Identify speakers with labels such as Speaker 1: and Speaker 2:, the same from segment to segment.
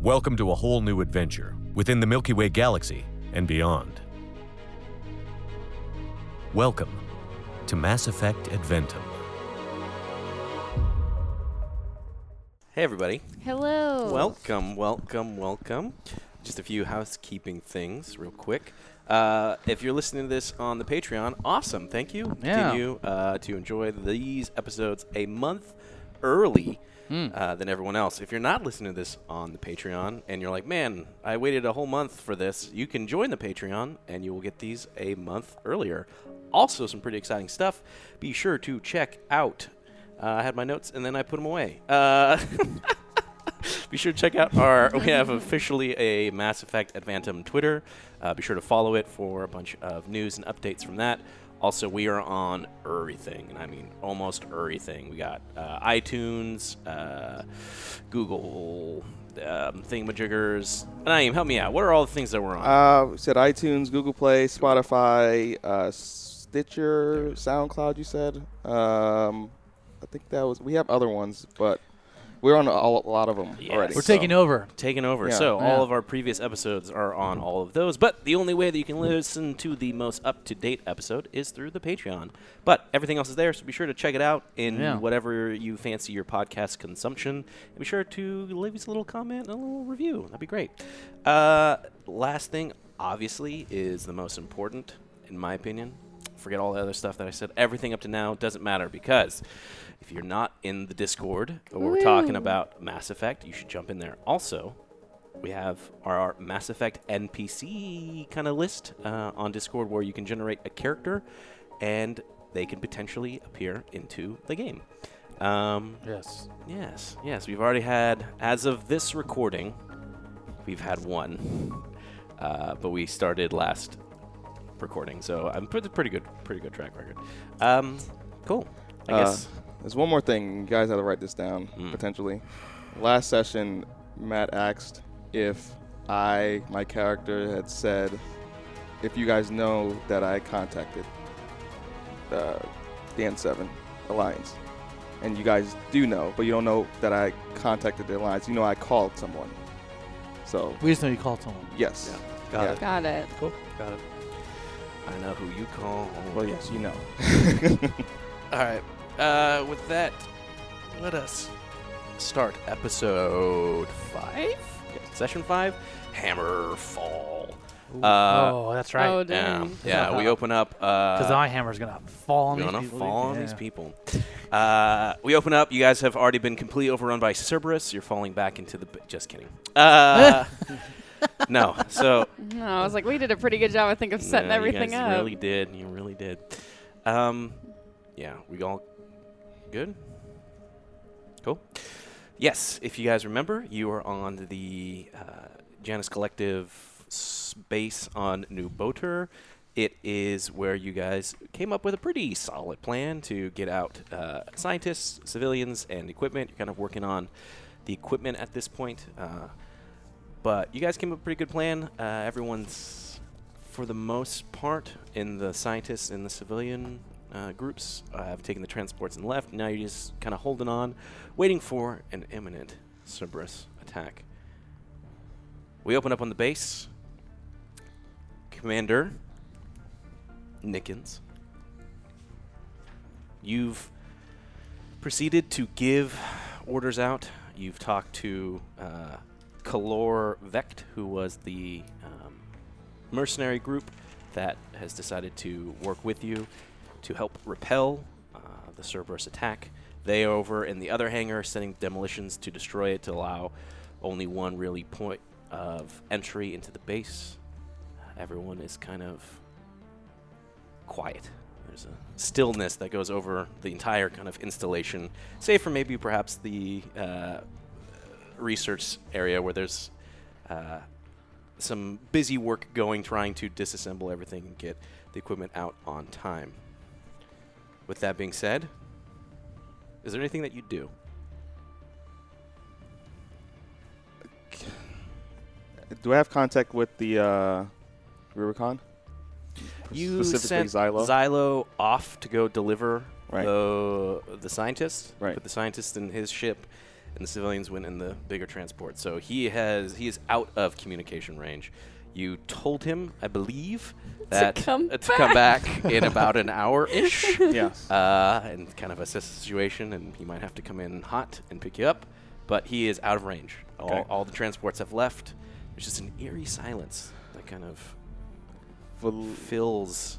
Speaker 1: Welcome to a whole new adventure within the Milky Way galaxy and beyond. Welcome to Mass Effect Adventum.
Speaker 2: Hey, everybody.
Speaker 3: Hello.
Speaker 2: Welcome, welcome, welcome. Just a few housekeeping things, real quick. Uh, if you're listening to this on the Patreon, awesome. Thank you.
Speaker 4: Yeah.
Speaker 2: Continue uh, to enjoy these episodes a month early uh, than everyone else. If you're not listening to this on the Patreon and you're like, man, I waited a whole month for this, you can join the Patreon and you will get these a month earlier. Also, some pretty exciting stuff. Be sure to check out. Uh, I had my notes and then I put them away. Uh, be sure to check out our we have officially a mass effect advantum twitter uh, be sure to follow it for a bunch of news and updates from that also we are on everything and i mean almost everything we got uh, itunes uh, google um, thingamajiggers Naeem, help me out what are all the things that we're on
Speaker 4: Uh, we said iTunes, Google Play, Spotify, uh, Stitcher, SoundCloud. You said. Um, I think that was. We have other ones, but we're on a, a lot of them
Speaker 2: Yes.
Speaker 4: already.
Speaker 2: We're
Speaker 5: We're taking over.
Speaker 2: taken over.
Speaker 4: Yeah.
Speaker 2: so
Speaker 5: Yeah.
Speaker 2: all of our previous episodes are on all of those. But the only way that you can listen to the most up to date episode is through the Patreon. But everything else is there, so be sure to check it out in
Speaker 5: Yeah.
Speaker 2: whatever you fancy your podcast consumption. And be sure to leave us a little comment and a little review. That'd be great. Uh, last thing, obviously, is the most important, in my opinion. Forget all the other stuff that I said. Everything up to now doesn't matter because if you're not in the Discord or we're talking
Speaker 3: Woo.
Speaker 2: about Mass Effect, you should jump in there. Also, we have our Mass Effect NPC kind of list uh, on Discord where you can generate a character and they can potentially appear into the game. Um,
Speaker 5: Yes.
Speaker 2: yes, yes, we've already had, as of this recording, we've had one, uh, but we started last recording, so I'm pretty, pretty good, pretty good track record. Um, cool. I
Speaker 4: Uh,
Speaker 2: guess. Hmm.
Speaker 4: There's one more thing. You guys have to write this down potentially. Last session, Matt asked if I, my character, had said if you guys know that I contacted uh, the N7 Alliance, and you guys do know, but you don't know that I contacted the Alliance. You know I called someone. So
Speaker 5: We just know you called someone.
Speaker 4: yes,
Speaker 2: Got
Speaker 4: yeah.
Speaker 2: it.
Speaker 3: Got it.
Speaker 2: Cool. Got it. I know who you call.
Speaker 4: Well, yes, you know.
Speaker 2: All right. Uh, with that, let us start episode five, session five, Hammer Fall. Uh,
Speaker 5: oh, that's right.
Speaker 3: oh,
Speaker 2: yeah,
Speaker 3: dang.
Speaker 2: yeah. We open up. Uh,
Speaker 5: Because the eye hammer's gonna fall on
Speaker 2: We're
Speaker 5: these
Speaker 2: gonna
Speaker 5: people.
Speaker 2: fall on these
Speaker 5: Yeah.
Speaker 2: people. Uh, we open up. You guys have already been completely overrun by Cerberus. You're falling back into the. b- Just kidding. Uh, no. So
Speaker 3: No, I was like, we did a pretty good job, I think, of setting
Speaker 2: yeah,
Speaker 3: everything
Speaker 2: you guys
Speaker 3: up.
Speaker 2: Really did. You really did. Um, yeah, we all good. Cool. Yes, if you guys remember, you are on the uh, Janus Collective space on New Boter. It is where you guys came up with a pretty solid plan to get out uh, scientists, civilians, and equipment. You're kind of working on the equipment at this point. Uh, but you guys came up with a pretty good plan. Uh, everyone's, for the most part, in the scientists and the civilian uh, groups uh, have taken the transports and left. Now you're just kind of holding on, waiting for an imminent Cerberus attack. We open up on the base. Commander Nickens, you've proceeded to give orders out. You've talked to uh, Kalor Vect, who was the um, mercenary group that has decided to work with you to help repel uh, the Cerberus attack. They are over in the other hangar sending demolitions to destroy it to allow only one really point of entry into the base. Everyone is kind of quiet. There's a stillness that goes over the entire kind of installation, save for maybe perhaps the uh, research area where there's uh, some busy work going trying to disassemble everything and get the equipment out on time. With that being said, is there anything that you do?
Speaker 4: Do I have contact with the uh, Rubicon?
Speaker 2: You sent
Speaker 4: Specifically Xylo?
Speaker 2: off to go deliver
Speaker 4: Right.
Speaker 2: the the scientist.
Speaker 4: Right.
Speaker 2: Put the scientist in his ship, and the civilians went in the bigger transport. So he has he is out of communication range. You told him, I believe, that
Speaker 3: come
Speaker 2: to come back in about an hour ish.
Speaker 4: Yes.
Speaker 2: Uh, and kind of assess the situation, and he might have to come in hot and pick you up, but he is out of range. All,
Speaker 4: Okay.
Speaker 2: all the transports have left. There's just an eerie silence that kind of
Speaker 4: Val-
Speaker 2: fills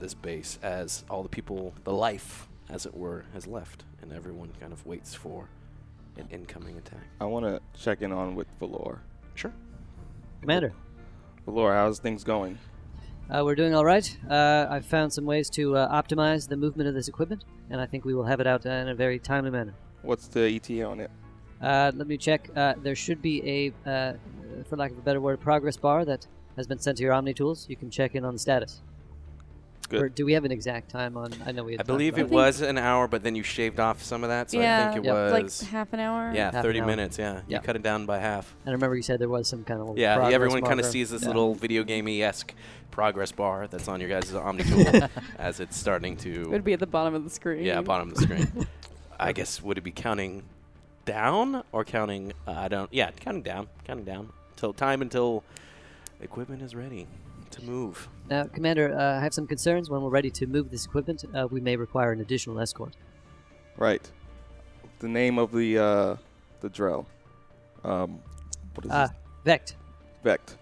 Speaker 2: this base as all the people, the life, as it were, has left, and everyone kind of waits for an incoming attack.
Speaker 4: I want to check in on with Valor.
Speaker 2: Sure.
Speaker 6: Commander,
Speaker 4: Valor, how's things going?
Speaker 6: uh, we're doing all right. Uh, I've found some ways to uh, optimize the movement of this equipment, and I think we will have it out uh, in a very timely manner.
Speaker 4: What's the ETA on it?
Speaker 6: Uh, let me check. Uh, there should be a, uh, for lack of a better word, progress bar that has been sent to your Omni tools. You can check in on the status.
Speaker 4: Good.
Speaker 6: Or do we have an exact time on? I know we. Had
Speaker 2: I
Speaker 6: talked
Speaker 2: believe
Speaker 6: about
Speaker 2: it was an hour, but then you shaved off some of that, so I
Speaker 3: yeah,
Speaker 2: think it
Speaker 6: Yep.
Speaker 2: was.
Speaker 3: like half an hour.
Speaker 2: yeah,
Speaker 6: Half
Speaker 2: 30
Speaker 6: an hour.
Speaker 2: minutes. Yeah.
Speaker 6: Yeah.
Speaker 2: you cut it down by half.
Speaker 6: And I remember you said there was some kind of. little
Speaker 2: Yeah,
Speaker 6: progress
Speaker 2: everyone kind of
Speaker 6: marker.
Speaker 2: sees this
Speaker 6: Yeah.
Speaker 2: little video gamey esque progress bar that's on your guys' Omni tool as it's starting
Speaker 3: It
Speaker 2: to
Speaker 3: would be at the bottom of the screen.
Speaker 2: yeah bottom of the screen. I guess would it be counting down or counting? Uh, I don't. Yeah, counting down, counting down till time until equipment is ready to move.
Speaker 6: Now, Commander, uh, I have some concerns. When we're ready to move this equipment, uh, we may require an additional escort.
Speaker 4: Right. The name of the uh, the drill. Um, what is
Speaker 6: Ah,
Speaker 2: Uh.
Speaker 4: this?
Speaker 6: Vect.
Speaker 4: Vect.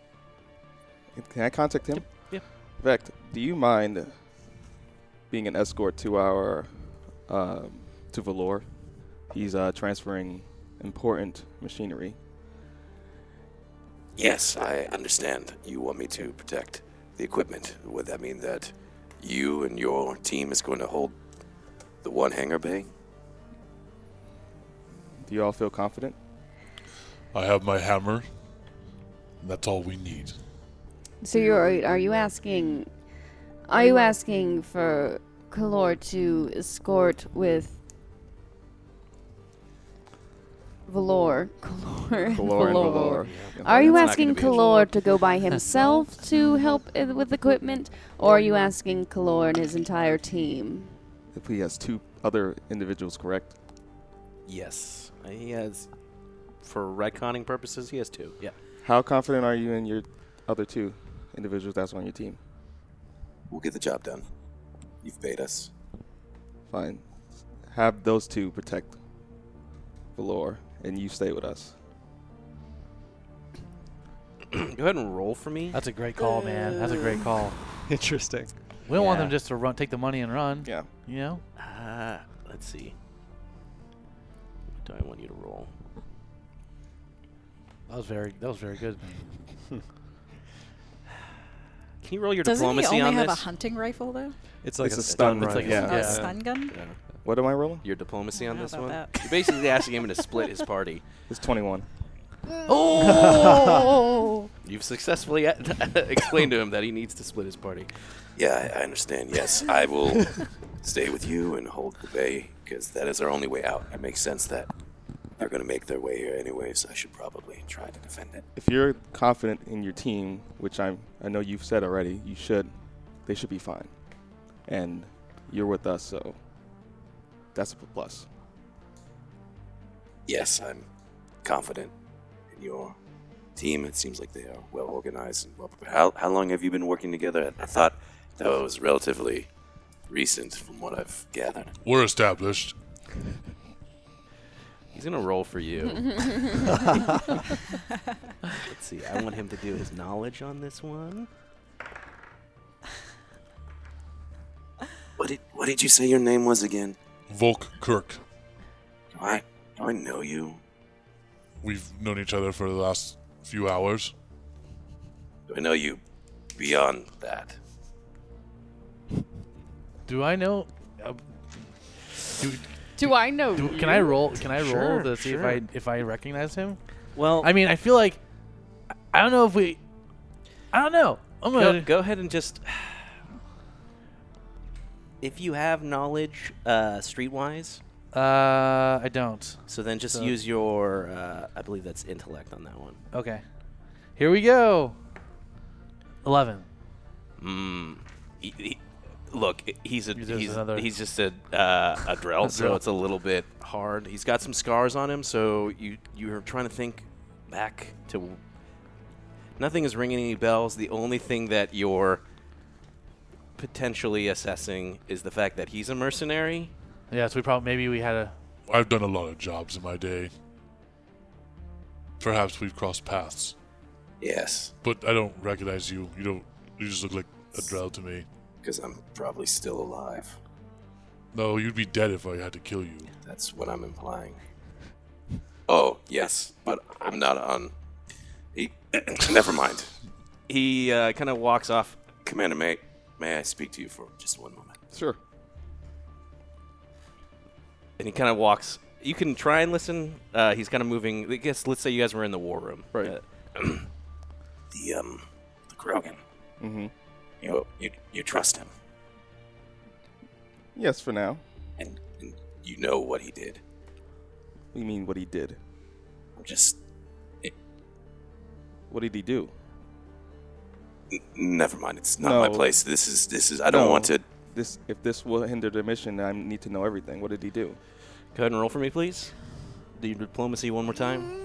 Speaker 4: Can I contact him?
Speaker 2: Yep,
Speaker 4: Vect, do you mind being an escort to our um, to Valor? He's uh, transferring important machinery.
Speaker 2: Yes, I understand. You want me to protect the equipment. Would that mean that you and your team is going to hold the one hangar bay?
Speaker 4: Do you all feel confident?
Speaker 7: I have my hammer. That's all we need.
Speaker 8: So you're are you asking are you asking for Kalor to escort with Valor? Kalor.
Speaker 4: Valor and Valor. Yeah.
Speaker 8: Are you
Speaker 2: That's not
Speaker 8: asking
Speaker 2: gonna be a
Speaker 8: Kalor to go by himself to help i- with equipment, or are you asking Kalor and his entire team?
Speaker 4: If he has two other individuals, correct?
Speaker 2: Yes, he has. For retconning purposes, he has two. Yeah.
Speaker 4: How confident are you in your other two individuals that's on your team?
Speaker 2: We'll get the job done. You've paid us.
Speaker 4: Fine. Have those two protect Valor, and you stay with us.
Speaker 2: Go ahead and roll for me.
Speaker 5: That's a great call, man. That's a great call.
Speaker 9: Interesting.
Speaker 5: We don't want them
Speaker 2: Yeah.
Speaker 5: just to run, take the money and run.
Speaker 4: Yeah.
Speaker 5: You know,
Speaker 2: Ah, let's see. What do I want you to roll?
Speaker 5: that was very, that was very good.
Speaker 2: Can you roll your
Speaker 10: Doesn't he
Speaker 2: diplomacy
Speaker 10: only
Speaker 2: on
Speaker 10: have
Speaker 2: this?
Speaker 10: a hunting rifle though?
Speaker 9: It's like
Speaker 4: It's
Speaker 9: a,
Speaker 4: a stun
Speaker 9: stun
Speaker 4: rifle.
Speaker 9: rifle.
Speaker 5: It's like
Speaker 10: Oh,
Speaker 5: a
Speaker 10: a
Speaker 5: Yeah.
Speaker 10: stun gun.
Speaker 2: Yeah.
Speaker 4: What am I rolling?
Speaker 2: Your diplomacy
Speaker 10: I
Speaker 2: on
Speaker 10: don't
Speaker 2: this
Speaker 10: know
Speaker 2: one?
Speaker 10: about that.
Speaker 2: You're basically asking him to split his party.
Speaker 4: It's 21.
Speaker 2: Oh! You've successfully a- explained to him that he needs to split his party. Yeah, I understand. Yes, I will stay with you and hold the bay because that is our only way out. It makes sense that they're going to make their way here anyways. I should probably try to defend it.
Speaker 4: If you're confident in your team, which I'm, I know you've said already, you should. They should be fine, and you're with us, so that's a plus.
Speaker 2: Yes, I'm confident in your team. It seems like they are well organized and well prepared. How, how long have you been working together? I thought that was relatively recent from what I've gathered.
Speaker 7: We're established.
Speaker 2: He's gonna roll for you. Let's see. I want him to do his knowledge on this one. What did What did you say your name was again?
Speaker 7: Volk Kirk.
Speaker 2: Do I Do I know you?
Speaker 7: We've known each other for the last few hours.
Speaker 2: Do I know you beyond that?
Speaker 5: Do I know? Uh, do,
Speaker 3: Do I know?
Speaker 5: do, can
Speaker 3: you?
Speaker 5: I roll? Can I roll
Speaker 2: Sure,
Speaker 5: to see
Speaker 2: sure. Oh.
Speaker 5: if I if I recognize him?
Speaker 2: Well,
Speaker 5: I mean, I feel like I- I don't know if we. I don't know. I'm
Speaker 2: go,
Speaker 5: gonna.
Speaker 2: go ahead and just. If you have knowledge uh, streetwise,
Speaker 5: Uh, I don't.
Speaker 2: so then just
Speaker 5: So-
Speaker 2: use your. Uh, I believe that's intellect on that one.
Speaker 5: Okay. Here we go. Eleven.
Speaker 2: Mm. He, he,
Speaker 11: look, i- he's a
Speaker 5: There's just
Speaker 11: he's,
Speaker 5: another-
Speaker 11: he's just a uh, a drell, so
Speaker 5: drill.
Speaker 11: it's a little bit hard. He's got some scars on him, so you you're trying to think back to. Nothing is ringing any bells. The only thing that you're potentially assessing is the fact that he's a mercenary.
Speaker 5: Yeah, so we probably maybe we had a
Speaker 7: I've done a lot of jobs in my day. Perhaps we've crossed paths,
Speaker 2: Yes,
Speaker 7: but I don't recognize you. You don't. You just look like a drow to me.
Speaker 2: because I'm probably still alive.
Speaker 7: No, you'd be dead if I had to kill you.
Speaker 2: That's what I'm implying. Oh, yes, but I'm not on. He, never mind.
Speaker 11: He uh, kind of walks off.
Speaker 2: Commander, may, may I speak to you for just one moment?
Speaker 4: Sure.
Speaker 11: and he kind of walks. You can try and listen. Uh, he's kind of moving. I guess let's say you guys were in the war room.
Speaker 4: Right.
Speaker 11: Uh,
Speaker 2: The, um, the Krogan.
Speaker 4: Mm-hmm.
Speaker 2: You, you, you trust him,
Speaker 4: Yes, for now.
Speaker 2: and, and you know what he did.
Speaker 4: What do you mean what he did?
Speaker 2: I'm just.
Speaker 4: What did he do?
Speaker 2: n- Never mind. It's not my
Speaker 4: No.
Speaker 2: place. This is. This is. I don't
Speaker 4: No.
Speaker 2: want to.
Speaker 4: This if this will hinder the mission, I need to know everything. What did he do?
Speaker 11: go ahead and roll for me, please. Do your diplomacy one more time.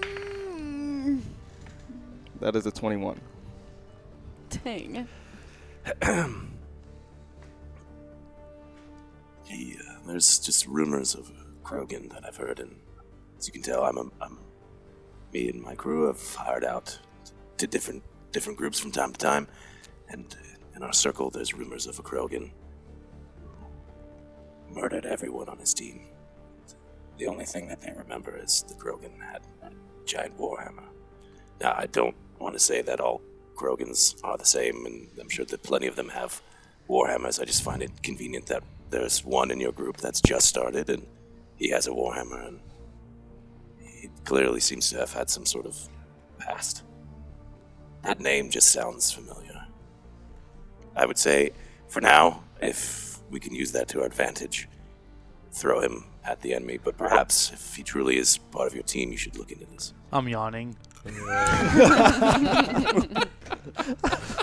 Speaker 4: That is a twenty-one.
Speaker 3: Dang.
Speaker 2: He, uh, there's just rumors of Krogan that I've heard, and as you can tell, I'm, a, I'm me and my crew have hired out to different different groups from time to time, and in our circle, there's rumors of a Krogan murdered everyone on his team. The only thing that they remember is the Krogan had a giant warhammer. Now, I don't want to say that all Krogans are the same, and I'm sure that plenty of them have warhammers. I just find it convenient that there's one in your group that's just started, and he has a warhammer, and he clearly seems to have had some sort of past. That name just sounds familiar. I would say, for now, if we can use that to our advantage, throw him at the enemy. But perhaps if he truly is part of your team, you should look into this.
Speaker 5: I'm yawning.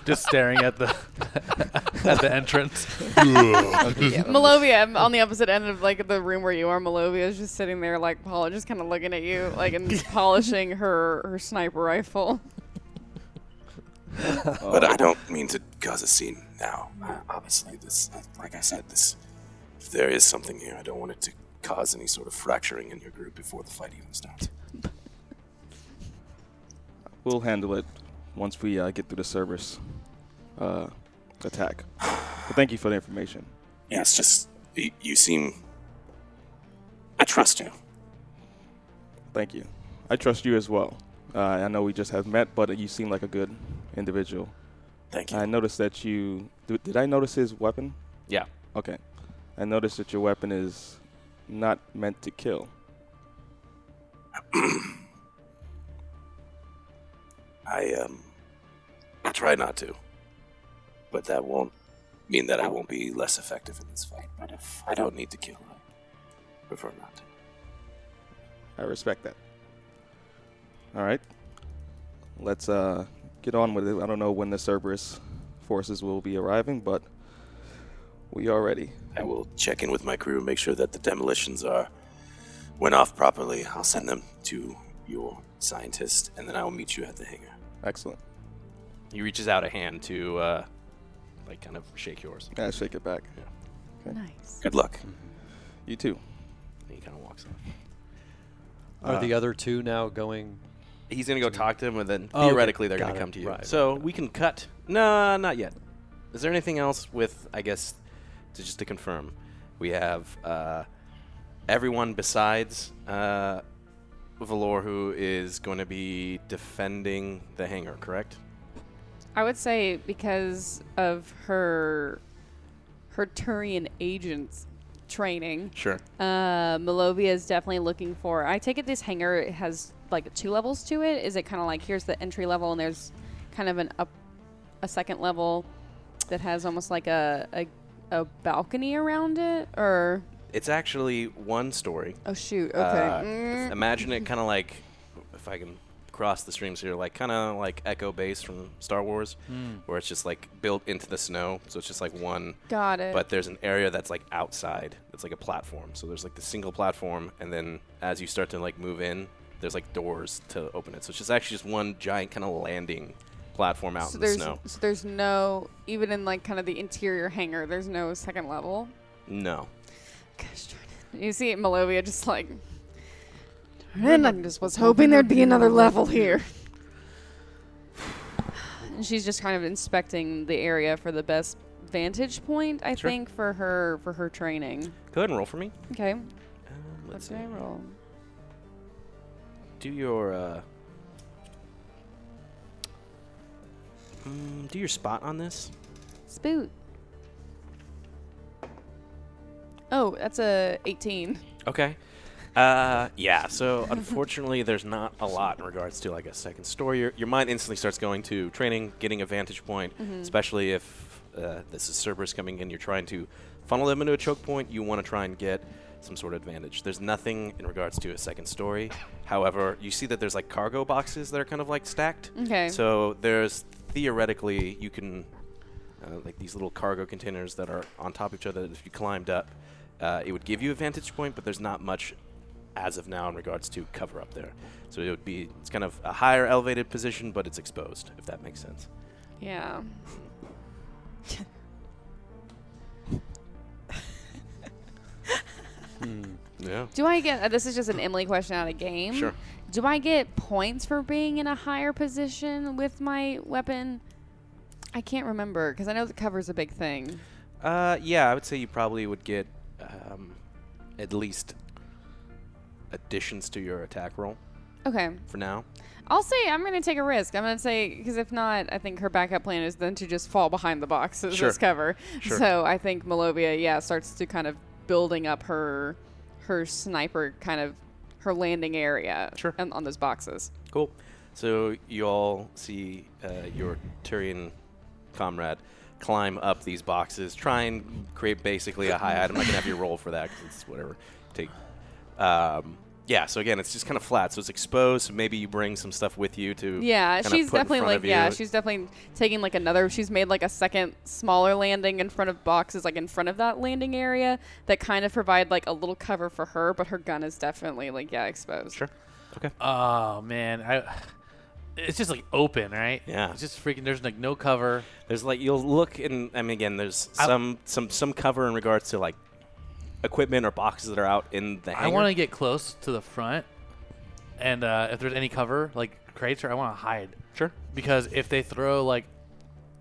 Speaker 5: Just staring at the at the entrance.
Speaker 3: Malovia, I'm on the opposite end of like the room where you are. Malovia is just sitting there, like Paula, just kind of looking at you, like and polishing her her sniper rifle.
Speaker 2: But I don't mean to cause a scene now. Uh, Obviously, this, like I said, this. If there is something here, I don't want it to cause any sort of fracturing in your group before the fight even starts.
Speaker 4: We'll handle it once we uh, get through the service uh, attack. But thank you for the information.
Speaker 2: Yeah, it's just you, you seem. I trust you.
Speaker 4: Thank you. I trust you as well. Uh, I know we just have met, but you seem like a good individual.
Speaker 2: Thank you.
Speaker 4: I noticed that you. Did, did I notice his weapon?
Speaker 11: Yeah.
Speaker 4: Okay. I noticed that your weapon is not meant to kill.
Speaker 2: I um I try not to. But that won't mean that I won't be less effective in this fight. But if I don't need to kill, I prefer not to.
Speaker 4: I respect that. All right. Let's uh, get on with it. I don't know when the Cerberus forces will be arriving, but we are ready.
Speaker 2: I will check in with my crew, make sure that the demolitions are went off properly. I'll send them to your scientist, and then I will meet you at the hangar.
Speaker 4: Excellent.
Speaker 11: He reaches out a hand to, uh, like, kind of shake yours.
Speaker 4: Yeah, shake it back.
Speaker 3: Nice.
Speaker 2: Good luck.
Speaker 4: You too.
Speaker 11: And he kind of walks off.
Speaker 4: Uh,
Speaker 12: Are the other two now going?
Speaker 11: He's gonna go talk to him, and then
Speaker 12: Oh, okay.
Speaker 11: theoretically they're
Speaker 12: Got
Speaker 11: gonna
Speaker 12: it.
Speaker 11: come to you.
Speaker 12: Right,
Speaker 11: so we can cut. No, not yet. Is there anything else with? I guess to, just to confirm, we have uh, everyone besides uh, Valor who is going to be defending the hangar. Correct?
Speaker 3: I would say because of her her Turian agents training,
Speaker 11: Sure.
Speaker 3: uh, Malovia is definitely looking for. I take it this hangar has like two levels to it. Is it kind of like here's the entry level and there's kind of an up a second level that has almost like a a, a balcony around it or
Speaker 11: It's actually one story.
Speaker 3: oh shoot
Speaker 11: Uh,
Speaker 3: okay. Mm.
Speaker 11: Imagine it kind of like if I can
Speaker 2: across the streams here, like kind of like Echo Base from Star Wars,
Speaker 5: Mm.
Speaker 2: where it's just like built into the snow, so it's just like one.
Speaker 3: Got it.
Speaker 2: But there's an area that's like outside. That's like a platform. So there's like the single platform, and then as you start to like move in, there's like doors to open it. So it's just actually just one giant kind of landing platform out
Speaker 3: so
Speaker 2: in the
Speaker 3: there's
Speaker 2: snow.
Speaker 3: so there's no even in like kind of the interior hangar. There's no second level.
Speaker 2: No.
Speaker 3: You see Malovia just like.
Speaker 8: And I just was hoping there'd be another level here.
Speaker 3: And she's just kind of inspecting the area for the best vantage point, I
Speaker 2: Sure.
Speaker 3: think, for her for her training.
Speaker 2: Go ahead and roll for me. Um,
Speaker 3: Okay.
Speaker 2: Let's
Speaker 3: What do I roll?
Speaker 2: do your uh, mm, do your spot on this.
Speaker 3: Spoot. Oh, that's a 18.
Speaker 2: Okay. Uh, yeah. So unfortunately, there's not a lot in regards to like a second story. Your, your mind instantly starts going to training, getting a vantage point,
Speaker 3: Mhm.
Speaker 2: especially if uh, this is Cerberus coming in. You're trying to funnel them into a choke point. You want to try and get some sort of advantage. There's nothing in regards to a second story. However, you see that there's like cargo boxes that are kind of like stacked.
Speaker 3: Okay.
Speaker 2: So there's theoretically you can uh, like these little cargo containers that are on top of each other. If you climbed up, uh, it would give you a vantage point, but there's not much as of now in regards to cover up there. So it would be it's kind of a higher elevated position, but it's exposed. If that makes sense.
Speaker 3: Yeah.
Speaker 2: Yeah.
Speaker 3: Do I get, uh, this is just an Emily question out of game.
Speaker 2: Sure.
Speaker 3: Do I get points for being in a higher position with my weapon? I can't remember because I know the cover's a big thing.
Speaker 2: Uh, yeah, I would say you probably would get um, at least additions to your attack roll
Speaker 3: Okay.
Speaker 2: for now.
Speaker 3: I'll say I'm going to take a risk. I'm going to say because if not, I think her backup plan is then to just fall behind the boxes
Speaker 2: Sure.
Speaker 3: as cover.
Speaker 2: Sure.
Speaker 3: So I think Melovia, yeah, starts to kind of building up her her sniper kind of her landing area sure. on, on those boxes.
Speaker 2: Cool. So you all see uh, your Tyrian comrade climb up these boxes, try and create basically a high item. I can have you roll for that 'cause it's whatever. Take. Um, yeah. So again, it's just kind of flat, so it's exposed. So maybe you bring some stuff with you to.
Speaker 3: Yeah,
Speaker 2: kinda
Speaker 3: she's
Speaker 2: put in
Speaker 3: definitely
Speaker 2: front
Speaker 3: like
Speaker 2: of you.
Speaker 3: yeah, she's definitely taking like another. She's made like a second smaller landing in front of boxes, like in front of that landing area that kind of provide like a little cover for her, but her gun is definitely like yeah exposed.
Speaker 2: Sure. Okay.
Speaker 5: Oh man, I. It's just like open, right?
Speaker 2: Yeah.
Speaker 5: It's just freaking. There's like no cover.
Speaker 2: There's like you'll look and I mean again, there's
Speaker 5: I-
Speaker 2: some some some cover in regards to like equipment or boxes that are out in the.
Speaker 5: I
Speaker 2: hangar.
Speaker 5: want to get close to the front, and uh, if there's any cover, like crates, or I want to hide.
Speaker 2: Sure.
Speaker 5: Because if they throw like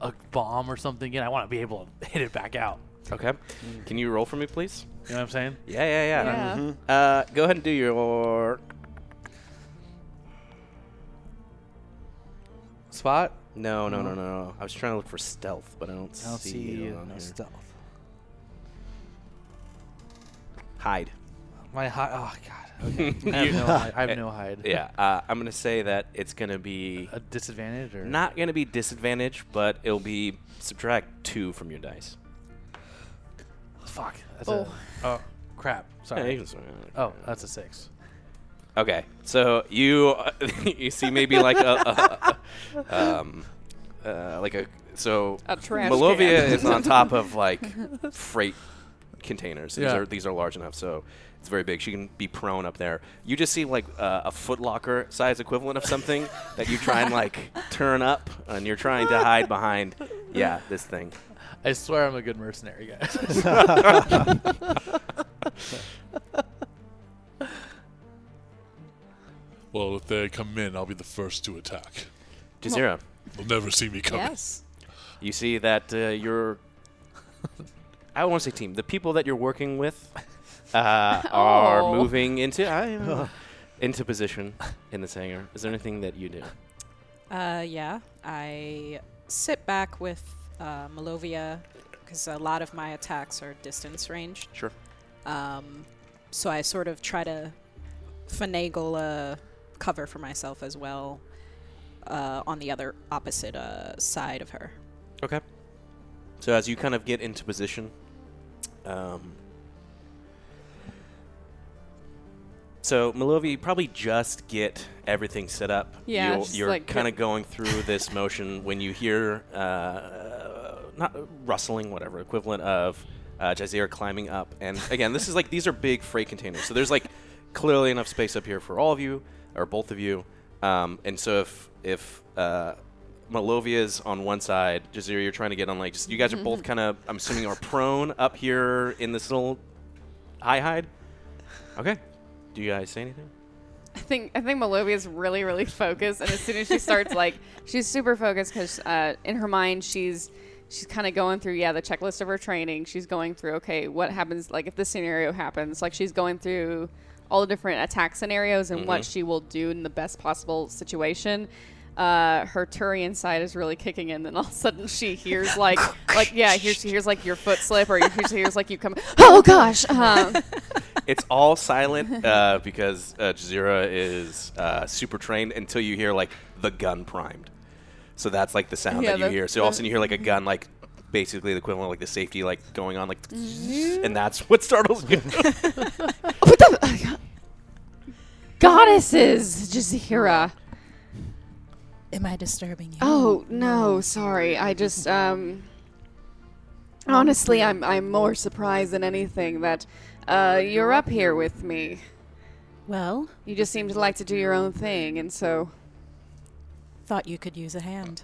Speaker 5: a bomb or something in, I want to be able to hit it back out.
Speaker 2: Okay.
Speaker 5: Mm.
Speaker 2: Can you roll for me, please?
Speaker 5: You know what I'm saying?
Speaker 2: Yeah, yeah, yeah.
Speaker 3: Yeah. Mhm.
Speaker 2: Uh, go ahead and do your
Speaker 10: Spot?
Speaker 2: No, no, no, no. I was trying to look for stealth, but I don't,
Speaker 10: I don't see
Speaker 2: it
Speaker 10: you.
Speaker 2: on
Speaker 10: No
Speaker 2: here.
Speaker 10: stealth.
Speaker 2: Hide.
Speaker 5: My hide. Oh god. Okay. I have no. hi- I have no hide.
Speaker 2: Yeah, uh, I'm gonna say that it's gonna be
Speaker 5: A disadvantage or
Speaker 2: not gonna be disadvantage, but it'll be subtract two from your dice.
Speaker 5: Fuck. That's
Speaker 3: Oh.
Speaker 5: A, oh crap.
Speaker 2: Yeah,
Speaker 5: Sorry.
Speaker 2: you can sort it out.
Speaker 5: Oh, that's a six.
Speaker 2: Okay, so you you see maybe like a, a- a- um uh, like a so
Speaker 3: A trash
Speaker 2: Malovia
Speaker 3: can.
Speaker 2: is on top of like freight containers. These
Speaker 5: Yeah.
Speaker 2: are these are large enough, so it's very big. She can be prone up there. You just see like uh, a footlocker size equivalent of something that you try and like turn up, and you're trying to hide behind. Yeah, this thing.
Speaker 5: I swear I'm a good mercenary, guys.
Speaker 7: Well, if they come in, I'll be the first to attack.
Speaker 2: Jazira,
Speaker 7: They'll never see me coming.
Speaker 3: Yes.
Speaker 2: you see that uh, your I won't say team. The people that you're working with uh,
Speaker 3: Oh.
Speaker 2: are moving into I, into position in this hangar. Is there anything that you do?
Speaker 11: Uh, yeah. I sit back with uh, Malovia because a lot of my attacks are distance range.
Speaker 2: Sure.
Speaker 11: Um, so I sort of try to finagle a cover for myself as well uh, on the other opposite uh, side of her.
Speaker 2: Okay. So as you kind of get into position, um, So Milovi, you probably just get everything set up.
Speaker 3: Yeah,
Speaker 2: You'll-
Speaker 3: just
Speaker 2: you're
Speaker 3: like
Speaker 2: kind of
Speaker 3: get-
Speaker 2: going through this motion when you hear uh, not rustling, whatever equivalent of uh, Jazeera climbing up. And again, this is like these are big freight containers, so there's like clearly enough space up here for all of you or both of you. Um, and so if if uh, Malovia's on one side, Jazeera, you're trying to get on like just you guys are both kind of I'm assuming are prone up here in this little high hide. Okay. Do you guys say anything?
Speaker 3: I think I think Malovia is really really focused, and as soon as she starts like she's super focused because uh, in her mind she's she's kind of going through yeah the checklist of her training. She's going through okay what happens like if this scenario happens like she's going through all the different attack scenarios and what
Speaker 13: Mhm.
Speaker 3: she will do in the best possible situation. Uh, her Turian side is really kicking in, and all of a sudden she hears like, like yeah, here she hears like your foot slip, or she hears like you come. Oh gosh!
Speaker 11: uh,
Speaker 3: Um,
Speaker 2: it's all silent uh, because uh, Jazeera is uh, super trained until you hear like the gun primed. So that's like the sound
Speaker 3: Yeah,
Speaker 2: that you
Speaker 3: the-
Speaker 2: hear. So all of a
Speaker 3: the-
Speaker 2: sudden you hear like a gun, like basically the equivalent of like the safety like going on, like, and that's what startles you.
Speaker 3: goddesses, Jazira.
Speaker 11: Am I disturbing you?
Speaker 8: Oh no, sorry. I just um honestly I'm I'm more surprised than anything that uh you're up here with me.
Speaker 11: Well,
Speaker 8: you just seem to like to do your own thing and so
Speaker 11: Thought you could use a hand.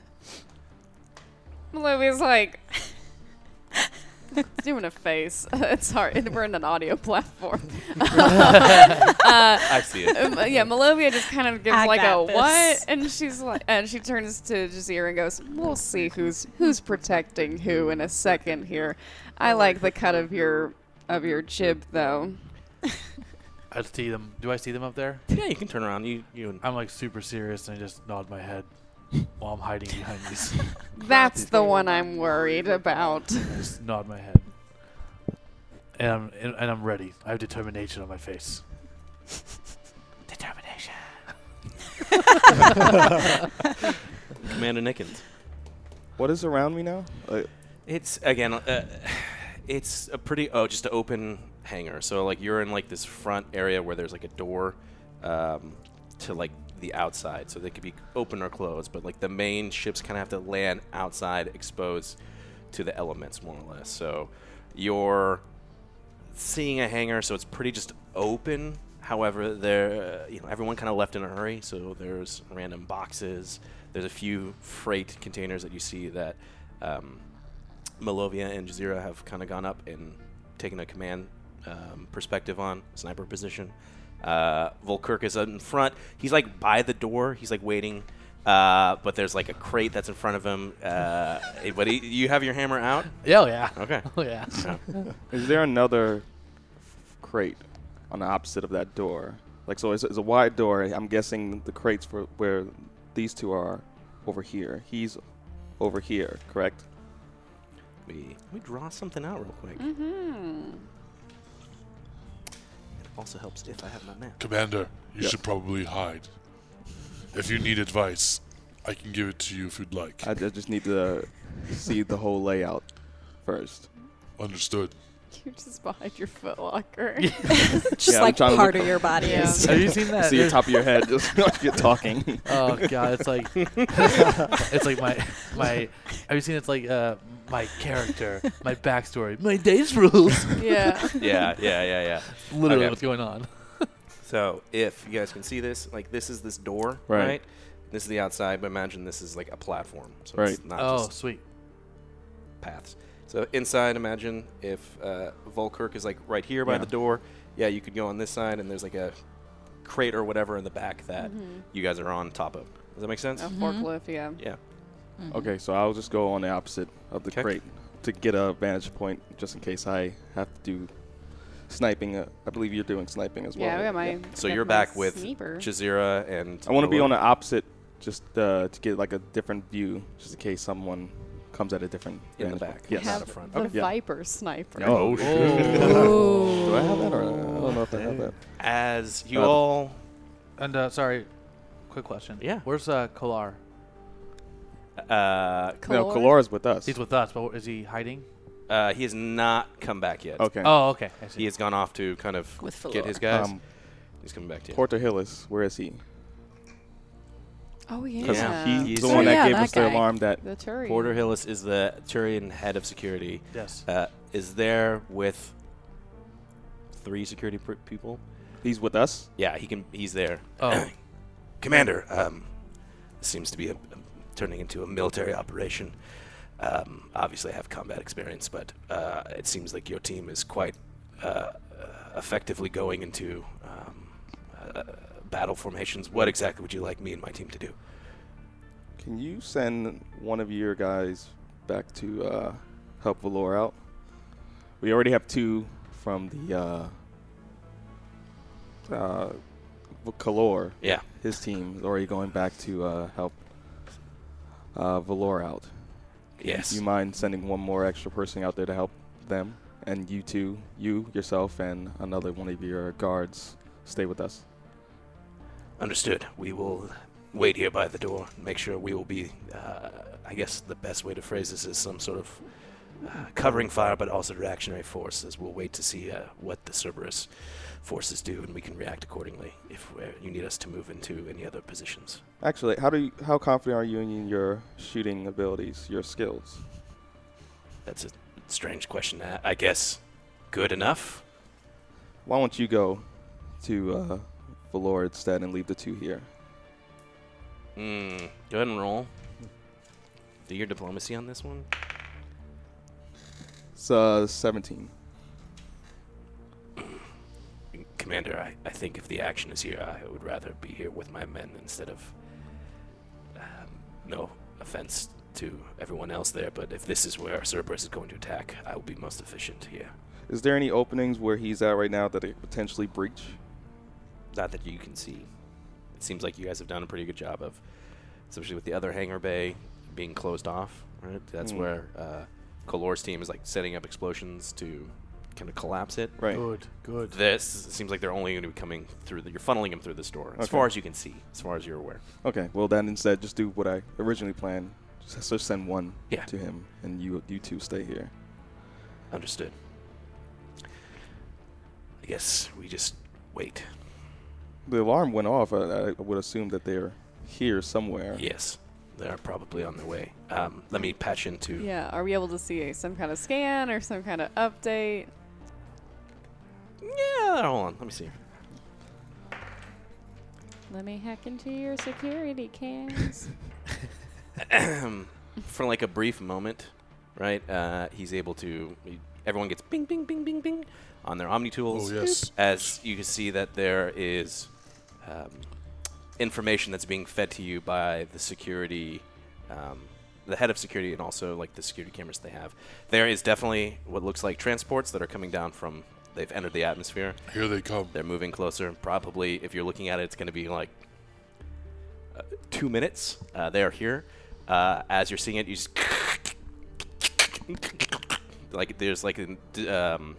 Speaker 3: Malovia's like doing a face. it's hard. We're in an audio platform. Uh,
Speaker 2: I see it.
Speaker 3: um, yeah, Malovia just kind of gives
Speaker 11: I
Speaker 3: like a
Speaker 11: got this.
Speaker 3: what, and she's like, and she turns to Jazeera and goes, "We'll see who's who's protecting who in a second here." I like the cut of your of your jib though.
Speaker 5: I see them. Do I see them up there?
Speaker 2: Yeah, you can turn around. You, you.
Speaker 5: I'm like super serious, and I just nod my head while I'm hiding behind these.
Speaker 3: That's the one I'm worried about.
Speaker 5: I just nod my head, and I'm and, and I'm ready. I have determination on my face. determination.
Speaker 2: Commander Nickens.
Speaker 4: What is around me now? Like,
Speaker 2: It's again, uh, it's a pretty oh, just an open hangar. So like you're in like this front area where there's like a door um, to like the outside, so they could be open or closed. But like the main ships kind of have to land outside, exposed to the elements more or less. So you're seeing a hangar, so it's pretty just open. However, there, uh, you know, everyone kind of left in a hurry, so there's random boxes. There's a few freight containers that you see that um, Malovia and Jazeera have kind of gone up and taken a command um, perspective on sniper position. Uh, Volkirk is in front. He's like by the door. He's like waiting. Uh, but there's like a crate that's in front of him. Uh, eh, but he, you have your hammer out.
Speaker 5: Yeah, oh yeah.
Speaker 2: Okay.
Speaker 5: Oh yeah.
Speaker 4: is there another crate on the opposite of that door? Like, so it's, it's a wide door. I'm guessing the crates for where these two are over here. He's over here, correct?
Speaker 2: We we draw something out real quick.
Speaker 3: Mm-hmm.
Speaker 2: It also helps if I have my map.
Speaker 7: Commander, you
Speaker 4: Yeah.
Speaker 7: should probably hide. If you need advice, I can give it to you if you'd like.
Speaker 4: I ju- just need to see the whole layout first.
Speaker 7: Understood.
Speaker 3: You're just behind your footlocker.
Speaker 11: Just
Speaker 4: I'm
Speaker 11: like
Speaker 4: trying to
Speaker 11: part
Speaker 4: look-
Speaker 11: of your body.
Speaker 3: Yeah.
Speaker 11: is-
Speaker 5: Have you seen that?
Speaker 4: See the top of your head. Just get talking.
Speaker 5: Oh god, it's like it's like my my. Have you seen it's like uh my character, my backstory, my day's rules.
Speaker 3: Yeah.
Speaker 2: yeah, yeah, yeah, yeah.
Speaker 5: Literally,
Speaker 2: Okay.
Speaker 5: what's going on?
Speaker 2: So if you guys can see this, like this is this door,
Speaker 4: Right.
Speaker 2: right? This is the outside, but imagine this is like a platform. So it's
Speaker 4: Right.
Speaker 2: not
Speaker 5: oh,
Speaker 2: just
Speaker 5: sweet.
Speaker 2: paths. So inside, imagine if uh, Volkirk is like right here by
Speaker 4: Yeah.
Speaker 2: the door. Yeah, you could go on this side, and there's like a crate or whatever in the back that
Speaker 3: Mhm.
Speaker 2: you guys are on top of. Does that make
Speaker 3: A
Speaker 2: sense?
Speaker 3: forklift, yeah.
Speaker 2: Yeah.
Speaker 4: Okay, so I'll just go on the opposite of the
Speaker 2: Okay.
Speaker 4: crate to get a vantage point just in case I have to do sniping. Uh, I believe you're doing sniping as well.
Speaker 3: Yeah, I got my.
Speaker 2: So
Speaker 3: got
Speaker 2: you're
Speaker 3: my
Speaker 2: back with
Speaker 3: sneaper.
Speaker 2: Jazeera and.
Speaker 4: I want to be
Speaker 2: Malone.
Speaker 4: on the opposite just uh, to get like a different view just in case someone comes at a different
Speaker 2: In the
Speaker 4: vantage
Speaker 2: back, not
Speaker 4: point. Yes.
Speaker 2: up front.
Speaker 3: The
Speaker 2: Okay.
Speaker 4: Yeah.
Speaker 3: Viper sniper.
Speaker 4: Oh,
Speaker 5: Oh.
Speaker 4: Do I have that or I don't know if I have that.
Speaker 2: As you
Speaker 4: Uh,
Speaker 2: all
Speaker 5: And uh, sorry, quick question.
Speaker 2: Yeah.
Speaker 5: Where's uh, Kolar?
Speaker 2: Uh,
Speaker 4: No, Kalora's with us.
Speaker 5: He's with us, but is he hiding?
Speaker 2: uh, he has not come back yet.
Speaker 4: Okay.
Speaker 5: Oh, okay. I see.
Speaker 2: He has gone off to kind of
Speaker 11: With
Speaker 2: get
Speaker 11: Felor.
Speaker 2: his guys.
Speaker 4: Um,
Speaker 2: He's coming back to you.
Speaker 4: Porter Hillis, where is he?
Speaker 8: Oh
Speaker 4: Because
Speaker 2: Yeah.
Speaker 4: he's,
Speaker 2: He's-
Speaker 4: the
Speaker 2: Oh,
Speaker 4: one that
Speaker 2: yeah,
Speaker 4: gave
Speaker 2: that
Speaker 4: us the
Speaker 2: guy.
Speaker 4: alarm that
Speaker 3: The Turian.
Speaker 2: Porter Hillis is the Turian head of security.
Speaker 5: Yes.
Speaker 2: Uh, is there with three security pr- people.
Speaker 4: He's with us.
Speaker 2: Yeah, he can. He's there.
Speaker 5: Oh.
Speaker 9: Commander, um, this seems to be a, turning into a military operation. Um, obviously, I have combat experience, but uh, it seems like your team is quite uh, effectively going into um, uh, battle formations. What exactly would you like me and my team to do?
Speaker 4: Can you send one of your guys back to uh, help Valor out? We already have two from the uh, uh, V- Kalor.
Speaker 2: Yeah.
Speaker 4: His team is already going back to uh, help uh, Valor out.
Speaker 9: Yes.
Speaker 4: Do you mind sending one more extra person out there to help them? And you two, you, yourself, and another one of your guards stay with us.
Speaker 9: Understood. We will wait here by the door. and Make sure we will be. Uh, I guess the best way to phrase this is some sort of uh, covering fire, but also reactionary forces. We'll wait to see uh, what the Cerberus forces do, and we can react accordingly if we're- you need us to move into any other positions.
Speaker 4: Actually, how do you, how confident are you in your shooting abilities, your skills?
Speaker 9: That's a strange question. I- I guess good enough.
Speaker 4: Why don't you go to uh, Valor instead and leave the two here?
Speaker 9: Hmm,
Speaker 2: Mm, go ahead and roll. Do your diplomacy on this one.
Speaker 4: It's uh, 17.
Speaker 9: Commander, I, I think if the action is here, I would rather be here with my men instead of. Um, no offense to everyone else there, but if this is where Cerberus is going to attack, I will be most efficient here.
Speaker 4: Is there any openings where he's at right now that they could potentially breach?
Speaker 2: Not that you can see. It seems like you guys have done a pretty good job of, especially with the other hangar bay being closed off. Right, that's
Speaker 9: Hmm.
Speaker 4: Mm.
Speaker 2: where uh, Kalor's team is like setting up explosions to kind of collapse it.
Speaker 4: Right.
Speaker 5: Good, good.
Speaker 2: This it seems like they're only going to be coming through. The, you're funneling them through this door, as
Speaker 4: Okay.
Speaker 2: far as you can see, as far as you're aware.
Speaker 4: Okay, well then instead just do what I originally planned. Just, just send one
Speaker 2: Yeah.
Speaker 4: to him, and you you two stay here.
Speaker 9: Understood. I guess we just wait.
Speaker 4: The alarm went off. I, I would assume that they're here somewhere.
Speaker 9: Yes, they are probably on their way. Um, let me patch into.
Speaker 3: Yeah, are we able to see some kind of scan or some kind of update?
Speaker 2: Yeah, hold on. Let me see.
Speaker 3: Let me hack into your security cams.
Speaker 2: for like a brief moment, right? Uh, he's able to. he- everyone gets bing, bing, bing, bing, bing on their Omni tools.
Speaker 7: Oh, yes.
Speaker 2: As you can see that there is um, information that's being fed to you by the security, um, the head of security, and also like the security cameras they have. There is definitely what looks like transports that are coming down from. They've entered the atmosphere.
Speaker 7: Here they come.
Speaker 2: They're moving closer. Probably, if you're looking at it, it's going to be like uh, two minutes. Uh, they are here. Uh, as you're seeing it, you just like there's like an d- um,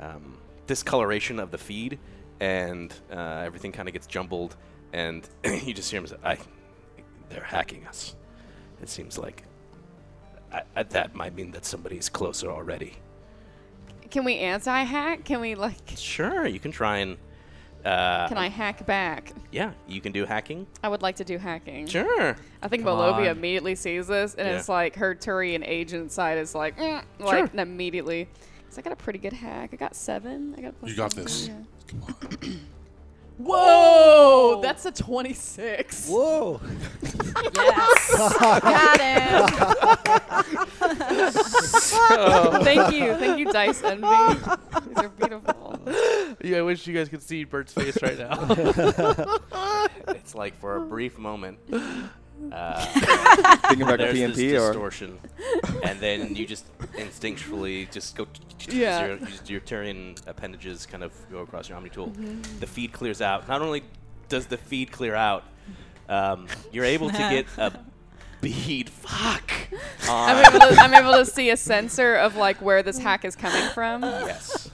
Speaker 2: um, discoloration of the feed, and uh, everything kind of gets jumbled, and you just hear him say, "I,
Speaker 9: They're hacking us. It seems like. I, I, that might mean that somebody is closer already.
Speaker 3: Can we anti-hack? Can we like?
Speaker 2: sure, you can try and." Uh,
Speaker 3: Can I hack back?
Speaker 2: Yeah, you can do hacking.
Speaker 3: I would like to do hacking.
Speaker 2: Sure.
Speaker 3: I think
Speaker 2: Come
Speaker 3: Malovia
Speaker 2: on.
Speaker 3: immediately sees this, and
Speaker 2: Yeah.
Speaker 3: it's like her Turian agent side is like, "Mm,"
Speaker 2: Sure.
Speaker 3: like and immediately. Cause I got a pretty good hack. I got seven. I got. plus
Speaker 7: You got
Speaker 3: seven.
Speaker 7: this.
Speaker 3: Yeah.
Speaker 10: Whoa!
Speaker 3: Oh, that's a twenty-six.
Speaker 10: Whoa!
Speaker 3: Got him. thank you, thank you, Dice Envy. These are beautiful.
Speaker 5: Yeah, I wish you guys could see Bert's face right now.
Speaker 2: it's like for a brief moment. Uh,
Speaker 4: Thinking about the
Speaker 2: there's this
Speaker 4: PNP or-
Speaker 2: distortion, and then you just instinctually just go.
Speaker 3: Yeah.
Speaker 2: Your, your- your Turian appendages kind of go across your Omni tool. The feed clears out. Not only does the feed clear out, um, you're able to get a bead. Fuck.
Speaker 3: I'm
Speaker 2: on-
Speaker 3: able, to, I'm able to see a sensor of like where this hack is coming from.
Speaker 2: Yes.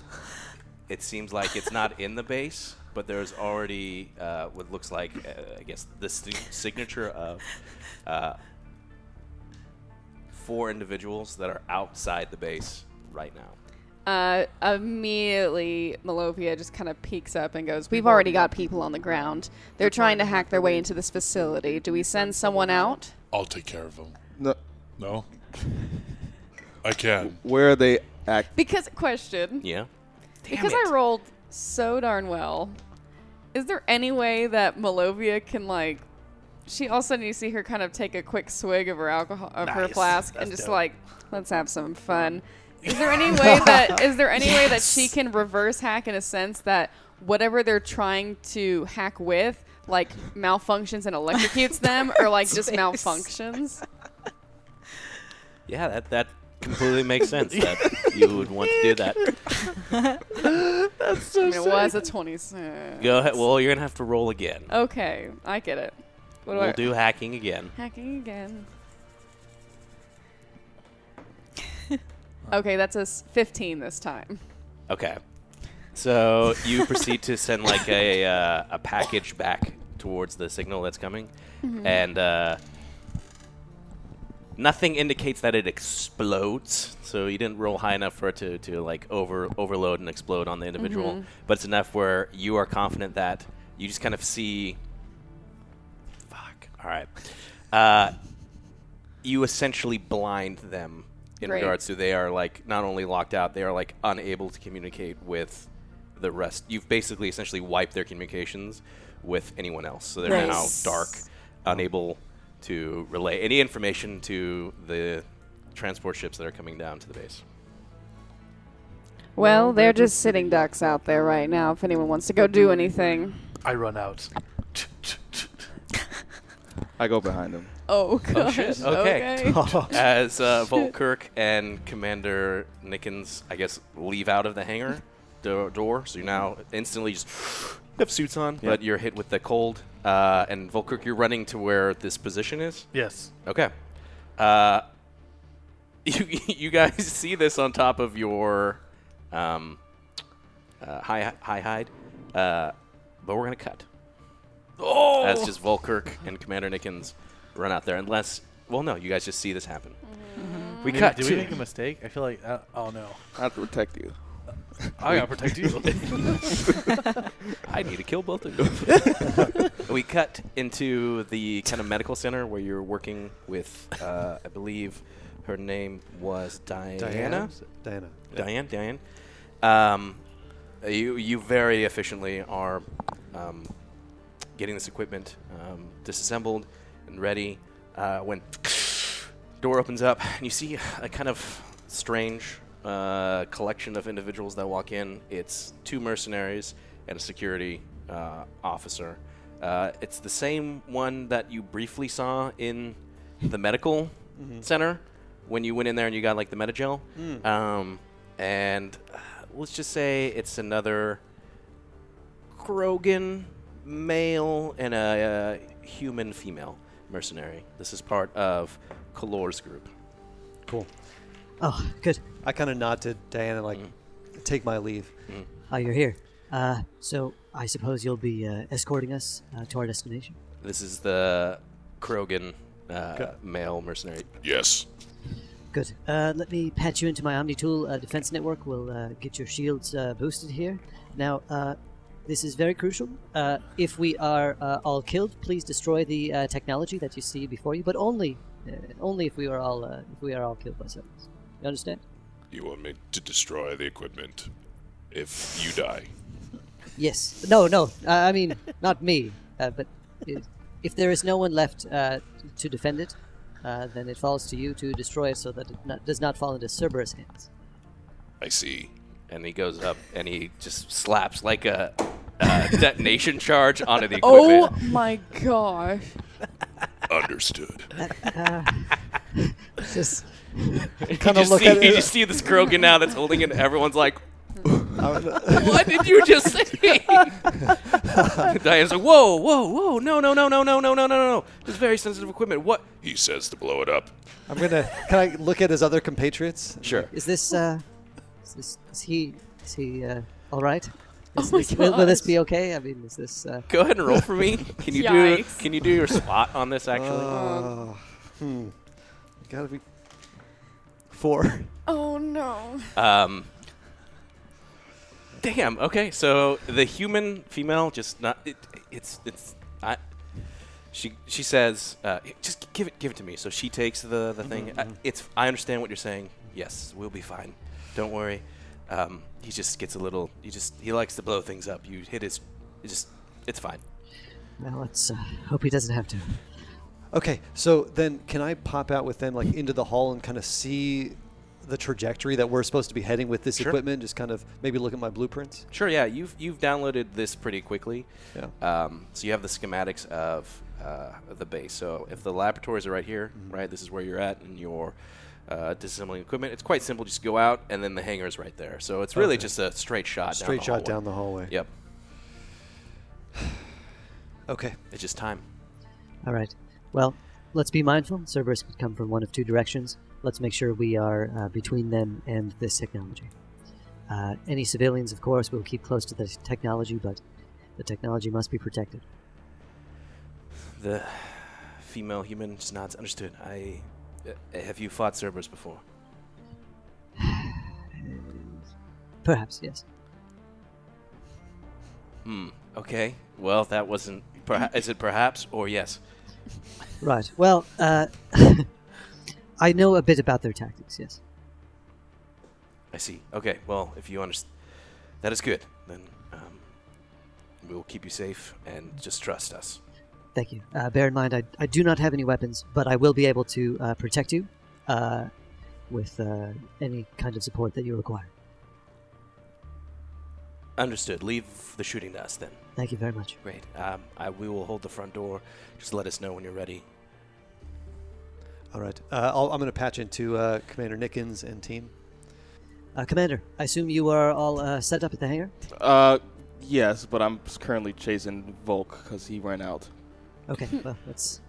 Speaker 2: It seems like it's not in the base, but there's already uh, what looks like, uh, I guess, the sig- signature of uh, four individuals that are outside the base right now.
Speaker 3: Uh, immediately, Melopia just kind of peeks up and goes, We've already got people on the ground. They're trying to hack their way into this facility. Do we send someone out?
Speaker 7: I'll take care of them.
Speaker 4: No.
Speaker 7: No? I can.
Speaker 4: Where are they act?
Speaker 3: Because, question.
Speaker 2: Yeah.
Speaker 3: because I rolled so darn well, is there any way that Melovia can like? She all of a sudden you see her kind of take a quick swig of her alcohol of her
Speaker 8: Nice.
Speaker 3: flask
Speaker 8: That's
Speaker 3: and just
Speaker 8: dope.
Speaker 3: like, let's have some fun. Is there any way that is there any way that she
Speaker 8: Yes.
Speaker 3: can reverse hack in a sense that whatever they're trying to hack with like malfunctions and electrocutes them or like just
Speaker 8: Space.
Speaker 3: malfunctions?
Speaker 2: Yeah, that that completely makes sense that you would want to do that.
Speaker 3: That's
Speaker 8: so
Speaker 3: I mean, it was a twenty-six.
Speaker 2: Go ahead. Well, you're gonna have to roll again.
Speaker 3: Okay, I get it. What do
Speaker 2: we'll
Speaker 3: I
Speaker 2: do hacking again.
Speaker 3: Hacking again. okay, that's a s- 15 this time.
Speaker 2: Okay. So you proceed to send like a uh, a package back towards the signal that's coming,
Speaker 13: Mhm.
Speaker 3: Mm-hmm.
Speaker 2: and uh, nothing indicates that it explodes. So you didn't roll high enough for it to, to like over overload and explode on the individual,
Speaker 13: Mhm.
Speaker 2: but it's enough where you are confident that you just kind of see. Fuck. All right. Uh, you essentially blind them in
Speaker 13: Right.
Speaker 2: regards to they are like not only locked out, they are like unable to communicate with the rest. You've basically essentially wiped their communications with anyone else. So they're
Speaker 13: Nice.
Speaker 2: now dark, unable to relay any information to the transport ships that are coming down to the base.
Speaker 8: Well, they're just sitting ducks out there right now if anyone wants to go do anything.
Speaker 5: I run out.
Speaker 4: I go behind him.
Speaker 3: Oh,
Speaker 2: Oh
Speaker 3: gosh.
Speaker 2: shit! Okay. As uh, Volkirk and Commander Nickens, I guess, leave out of the hangar do- door, so you now instantly just have suits on,
Speaker 5: Yeah.
Speaker 2: but you're hit with the cold. Uh, and Volkirk, you're running to where this position is.
Speaker 5: Yes.
Speaker 2: Okay. Uh, you you guys see this on top of your um, uh, high high hide, uh, but we're gonna cut.
Speaker 5: Oh!
Speaker 2: That's just Volkirk and Commander Nickens run out there, unless. Well, no, you guys just see this happen. We
Speaker 5: Maybe-
Speaker 2: cut.
Speaker 5: Did
Speaker 2: to-
Speaker 5: we make a mistake? I feel like. Uh, oh no.
Speaker 4: I have to protect you.
Speaker 5: I gotta protect you.
Speaker 2: I need to kill both of you. we cut into the kind of medical center where you're working with, uh, I believe her name was Diana.
Speaker 10: Diana.
Speaker 2: Diane. Diane. Um, you you very efficiently are um, getting this equipment um, disassembled and ready. Uh, when door opens up, and you see a kind of strange uh, collection of individuals that walk in. It's two mercenaries and a security uh, officer. Uh, it's the same one that you briefly saw in the medical
Speaker 13: Mhm.
Speaker 2: center when you went in there and you got like the metagel.
Speaker 13: Mm.
Speaker 2: Um, and uh, let's just say it's another Krogan male and a uh, human female mercenary. This is part of Kalor's group.
Speaker 10: Cool. Oh, good. I kind of nod to Diana, like, take my leave.
Speaker 6: Oh, you're here. Uh, so I suppose you'll be uh, escorting us uh, to our destination.
Speaker 2: This is the Krogan uh,
Speaker 6: Okay.
Speaker 2: male mercenary.
Speaker 7: Yes.
Speaker 6: Good. Uh, let me patch you into my OmniTool uh, defense network. We'll uh, get your shields uh, boosted here. Now, uh, this is very crucial. Uh, if we are uh, all killed, please destroy the uh, technology that you see before you, but only, uh, only if we are all uh, if we are all killed by servants. You understand?
Speaker 7: You want me to destroy the equipment if you die?
Speaker 6: Yes. No, no. Uh, I mean, not me. Uh, but i- if there is no one left uh, to defend it, uh, then it falls to you to destroy it so that it not, does not fall into Cerberus' hands.
Speaker 7: I see.
Speaker 2: And he goes up and he just slaps like a, uh detonation charge onto the
Speaker 3: Oh
Speaker 2: equipment.
Speaker 3: my gosh.
Speaker 7: Understood.
Speaker 6: Uh, just
Speaker 2: You
Speaker 10: kind of
Speaker 2: just
Speaker 10: look
Speaker 2: see,
Speaker 10: at
Speaker 2: you
Speaker 10: it.
Speaker 2: just see this Krogan now that's holding it. and Everyone's like, "What did you just say?" Diane's like, "Whoa, whoa, whoa! No, no, no, no, no, no, no, no, no! This is very sensitive equipment. What?"
Speaker 7: He says to blow it up.
Speaker 10: I'm gonna. Can I look at his other compatriots?
Speaker 2: Sure.
Speaker 6: Is this uh, is this is he is he uh, all right?
Speaker 3: Oh
Speaker 6: Is
Speaker 3: my
Speaker 6: this- will, will this
Speaker 3: gosh.
Speaker 6: be okay? I mean, is this? Uh...
Speaker 2: Go ahead and roll for me. Can you do?
Speaker 6: Yikes.
Speaker 2: Can you do your spot on this actually?
Speaker 10: Uh, hmm. Gotta be four.
Speaker 3: Oh no.
Speaker 2: Um, damn. Okay, so the human female just not. It, it's it's. I, she she says, uh, just give it give it to me. So she takes the the thing.
Speaker 9: Mhm,
Speaker 2: I,
Speaker 9: mhm.
Speaker 2: it's. I understand what you're saying. Yes, we'll be fine. Don't worry. Um, he just gets a little. He just he likes to blow things up. You hit his. It just it's fine.
Speaker 6: Well, let's uh, hope he doesn't have to.
Speaker 10: Okay, so then can I pop out with them like into the hall and kind of see the trajectory that we're supposed to be heading with this
Speaker 2: Sure.
Speaker 10: equipment? Just kind of maybe look at my blueprints.
Speaker 2: Sure. Yeah. You've you've downloaded this pretty quickly.
Speaker 10: Yeah.
Speaker 2: Um, so you have the schematics of uh, the base. So if the laboratories are right here,
Speaker 10: Mm-hmm.
Speaker 2: right, this is where you're at, and your uh, disassembling equipment. It's quite simple. Just go out, and then the hangar is right there. So it's really
Speaker 10: Okay.
Speaker 2: just a straight shot.
Speaker 10: Straight
Speaker 2: down the
Speaker 10: shot
Speaker 2: hallway.
Speaker 10: down the hallway.
Speaker 2: Yep.
Speaker 10: Okay.
Speaker 2: It's just time.
Speaker 6: All right. Well, let's be mindful. Cerberus could come from one of two directions. Let's make sure we are uh, between them and this technology. Uh, any civilians, of course, will keep close to the technology, but the technology must be protected.
Speaker 2: The female human just nods. Understood. I uh, have you fought Cerberus before?
Speaker 6: Perhaps, yes.
Speaker 2: Hmm. Okay. Well, that wasn't. Perha- is it perhaps or yes?
Speaker 6: Right. Well, uh, I know a bit about their tactics, yes.
Speaker 2: I see. Okay. Well, if you understand, that is good. Then um, we will keep you safe and just trust us.
Speaker 6: Thank you. Uh, bear in mind, I, I do not have any weapons, but I will be able to uh, protect you uh, with uh, any kind of support that you require.
Speaker 2: Understood. Leave the shooting to us then.
Speaker 6: Thank you very much.
Speaker 2: Great. Um, I, we will hold the front door. Just let us know when you're ready.
Speaker 10: All right. Uh, I'll, I'm going to patch into uh, Commander Nickens and team.
Speaker 6: Uh, Commander, I assume you are all uh, set up at the hangar?
Speaker 4: Uh, yes, but I'm s- currently chasing Volk because he ran out.
Speaker 6: Okay, well, let's.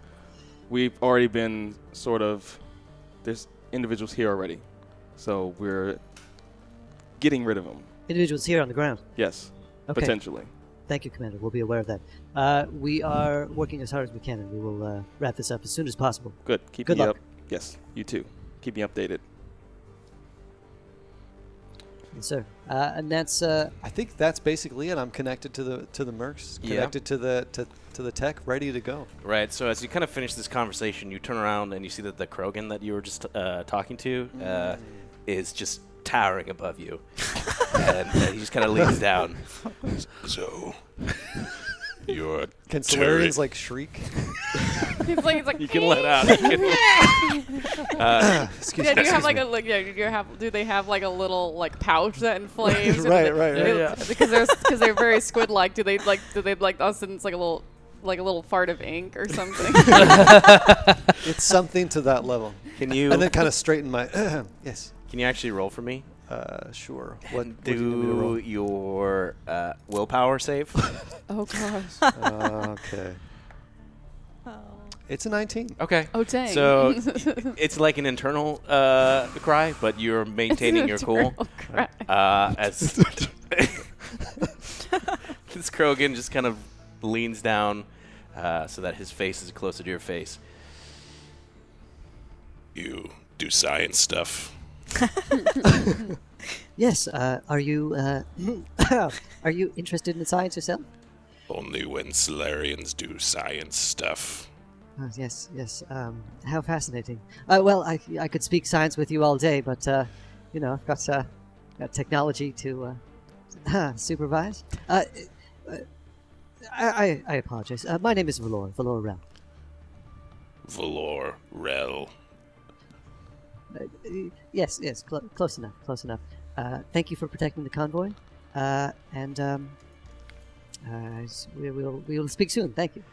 Speaker 4: We've already been sort of. There's individuals here already, so we're getting rid of them.
Speaker 6: Individuals here on the ground.
Speaker 4: Yes,
Speaker 6: Okay.
Speaker 4: potentially.
Speaker 6: Thank you, Commander. We'll be aware of that. Uh, we are working as hard as we can, and we will uh, wrap this up as soon as possible.
Speaker 4: Good. Keep
Speaker 6: Good
Speaker 4: me
Speaker 6: luck.
Speaker 4: up. Yes, you too. Keep me updated.
Speaker 6: Yes, sir. Uh, and that's. Uh,
Speaker 10: I think that's basically it. I'm connected to the to the mercs,
Speaker 2: Yeah.
Speaker 10: connected to the to, to the tech, ready to go.
Speaker 2: Right. So as you kind of finish this conversation, you turn around and you see that the Krogan that you were just uh, talking to
Speaker 10: Mm.
Speaker 2: uh, is just towering above you, and uh, he just kind of leans down.
Speaker 7: So, you're a
Speaker 10: Can
Speaker 7: turret.
Speaker 10: Solarians like shriek?
Speaker 3: It's like, it's like
Speaker 2: You can let out. Uh,
Speaker 10: Excuse
Speaker 3: yeah,
Speaker 10: me,
Speaker 3: do you have
Speaker 10: excuse
Speaker 3: like
Speaker 10: me.
Speaker 3: a like, yeah, do you have do they have like a little like pouch that inflames?
Speaker 10: Right,
Speaker 3: Or do
Speaker 10: right,
Speaker 3: they-
Speaker 10: right, yeah.
Speaker 3: Because they're because they're very squid like. Do they like do they like all of a sudden it's like a little like a little fart of ink or something?
Speaker 10: it's something to that level.
Speaker 2: Can you-
Speaker 10: And then kind of straighten my. yes.
Speaker 2: Can you actually roll for me?
Speaker 10: Uh, sure. What what
Speaker 2: do
Speaker 10: you need me to roll?
Speaker 2: your uh, willpower save?
Speaker 3: oh gosh.
Speaker 10: okay. It's a 19.
Speaker 2: Okay.
Speaker 3: Oh, dang.
Speaker 2: So i- it's like an internal uh, cry, but you're maintaining your cool.
Speaker 3: internal cry.
Speaker 2: Uh, as this Krogan just kind of leans down uh, so that his face is closer to your face.
Speaker 7: you do science stuff.
Speaker 6: yes, uh, are you. Uh, are you interested in science yourself?
Speaker 7: Only when Solarians do science stuff.
Speaker 6: Oh, yes, yes. Um, how fascinating. Uh, well, I, I could speak science with you all day, but, uh, you know, I've got, uh, got technology to uh, supervise. Uh, uh, I, I, I apologize. Uh, my name is Valor, Valor Rao.
Speaker 7: Valor, Rel.
Speaker 6: Uh, y- yes, yes, cl- close enough, close enough. Uh, thank you for protecting the convoy, uh, and um, uh, s- we will we will speak soon. Thank you.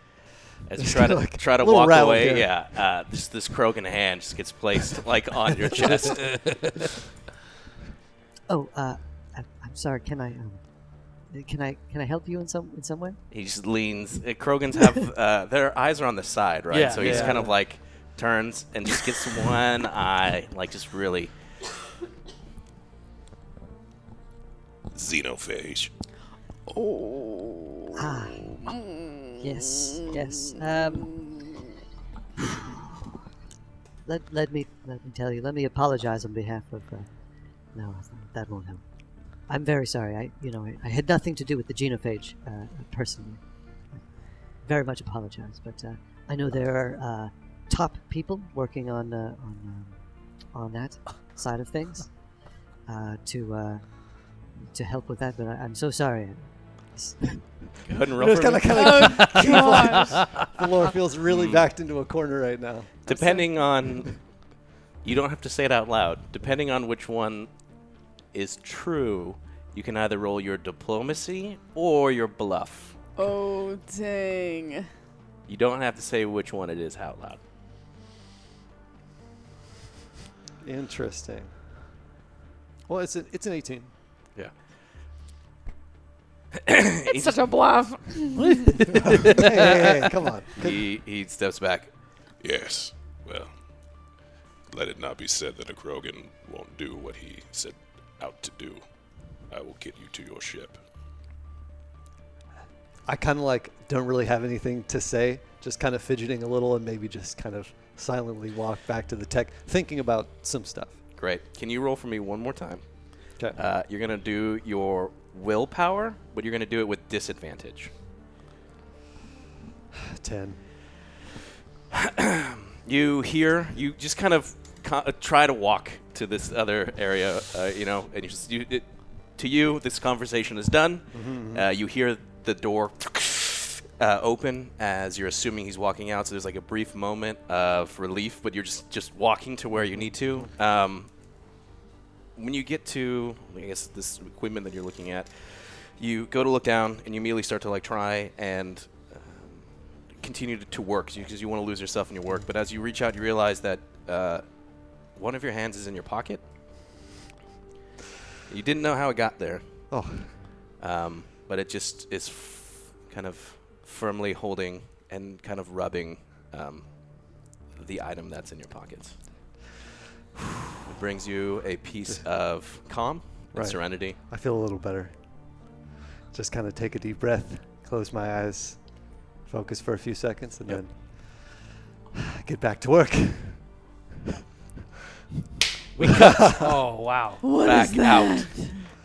Speaker 2: As you try to
Speaker 10: Like,
Speaker 2: try to
Speaker 10: little
Speaker 2: walk
Speaker 10: rattle
Speaker 2: away,
Speaker 10: here.
Speaker 2: yeah, uh, this this Krogan hand just gets placed like on your chest.
Speaker 6: Oh, uh, I, I'm sorry. Can I um, can I can I help you in some in some way?
Speaker 2: He just leans. uh, Krogans have uh, their eyes are on the side, right?
Speaker 5: Yeah,
Speaker 2: so he's
Speaker 5: yeah.
Speaker 2: kind of like turns and just gets one eye, like just really.
Speaker 7: Xenophage.
Speaker 6: Ah, yes, yes. Um, let let me let me tell you. Let me apologize on behalf of. Uh, no, that won't help. I'm very sorry. I, you know, I, I had nothing to do with the genophage uh, personally. I very much apologize, but uh, I know there are uh, top people working on uh, on um, on that side of things uh, to uh, to help with that. But I, I'm so sorry.
Speaker 2: Go ahead and roll
Speaker 10: It's
Speaker 2: for
Speaker 10: kinda-
Speaker 2: me.
Speaker 10: kinda-
Speaker 2: Oh,
Speaker 10: kinda-
Speaker 2: gosh.
Speaker 10: the lore feels really
Speaker 2: Hmm.
Speaker 10: backed into a corner right now.
Speaker 2: Depending on, you don't have to say it out loud. Depending on which one is true, you can either roll your diplomacy or your bluff.
Speaker 8: Oh, dang.
Speaker 2: You don't have to say which one it is out loud.
Speaker 10: Interesting. Well, it's an, it's an 18.
Speaker 2: Yeah.
Speaker 8: It's such a bluff.
Speaker 10: hey, hey, come on.
Speaker 7: He, he steps back. Yes. Well, let it not be said that a Krogan won't do what he set out to do. I will get you to your ship.
Speaker 10: I kind of like don't really have anything to say, just kind of fidgeting a little and maybe just kind of silently walk back to the tech, thinking about some stuff.
Speaker 2: Great. Can you roll for me one more time?
Speaker 10: 'Kay.
Speaker 2: Uh, you're gonna do your willpower, but you're gonna do it with disadvantage.
Speaker 10: 10.
Speaker 2: you hear you just kind of co- uh, try to walk to this other area uh, you know and you just you, it, to you this conversation is done
Speaker 13: Mhm,
Speaker 2: uh, you hear the door uh, open as you're assuming he's walking out so there's like a brief moment of relief but you're just just walking to where you need to um, when you get to I guess this equipment that you're looking at, you go to look down and you immediately start to like try and um, continue to, to work because you want to lose yourself in your work. But as you reach out, you realize that uh, one of your hands is in your pocket. You didn't know how it got there.
Speaker 10: Oh.
Speaker 2: Um, but it just is f- kind of firmly holding and kind of rubbing um, the item that's in your pockets. It brings you a piece of calm and
Speaker 10: Right.
Speaker 2: serenity.
Speaker 10: I feel a little better. Just kind of take a deep breath, close my eyes, focus for a few seconds, and then get back to work.
Speaker 5: We cut. oh wow.
Speaker 2: back out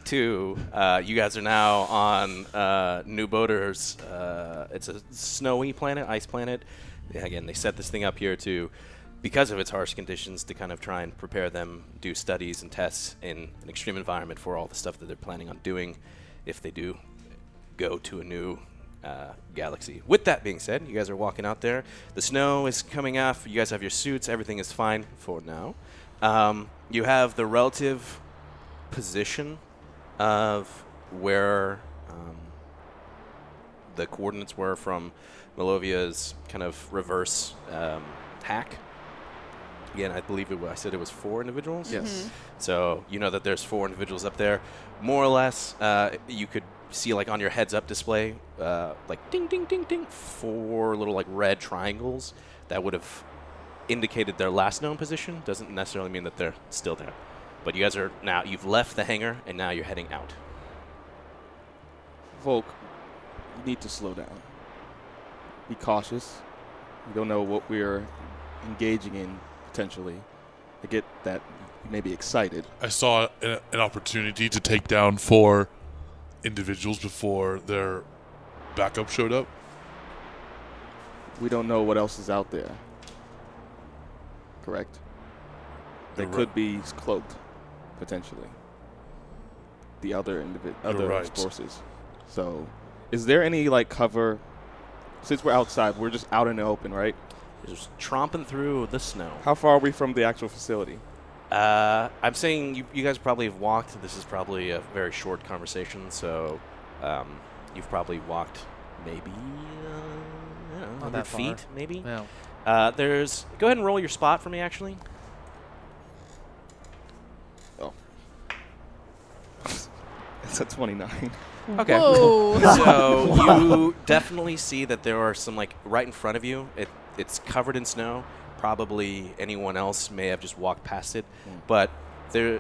Speaker 2: to uh, you guys are now on uh, New Boaters. Uh, it's a snowy planet, ice planet. Yeah, Again, they set this thing up here to, because of its harsh conditions, to kind of try and prepare them, do studies and tests in an extreme environment for all the stuff that they're planning on doing if they do go to a new uh, galaxy. With that being said, you guys are walking out there. The snow is coming off. You guys have your suits. Everything is fine for now. Um, you have the relative position of where um, the coordinates were from Melovia's kind of reverse um, hack. Again, I believe it was, I said it was four individuals.
Speaker 4: Yes. Mhm.
Speaker 2: So you know that there's four individuals up there. More or less, uh, you could see like on your heads up display, uh, like ding, ding, ding, ding, four little like red triangles that would have indicated their last known position. Doesn't necessarily mean that they're still there. But you guys are now, you've left the hangar and now you're heading out.
Speaker 4: Volk, you need to slow down. Be cautious. You don't know what we're engaging in potentially. I get that you may be excited.
Speaker 7: I saw an, an opportunity to take down four individuals before their backup showed up.
Speaker 4: We don't know what else is out there. Correct? They
Speaker 7: You're
Speaker 4: could be cloaked, potentially. The other individ-
Speaker 7: You're
Speaker 4: other
Speaker 7: right.
Speaker 4: forces. So, is there any like cover? Since we're outside, we're just out in the open, right?
Speaker 2: Just tromping through the snow.
Speaker 4: How far are we from the actual facility?
Speaker 2: Uh, I'm saying you, you guys probably have walked. This is probably a very short conversation, so um, you've probably walked maybe uh, I don't know, 100
Speaker 5: Not that far.
Speaker 2: feet, maybe.
Speaker 5: Yeah.
Speaker 2: Uh, there's. Go ahead and roll your spot for me, actually.
Speaker 4: Oh. it's at 29.
Speaker 2: Okay.
Speaker 3: Oh.
Speaker 8: Whoa.
Speaker 2: so
Speaker 4: Wow.
Speaker 2: you definitely see that there are some like right in front of you. It it's covered in snow. Probably anyone else may have just walked past it, but there, uh,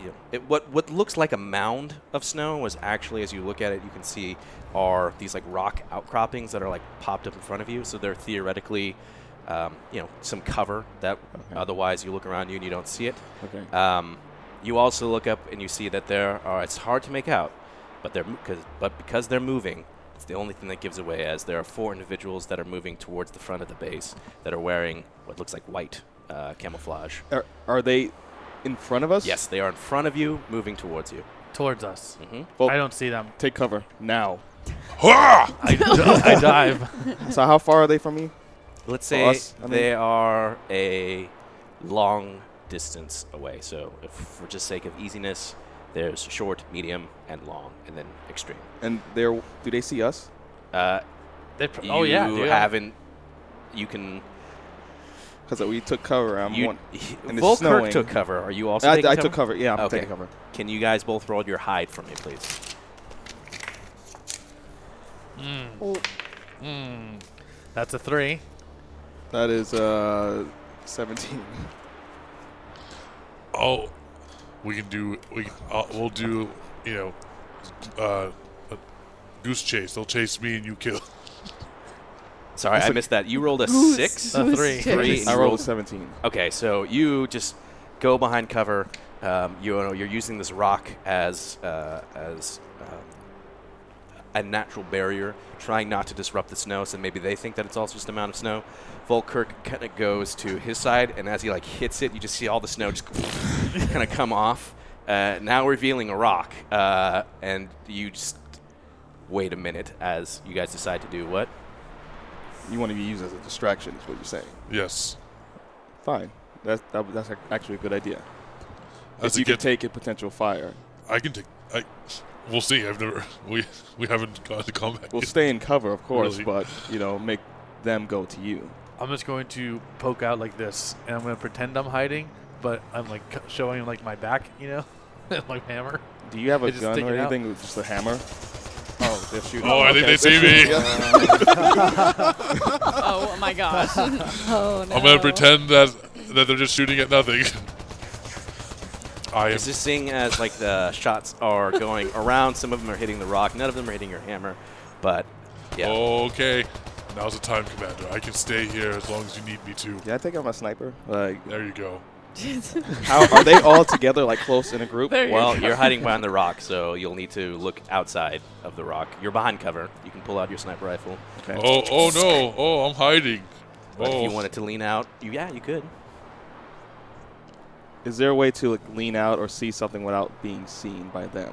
Speaker 2: you know, it, what what looks like a mound of snow was actually, as you look at it, you can see are these like rock outcroppings that are like popped up in front of you. So they're theoretically. Um, you know, some cover that otherwise you look around you and you don't see it.
Speaker 4: Okay.
Speaker 2: Um, You also look up and you see that there are. It's hard to make out, but they're because but because they're moving, it's the only thing that gives away. As there are four individuals that are moving towards the front of the base that are wearing what looks like white uh, camouflage.
Speaker 4: Are, are they in front of us?
Speaker 2: Yes, they are in front of you, moving towards you.
Speaker 5: Towards us.
Speaker 2: Mhm.
Speaker 5: I don't see them.
Speaker 4: Take cover now.
Speaker 5: I, di- I dive.
Speaker 4: so how far are they from you?
Speaker 2: Let's
Speaker 4: Or
Speaker 2: say
Speaker 4: us, I mean.
Speaker 2: they are a long distance away. So, if, for just sake of easiness, there's short, medium, and long, and then extreme.
Speaker 4: And they're do they see us?
Speaker 2: Uh,
Speaker 5: They pr- oh yeah,
Speaker 2: you
Speaker 5: dude.
Speaker 2: haven't. You can.
Speaker 4: Because we took cover. I'm
Speaker 2: You,
Speaker 4: one. And it's
Speaker 2: Volkirk
Speaker 4: snowing.
Speaker 2: took cover. Are you also?
Speaker 4: I,
Speaker 2: taking
Speaker 4: I
Speaker 2: cover?
Speaker 4: took cover. Yeah, I'm
Speaker 2: okay.
Speaker 4: taking cover.
Speaker 2: Can you guys both roll your hide for me, please?
Speaker 5: Mm. That's a three.
Speaker 4: That is uh, 17.
Speaker 13: Oh, we can do. We can, uh, we'll do. You know, uh, a goose chase. They'll chase me and you kill.
Speaker 2: Sorry,
Speaker 13: That's
Speaker 2: I
Speaker 13: a-
Speaker 2: missed that. You rolled a
Speaker 13: Goose-
Speaker 2: six,
Speaker 13: A goose three. chase.
Speaker 2: three. and
Speaker 4: I
Speaker 2: you
Speaker 4: rolled 17.
Speaker 2: Okay, so you just go behind cover. Um, you know, you're using this rock as uh, as um, a natural barrier, trying not to disrupt the snow. So maybe they think that it's also just a mound of snow. Volkirk kind of goes to his side, and as he like hits it, you just see all the snow just kind of come off. Uh, now revealing a rock, uh, and you just wait a minute as you guys decide to do what?
Speaker 4: You want to be used as a distraction, is what you're saying.
Speaker 13: Yes.
Speaker 4: Fine. That, that, that's ac- actually a good idea.
Speaker 13: That's a
Speaker 4: if you could
Speaker 13: good-
Speaker 4: take a potential fire.
Speaker 13: I can take. I. We'll see. I've never. We we haven't gone to combat.
Speaker 4: We'll
Speaker 13: yet.
Speaker 4: stay in cover, of course,
Speaker 13: Really?
Speaker 4: but, you know, make them go to you.
Speaker 5: I'm just going to poke out like this, and I'm going to pretend I'm hiding, but I'm like c- showing like my back, you know, like hammer.
Speaker 4: Do you have a
Speaker 5: It's just
Speaker 4: gun
Speaker 5: sticking
Speaker 4: or
Speaker 5: out.
Speaker 4: anything? Just a hammer? Oh, they're shooting.
Speaker 13: Oh, I think they see me.
Speaker 11: oh my gosh. oh no.
Speaker 13: I'm gonna pretend that that they're just shooting at nothing. I am.
Speaker 2: Because just seeing as like the shots are going around, some of them are hitting the rock, none of them are hitting your hammer, but yeah.
Speaker 7: Oh.
Speaker 13: Okay. Now's the time, Commander. I can stay here as long as you need me to.
Speaker 4: Yeah, I think I'm a sniper. Like,
Speaker 13: There you go.
Speaker 4: how are they all together, like close in a group?
Speaker 2: well, you're hiding behind the rock, so you'll need to look outside of the rock. You're behind cover. You can pull out your sniper rifle.
Speaker 4: Okay.
Speaker 13: Oh, oh no! Oh, I'm hiding.
Speaker 2: But if
Speaker 13: Oh.
Speaker 2: you wanted to lean out, you, yeah, you could.
Speaker 4: Is there a way to like, lean out or see something without being seen by them?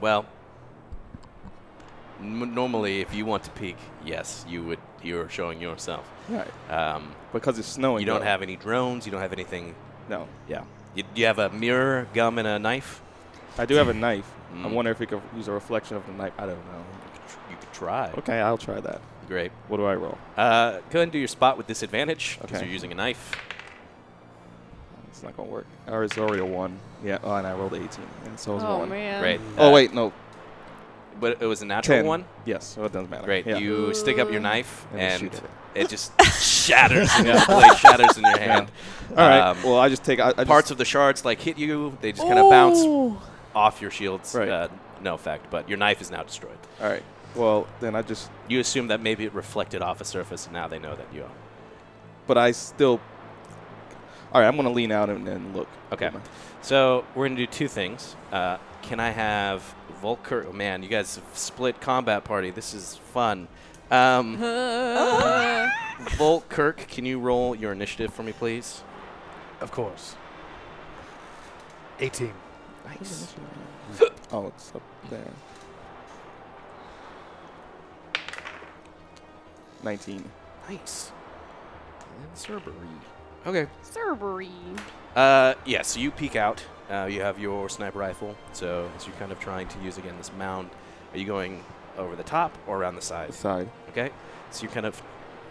Speaker 2: Well, m- normally if you want to peek, yes, you would. You're showing yourself.
Speaker 4: Right.
Speaker 2: Um,
Speaker 4: Because it's snowing.
Speaker 2: you don't
Speaker 4: though.
Speaker 2: have any drones. You don't have anything.
Speaker 4: No.
Speaker 2: Yeah. You, you have a mirror, gum, and a knife.
Speaker 4: I do have a knife. I
Speaker 2: Mm.
Speaker 4: wonder if we could use a reflection of the knife. I don't know.
Speaker 2: You could try.
Speaker 4: Okay, I'll try that.
Speaker 2: Great.
Speaker 4: What do I roll?
Speaker 2: Uh, go ahead and do your spot with disadvantage because
Speaker 4: Okay.
Speaker 2: you're using a knife.
Speaker 4: It's not gonna work. Or Uh, it's already a one. Yeah. Oh, and I rolled 18. Yeah, so it was a
Speaker 3: Oh,
Speaker 4: one.
Speaker 3: man.
Speaker 2: Right.
Speaker 4: Oh
Speaker 2: Uh,
Speaker 4: wait, no.
Speaker 2: But it was a natural
Speaker 4: 10.
Speaker 2: one.
Speaker 4: Yes. So it doesn't matter.
Speaker 2: Great.
Speaker 4: Yeah.
Speaker 2: You stick up your knife
Speaker 4: And we
Speaker 2: and, um,
Speaker 4: shoot at
Speaker 2: it just shatters. and
Speaker 4: Yeah.
Speaker 2: the blade shatters in your hand.
Speaker 4: All right.
Speaker 2: Um,
Speaker 4: well, I just take. I, I just-
Speaker 2: parts of the shards like hit you. They just kind of bounce
Speaker 3: Ooh.
Speaker 2: off your shields.
Speaker 4: Right.
Speaker 2: Uh, no effect. But your knife is now destroyed.
Speaker 4: all right. Well, then I just.
Speaker 2: You assume that maybe it reflected off a surface, and now they know that you are.
Speaker 4: But I still. All right. I'm gonna lean out and, and look.
Speaker 2: Okay. So we're gonna do two things. Uh, can I have Volker? Oh man, you guys have split combat party. This is fun. Um, Volkirk, can you roll your initiative for me, please?
Speaker 5: Of course. 18.
Speaker 2: Nice.
Speaker 4: Oh, it's up there. 19.
Speaker 2: Nice. And Cerberus.
Speaker 4: Okay.
Speaker 3: Cerberus.
Speaker 2: Uh, yeah, so you peek out. Uh, you have your sniper rifle. So as you're kind of trying to use again this mound, are you going over the top or around the side?
Speaker 4: Side.
Speaker 2: Okay. So you're kind of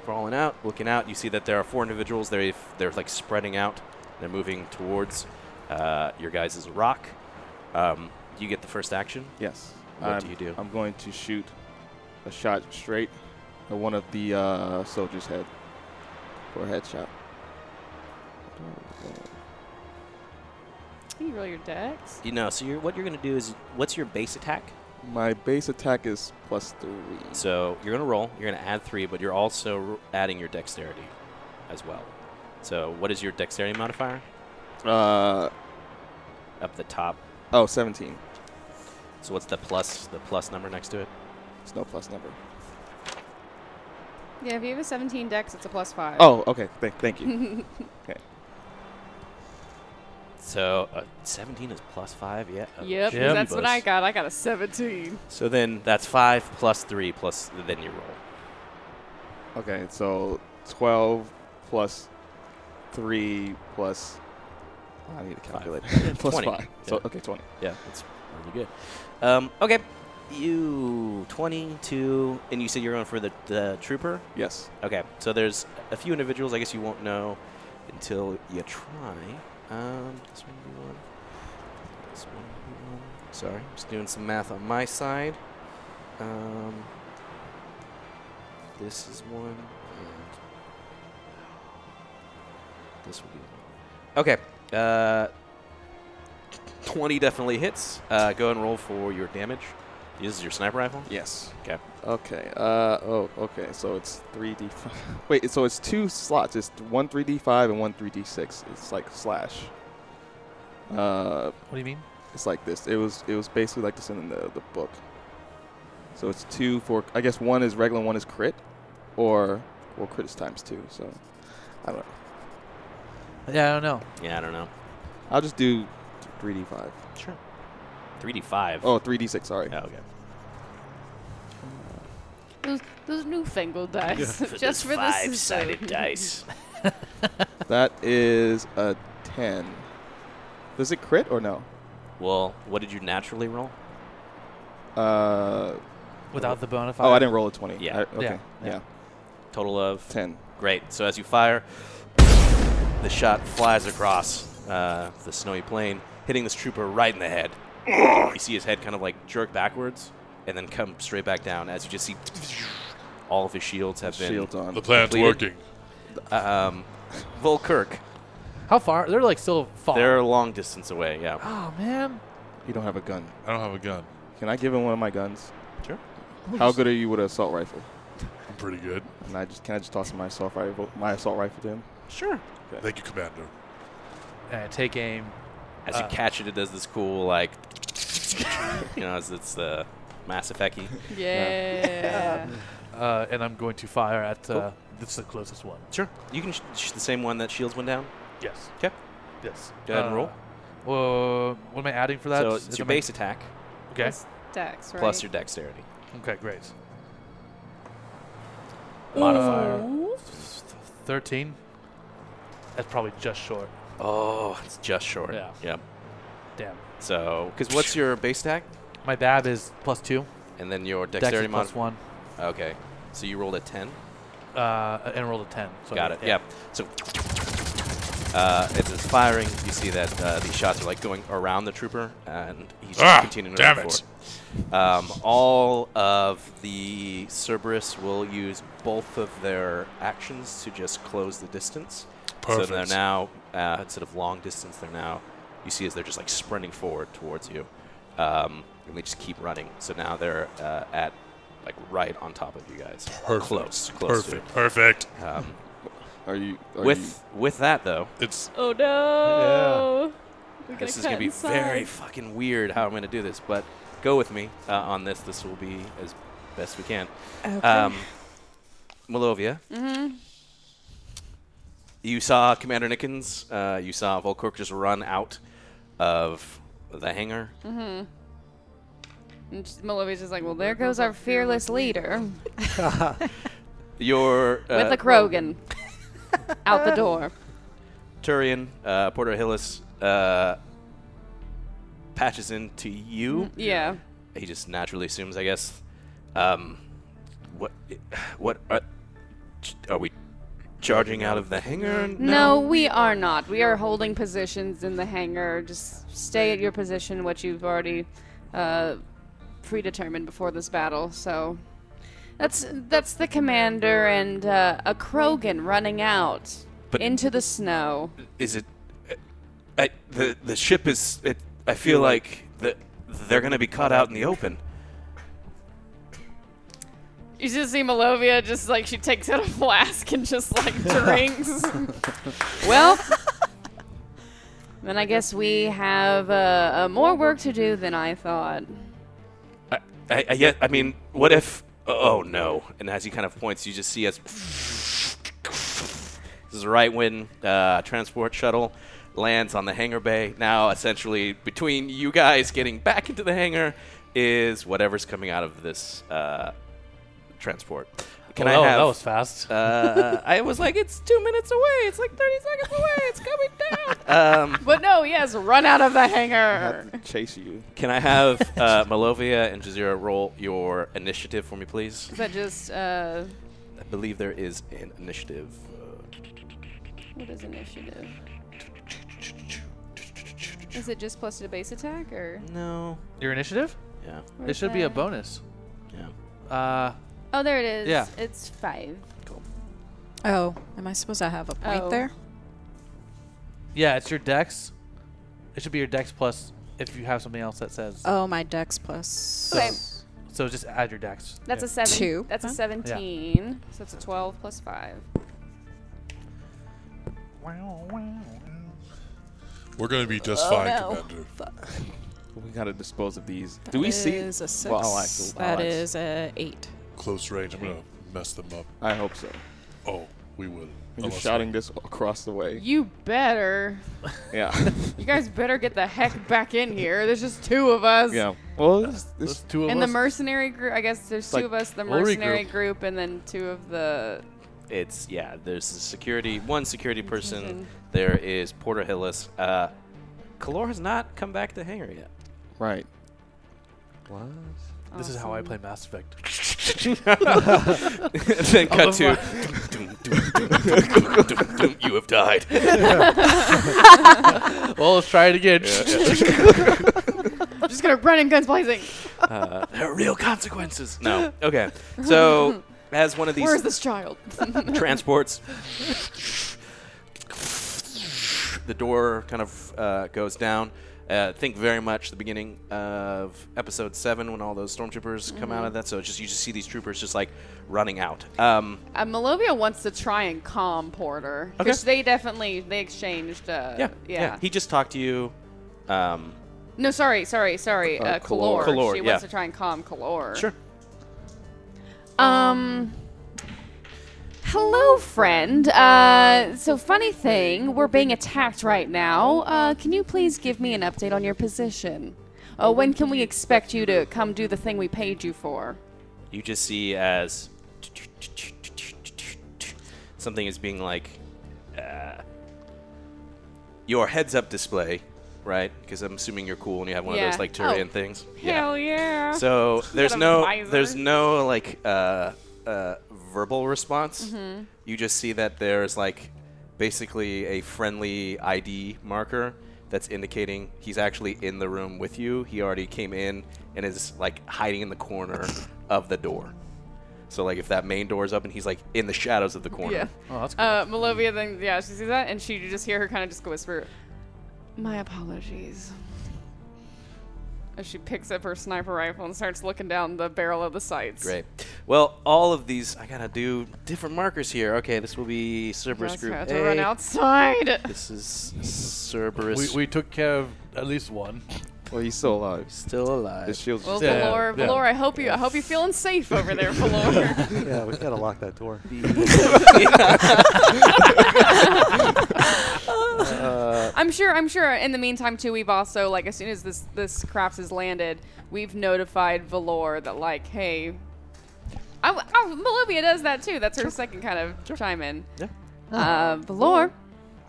Speaker 2: crawling out, looking out. You see that there are four individuals. They're they're like spreading out. They're moving towards uh, your guys' is rock. Um, you get the first action.
Speaker 4: Yes.
Speaker 2: What
Speaker 4: I'm,
Speaker 2: do you do?
Speaker 4: I'm going to shoot a shot straight at one of the uh, soldier's head for a headshot.
Speaker 3: Can you roll your dex?
Speaker 2: You know. So you're, what you're going to do is what's your base attack?
Speaker 4: My base attack is plus three.
Speaker 2: So you're going to roll. You're going to add three, but you're also r- adding your dexterity as well. So what is your dexterity modifier?
Speaker 4: Uh,
Speaker 2: up the top.
Speaker 4: Oh, 17.
Speaker 2: So what's the plus? The plus number next to it?
Speaker 4: It's no plus number.
Speaker 3: Yeah, if you have a 17 dex, it's a plus five.
Speaker 4: Oh, okay. Thank, thank you. okay.
Speaker 2: So uh, 17 is plus five. Yeah. Oh,
Speaker 3: Yep, 'cause
Speaker 2: jeebus.
Speaker 3: that's what I got. I got a 17.
Speaker 2: So then that's five plus three plus then you roll.
Speaker 4: Okay, so 12 plus 3 plus. I need a calculator. Plus
Speaker 2: 20.
Speaker 4: 5. So,
Speaker 2: Yeah.
Speaker 4: okay, 20.
Speaker 2: Yeah, that's really good. Um, okay, you 22, and you said you're going for the, the trooper?
Speaker 4: Yes.
Speaker 2: Okay, so there's a few individuals I guess you won't know until you try. Um, this one would be one. This one would be one. Sorry, I'm just doing some math on my side. Um, this is one, and this will be Okay. Uh, 20 definitely hits. Uh, go and roll for your damage. This is your sniper rifle?
Speaker 4: Yes.
Speaker 2: Okay.
Speaker 4: Okay. Uh oh. Okay. So it's three d. Wait. So it's two slots. It's one three d five and one three d six. It's like slash. Uh.
Speaker 5: What do you mean?
Speaker 4: It's like this. It was. It was basically like this in the the book. So it's two for. I guess one is regular, and one is crit, or well, crit is times two. So I don't know.
Speaker 5: Yeah, I don't know.
Speaker 2: Yeah, I don't know.
Speaker 4: I'll just do three d five.
Speaker 2: Sure. 3d5.
Speaker 4: Oh, three d six. Sorry.
Speaker 2: Oh, okay.
Speaker 3: Those, those newfangled dice. just for the system.
Speaker 2: five-sided dice.
Speaker 4: that is a ten. Does it crit or no?
Speaker 2: Well, what did you naturally roll?
Speaker 4: Uh,
Speaker 5: Without the bona
Speaker 4: Oh, I
Speaker 5: fide?
Speaker 4: didn't roll a 20.
Speaker 2: Yeah.
Speaker 4: I- okay. Yeah.
Speaker 2: Total of
Speaker 4: 10.
Speaker 2: Great. So as you fire, the shot flies across uh, the snowy plain, hitting this trooper right in the head. You see his head kind of like jerk backwards and then come straight back down as you just see all of his shields have been
Speaker 4: Shields on.
Speaker 13: The plan's
Speaker 2: depleted. Um, Volkirk,
Speaker 5: How far? They're like still far.
Speaker 2: they're a long distance away, yeah.
Speaker 5: oh man.
Speaker 4: You don't have a gun.
Speaker 13: I don't have a gun.
Speaker 4: Can I give him one of my guns?
Speaker 2: Sure.
Speaker 4: How good are you with an assault rifle?
Speaker 13: I'm pretty good.
Speaker 4: And I just can I just toss my assault rifle my assault rifle to him?
Speaker 2: Sure.
Speaker 13: Thank you, Commander.
Speaker 5: Uh, take aim.
Speaker 2: As you
Speaker 5: Uh,
Speaker 2: catch it, it does this cool, like, you know, as it's the Mass Effect-y.
Speaker 3: Yeah.
Speaker 5: Uh, and I'm going to fire at. Uh,
Speaker 2: Cool.
Speaker 5: This is the closest one.
Speaker 2: Sure. You can sh- sh- the same one that shields went down?
Speaker 5: Yes.
Speaker 2: Okay.
Speaker 5: Yes.
Speaker 2: Go ahead and roll.
Speaker 5: Uh, what am I adding for that?
Speaker 2: So
Speaker 5: Is
Speaker 2: it's your
Speaker 5: it my-
Speaker 2: base attack
Speaker 5: Okay.
Speaker 3: Plus dex, right?
Speaker 2: plus your dexterity.
Speaker 5: Okay, great.
Speaker 2: Modifier.
Speaker 3: Ooh.
Speaker 5: Uh, 13. That's probably just short.
Speaker 2: Oh, it's just short.
Speaker 5: Yeah.
Speaker 2: Yep.
Speaker 5: Damn.
Speaker 2: So, because what's your base attack?
Speaker 5: My bab is plus two.
Speaker 2: And then your
Speaker 5: Dex is
Speaker 2: dexterity
Speaker 5: plus
Speaker 2: mod- one. Okay. So you rolled a 10?
Speaker 5: Uh, and rolled a 10. So
Speaker 2: Got it. Yeah. So uh, as it's firing, you see that uh, these shots are like going around the trooper, and he's just
Speaker 13: Ah,
Speaker 2: continuing
Speaker 13: damn
Speaker 2: to roll
Speaker 13: it.
Speaker 2: forward. Um, all of the Cerberus will use both of their actions to just close the distance. So they're
Speaker 13: Perfect.
Speaker 2: now uh, instead of long distance, they're now you see as they're just like sprinting forward towards you, um, and they just keep running. So now they're uh, at like right on top of you guys.
Speaker 13: Perfect.
Speaker 2: Close. Close.
Speaker 13: Perfect.
Speaker 2: To it.
Speaker 13: Perfect.
Speaker 2: Um,
Speaker 4: Are you are
Speaker 2: with with that though,
Speaker 13: It's
Speaker 3: Oh no. We're gonna
Speaker 2: this is
Speaker 3: cut
Speaker 2: gonna be
Speaker 3: inside.
Speaker 2: very fucking weird how I'm gonna do this, but go with me uh, on this. This will be as best we can.
Speaker 11: Okay.
Speaker 2: Um, Malovia,
Speaker 3: Mhm.
Speaker 2: you saw Commander Nickens. Uh, you saw Volkork just run out of the hangar.
Speaker 3: Mhm. And just- Malovia's just like, well, there goes our fearless leader
Speaker 2: Your uh,
Speaker 3: with a Krogan out the door.
Speaker 2: Turian, uh, Porter Hillis, uh, patches into
Speaker 3: Mm-hmm.
Speaker 2: you.
Speaker 3: Yeah.
Speaker 2: He just naturally assumes, I guess. Um, what? What are, are we charging out of the hangar?
Speaker 3: No, we are not. We are holding positions in the hangar. Just stay at your position, what you've already uh, predetermined before this battle. So that's that's the commander and uh, a Krogan running out
Speaker 2: But-
Speaker 3: into the snow.
Speaker 2: Is it? uh, I, the the ship is. It, I feel like the, they're gonna be caught out in the open.
Speaker 3: You just see Malovia just like she takes out a flask and just like drinks. well, Then I guess we have uh, uh, more work to do than I thought.
Speaker 2: I, I, I, yeah, I mean, what if? Oh no! And as he kind of points, you just see us. This is right when uh, transport shuttle lands on the hangar bay. Now, essentially, between you guys getting back into the hangar is whatever's coming out of this uh, transport. Can
Speaker 5: Well,
Speaker 2: I
Speaker 5: Oh, that-
Speaker 2: have?
Speaker 5: that was fast.
Speaker 2: Uh, I was like, it's two minutes away. It's like thirty seconds away. It's coming down. Um,
Speaker 3: But no, yes, run out of the hangar.
Speaker 4: Chase you.
Speaker 2: Can I have uh, Malovia and Jazira roll your initiative for me, please?
Speaker 3: Is that just uh,
Speaker 2: I believe there is an initiative. uh,
Speaker 3: what is initiative? Is it just plus to base attack or?
Speaker 2: No.
Speaker 5: Your initiative?
Speaker 2: Yeah.
Speaker 5: It
Speaker 3: Where's
Speaker 5: should be a
Speaker 3: that?
Speaker 5: bonus.
Speaker 2: Yeah.
Speaker 5: Uh,
Speaker 3: Oh, there it is.
Speaker 5: Yeah.
Speaker 3: It's five.
Speaker 11: Oh, am I supposed to have a point
Speaker 3: Oh.
Speaker 11: there?
Speaker 5: yeah, it's your dex. It should be your dex plus if you have something else that says.
Speaker 11: Oh, my dex plus.
Speaker 3: Okay.
Speaker 5: So just add your dex.
Speaker 3: That's
Speaker 5: Yeah.
Speaker 3: a seven.
Speaker 11: Two.
Speaker 3: That's a
Speaker 11: Huh?
Speaker 3: seventeen. So that's a twelve plus five.
Speaker 13: We're going to be just
Speaker 3: Oh,
Speaker 13: fine,
Speaker 3: no.
Speaker 13: Commander.
Speaker 4: We gotta dispose of these.
Speaker 11: That
Speaker 4: Do we see?
Speaker 11: is a six.
Speaker 4: Well, I'll act- I'll
Speaker 11: That
Speaker 4: act-
Speaker 11: is a eight.
Speaker 13: Close range. I'm going to mess them up.
Speaker 4: I hope so.
Speaker 13: Oh, we will.
Speaker 4: You're
Speaker 13: Unless
Speaker 4: shouting this across the way.
Speaker 3: You better.
Speaker 4: Yeah.
Speaker 3: You guys better get the heck back in here. There's just two of us.
Speaker 4: yeah. Well, this, this
Speaker 5: two
Speaker 3: And the mercenary group. I guess there's
Speaker 4: Like,
Speaker 3: two of us, the
Speaker 2: we'll
Speaker 3: mercenary
Speaker 2: regroup.
Speaker 3: group, and then two of the.
Speaker 2: It's yeah. There's a security, one security person.
Speaker 3: Mhm.
Speaker 2: There is Porter Hillis. Uh, Kalor has not come back to hangar yet.
Speaker 4: right.
Speaker 10: What?
Speaker 5: This is how I play Mass Effect.
Speaker 2: And then cut to dum, dum, dum, dum, dum, dum, dum, dum, you have died.
Speaker 5: well, let's try it again.
Speaker 3: I'm just gonna run in guns blazing.
Speaker 2: Uh, there are real consequences. No. Okay. So as one of these
Speaker 3: Where's this child?
Speaker 2: transports. the door kind of uh, goes down. Uh, think very much the beginning of episode seven when all those stormtroopers come
Speaker 3: Mm-hmm.
Speaker 2: out of that. So it's just you just see these troopers just like running out. Um,
Speaker 3: Uh, Malovia wants to try and calm Porter because they definitely they exchanged. Uh,
Speaker 2: yeah,
Speaker 3: yeah,
Speaker 2: He just talked to you. Um,
Speaker 3: No, sorry, sorry, sorry.
Speaker 2: Uh,
Speaker 3: Uh,
Speaker 2: Kalor.
Speaker 3: Kalor.
Speaker 2: Kalor,
Speaker 3: She
Speaker 2: yeah.
Speaker 3: wants to try and calm Kalor.
Speaker 2: Sure.
Speaker 3: Um. Hello, friend. Uh, so funny thing, we're being attacked right now. Uh, can you please give me an update on your position? Uh, when can we expect you to come do the thing we paid you for?
Speaker 2: you just see as something is being like uh, your heads up display, right? Because I'm assuming you're cool and you have one of
Speaker 3: Yeah.
Speaker 2: those like
Speaker 3: Oh.
Speaker 2: Turian things.
Speaker 3: Hell yeah!
Speaker 2: So there's
Speaker 3: a
Speaker 2: no
Speaker 3: visor?
Speaker 2: there's no like uh, uh, verbal response.
Speaker 3: Mm-hmm.
Speaker 2: You just see that there's like basically a friendly ID marker that's indicating he's actually in the room with you. He already came in and is like hiding in the corner of the door. So like if that main door is open, he's like in the shadows of the corner.
Speaker 3: Yeah.
Speaker 5: Oh, that's cool.
Speaker 3: Uh, Malovia then, yeah, she sees that, and she you just hear her kind of just whisper, "My apologies." As she picks up her sniper rifle and starts looking down the barrel of the sights.
Speaker 2: Great. Well, all of these I gotta do different markers here. Okay, this will be Cerberus
Speaker 3: Just
Speaker 2: Group
Speaker 3: have
Speaker 2: A.
Speaker 3: to run outside.
Speaker 2: This is Cerberus.
Speaker 5: we, we took care of at least one.
Speaker 4: Well, he's still alive.
Speaker 2: Still alive.
Speaker 4: The shield's
Speaker 3: Well,
Speaker 4: just
Speaker 5: Yeah,
Speaker 3: Valor,
Speaker 5: yeah.
Speaker 3: Valor, I hope you, I hope you're feeling safe over there, Valor.
Speaker 10: yeah, we gotta lock that door.
Speaker 3: I'm sure, I'm sure. In the meantime, too, we've also like as soon as this this craft has landed, we've notified Valor that like, hey, I, I, Malovia does that too. That's her second kind of chime in.
Speaker 2: Yeah.
Speaker 3: Uh, Valor.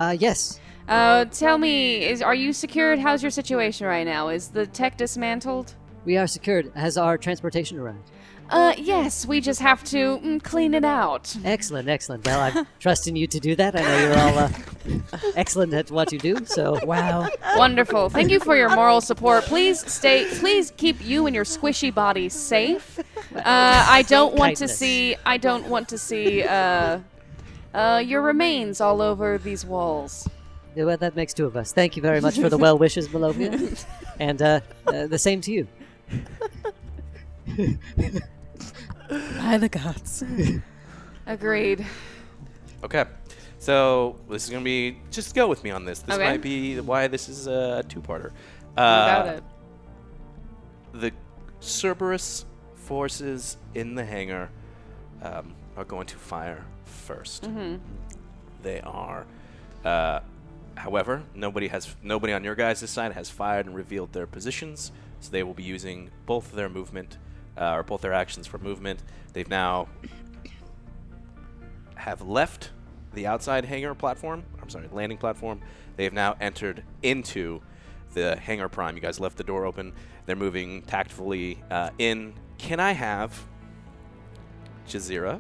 Speaker 6: Uh, yes.
Speaker 3: Uh, tell me, uh, is are you secured? How's your situation right now? Is the tech dismantled?
Speaker 6: We are secured. Has our transportation arrived?
Speaker 3: Uh, yes. We just have to mm, clean it out.
Speaker 6: Excellent, excellent. Well, I'm trusting you to do that. I know you're all uh, excellent at what you do. So, wow.
Speaker 3: Wonderful. Thank you for your moral support. Please stay. Please keep you and your squishy body safe. Uh, I don't want to
Speaker 6: Kindness.
Speaker 3: see. I don't want to see uh, uh, your remains all over these walls.
Speaker 6: Yeah, Well, that makes two of us. Thank you very much for the well wishes, Malovia. and uh, uh, the same to you.
Speaker 11: By the gods.
Speaker 3: Agreed.
Speaker 2: Okay. So this is gonna be just go with me on this. This
Speaker 3: Okay.
Speaker 2: might be why this is a two-parter. Uh,
Speaker 3: about it?
Speaker 2: the Cerberus forces in the hangar um, are going to fire 1st
Speaker 3: Mhm.
Speaker 2: They are, uh, however, nobody has nobody on your guys' side has fired and revealed their positions, so they will be using both of their movement uh, or both their actions for movement. They've now have left the outside hangar platform. I'm sorry, landing platform. They have now entered into the hangar prime. You guys left the door open. They're moving tactfully uh, in. Can I have Jazira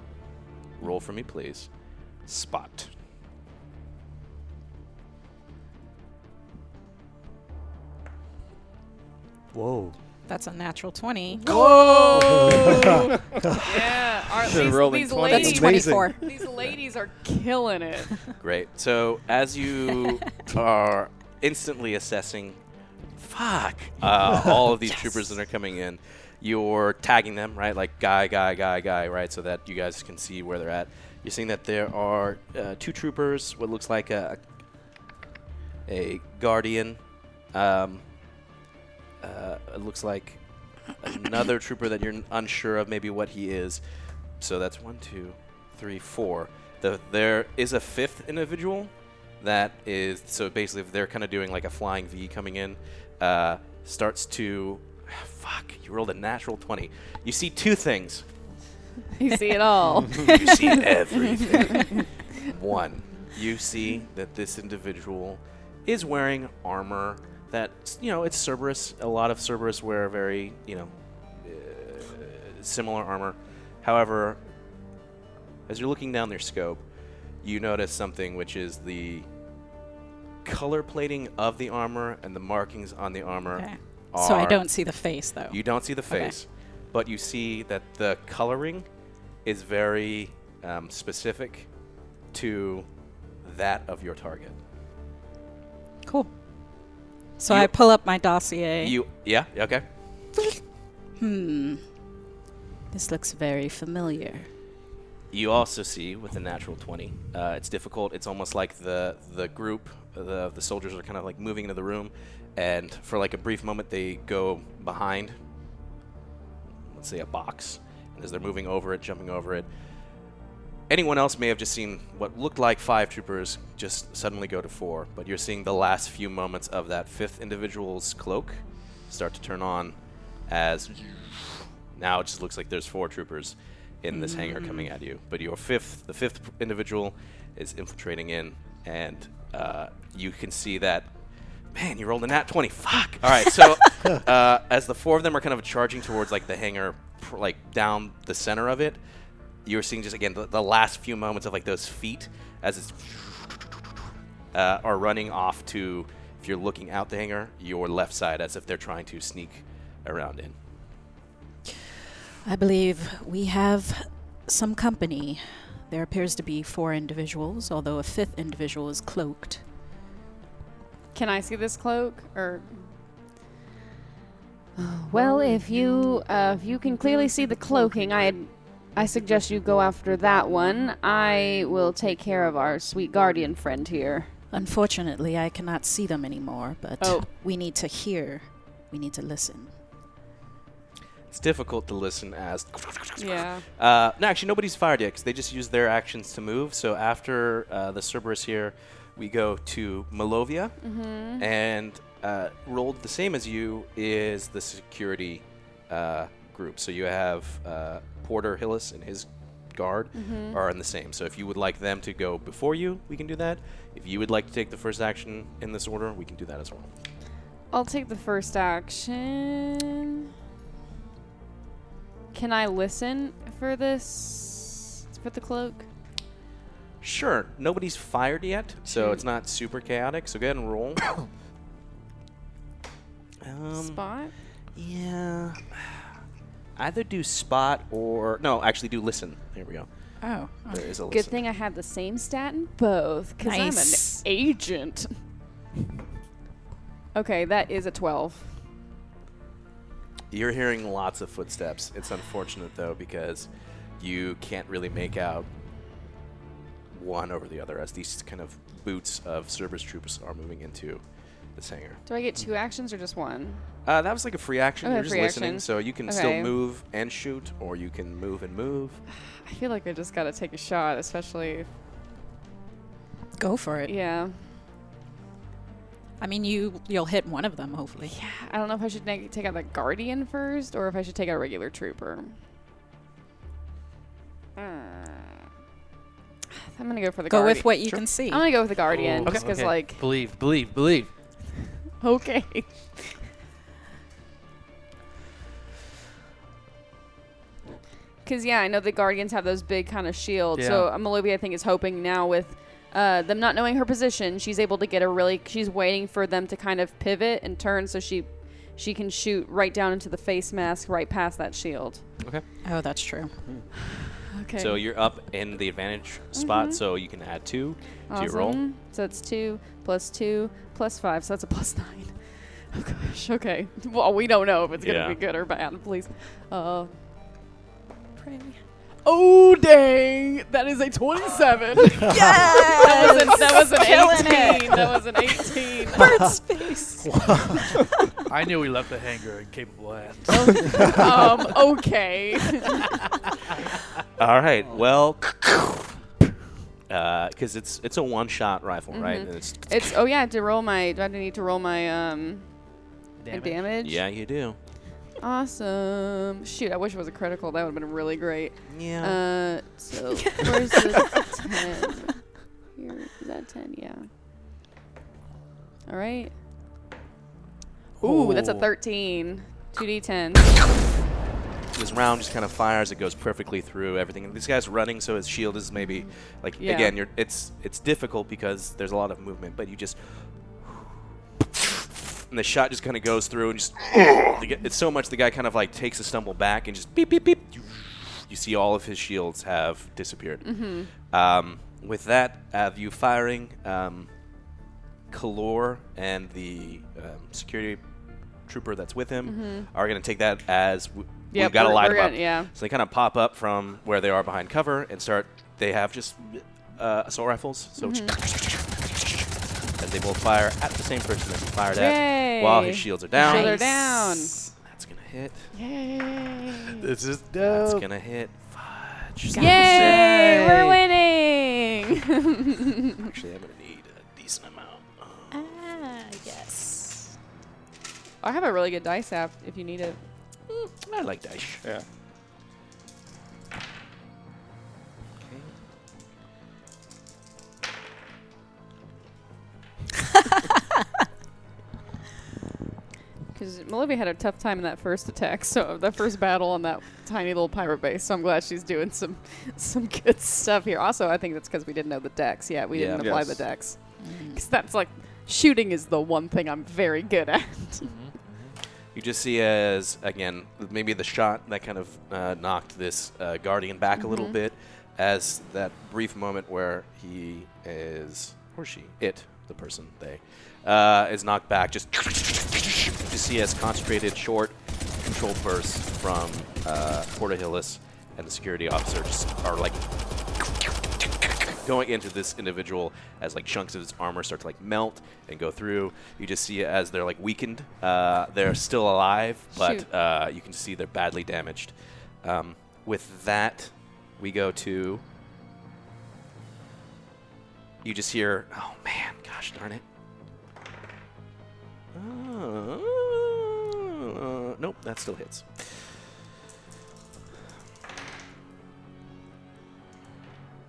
Speaker 2: roll for me, please? Spot.
Speaker 10: Whoa.
Speaker 11: That's a natural 20.
Speaker 3: Whoa! yeah, our,
Speaker 2: Should've
Speaker 3: these,
Speaker 2: rolled in
Speaker 3: these
Speaker 2: 20. That's
Speaker 3: ladies,
Speaker 2: 24.
Speaker 3: these ladies are killing it.
Speaker 2: Great. So as you are instantly assessing, fuck, uh, all of these troopers that are coming in, you're tagging them, right? Like guy, guy, guy, guy, right? So that you guys can see where they're at. You're seeing that there are uh, two troopers, what looks like a, a guardian. Um, uh, it looks like another trooper that you're unsure of maybe what he is. So that's one, two, three, four. The, there is a fifth individual that is so basically if they're kind of doing like a flying V coming in, uh, starts to fuck. You rolled a natural twenty. You see two things.
Speaker 3: You see it all.
Speaker 2: you see everything. One, you see that this individual is wearing armor that you know it's Cerberus. A lot of Cerberus wear very you know uh, similar armor. However, as you're looking down their scope, you notice something which is the color plating of the armor and the markings on the armor.
Speaker 11: Okay. So I
Speaker 2: are-
Speaker 11: don't see the face, though.
Speaker 2: You don't see the
Speaker 11: Okay.
Speaker 2: face, but you see that the coloring is very um, specific to that of your target.
Speaker 11: Cool. So
Speaker 2: You-
Speaker 11: I pull up my dossier.
Speaker 2: You, yeah, okay.
Speaker 11: Hmm. This looks very familiar.
Speaker 2: You also see with the natural twenty, uh, it's difficult. It's almost like the the group, the the soldiers are kind of like moving into the room, and for like a brief moment they go behind, let's say a box, and as they're moving over it, jumping over it, anyone else may have just seen what looked like five troopers just suddenly go to four. But you're seeing the last few moments of that fifth individual's cloak start to turn on, as now it just looks like there's four troopers in this hangar coming at you. But your fifth, the fifth individual, is infiltrating in, and uh, you can see that. Man, you rolled a nat twenty. Fuck. All right. So uh, as the four of them are kind of charging towards like the hangar, pr- like down the center of it, you're seeing just again the, the last few moments of like those feet as it's uh, are running off to. If you're looking out the hangar, your left side, as if they're trying to sneak around in.
Speaker 11: I believe we have some company. There appears to be four individuals, although a fifth individual is cloaked.
Speaker 3: Can I see this cloak? Or
Speaker 8: Well, if you uh, if you can clearly see the cloaking, I I suggest you go after that one. I will take care of our sweet guardian friend here.
Speaker 11: Unfortunately, I cannot see them anymore, but
Speaker 8: Oh.
Speaker 11: we need to hear. We need to listen.
Speaker 2: It's difficult to listen as.
Speaker 11: Yeah.
Speaker 2: Uh, no, actually, nobody's fired yet 'cause they just use their actions to move. So after uh, the Cerberus here, we go to Melovia,
Speaker 3: Mhm.
Speaker 2: and uh, rolled the same as you is the security uh, group. So you have uh, Porter Hillis and his guard
Speaker 14: Mhm.
Speaker 2: are in the same. So if you would like them to go before you, we can do that. If you would like to take the first action in this order, we can do that as well.
Speaker 3: I'll take the first action. Can I listen for this? For the cloak?
Speaker 2: Sure. Nobody's fired yet, so it's not super chaotic. So go ahead and roll. um,
Speaker 3: Spot?
Speaker 2: Yeah. Either do spot or no, actually do listen. There we go.
Speaker 11: Oh,
Speaker 2: There is a
Speaker 3: Good
Speaker 2: listen.
Speaker 3: thing I had the same stat in both, because
Speaker 11: Nice.
Speaker 3: I'm an agent. okay, that is a 12.
Speaker 2: You're hearing lots of footsteps. It's unfortunate though because you can't really make out one over the other as these kind of boots of service troops are moving into this hangar.
Speaker 3: Do I get two actions or just one?
Speaker 2: Uh, that was like a free action.
Speaker 3: Okay,
Speaker 2: You're just
Speaker 3: free
Speaker 2: listening,
Speaker 3: action.
Speaker 2: so you can still
Speaker 3: Okay.
Speaker 2: move and shoot, or you can move and move.
Speaker 3: I feel like I just gotta take a shot, especially.
Speaker 11: Go for it.
Speaker 3: Yeah.
Speaker 11: I mean, you you'll hit one of them hopefully. Yeah.
Speaker 3: I don't know if I should neg- take out the guardian first or if I should take out a regular trooper. Uh, I'm gonna go for the
Speaker 11: Go with
Speaker 3: Guardi-
Speaker 11: what you Sure. can see.
Speaker 3: I'm gonna go with the guardian,
Speaker 5: Okay.
Speaker 3: just because
Speaker 5: Okay.
Speaker 3: like
Speaker 5: believe, believe, believe.
Speaker 3: okay. Because yeah, I know the guardians have those big kind of shields. So
Speaker 5: Yeah.
Speaker 3: Malobi, I think, is hoping now with uh, them not knowing her position, she's able to get a really. She's waiting for them to kind of pivot and turn, so she she can shoot right down into the face mask, right past that shield.
Speaker 2: Okay.
Speaker 11: Oh, that's true.
Speaker 3: Okay. Mm-hmm.
Speaker 2: So you're up in the advantage spot, so you can add two to your roll.
Speaker 3: Awesome. So it's two plus two plus five. So that's a plus nine. Oh gosh. Okay. Well, we don't know if it's
Speaker 2: Yeah.
Speaker 3: gonna be good or bad. Please. Uh, pray. Oh dang! That is a twenty-seven. yes. That was, a, that was an
Speaker 11: Killing it.
Speaker 3: eighteen. That was an eighteen.
Speaker 11: Bird's face.
Speaker 5: I knew we left the hangar in capable hands.
Speaker 3: um. Okay.
Speaker 2: All right. Well, because Uh, it's it's a one shot rifle, right?
Speaker 3: Mhm.
Speaker 2: And it's
Speaker 3: it's. Oh yeah. I have to roll my. Do I need to roll my um. my
Speaker 5: Damage?
Speaker 3: damage.
Speaker 2: yeah, you do.
Speaker 3: Uh, Awesome. Shoot, I wish it was a critical. That would have been really great.
Speaker 2: Oh. Yeah.
Speaker 3: Uh, so where's the 10? Here, is that 10? Yeah. All right. Ooh, that's a
Speaker 2: Ooh.
Speaker 3: 13. 2d10.
Speaker 2: This round just kind of fires. It goes perfectly through everything. And this guy's running, so his shield is maybe like
Speaker 3: Yeah.
Speaker 2: again. You're it's it's difficult because there's a lot of movement, but you just and the shot just kind of goes through and just the gu- it's so much the guy kind of like takes a stumble back and just beep beep beep. You see all of his shields have disappeared.
Speaker 3: Mhm.
Speaker 2: Um, with that, of you firing, um, Kalor and the um, security trooper that's with him
Speaker 3: Mhm.
Speaker 2: are going to take that as w-
Speaker 3: Yep,
Speaker 2: we've got to
Speaker 3: we're-
Speaker 2: light
Speaker 3: we're
Speaker 2: them up.
Speaker 3: gonna- yeah.
Speaker 2: So they kind of pop up from where they are behind cover and start. They have just uh, assault rifles, so as they both fire at the same person that he fired at, while his
Speaker 3: Mm-hmm. Yay.
Speaker 2: shields are
Speaker 3: His
Speaker 2: down.
Speaker 3: shields are down.
Speaker 2: That's gonna hit.
Speaker 3: Yay.
Speaker 5: This is
Speaker 2: That's
Speaker 3: Oh.
Speaker 5: dope.
Speaker 2: gonna hit. Fudge.
Speaker 3: Yay, we're
Speaker 5: Yay.
Speaker 3: winning.
Speaker 2: Actually, I'm gonna need a decent amount.
Speaker 11: Ah, yes.
Speaker 3: I have a really good dice app if you need it.
Speaker 2: I like dice.
Speaker 4: Yeah.
Speaker 3: Because Melivia had a tough time in that first attack, so that first battle on that tiny little pirate base. So I'm glad she's doing some some good stuff here. Also, I think that's because we didn't know the decks yet. We didn't
Speaker 2: Yeah.
Speaker 3: apply the
Speaker 2: Yes.
Speaker 3: decks.
Speaker 11: Mm.
Speaker 3: Because that's like shooting is the one thing I'm very good at.
Speaker 2: You just see as again maybe the shot that kind of uh, knocked this uh, guardian back a little
Speaker 3: Mhm.
Speaker 2: bit, as that brief moment where he is or she it the person they uh, is knocked back. Just you see as concentrated short control bursts from uh, Porta Hillis and the security officer just are like going into this individual as like chunks of his armor start to like melt and go through. You just see as they're like weakened. Uh, they're still alive, but
Speaker 3: Shoot.
Speaker 2: uh, you can see they're badly damaged. Um, with that, we go to. You just hear, oh man, gosh darn it. Uh, nope, that still hits.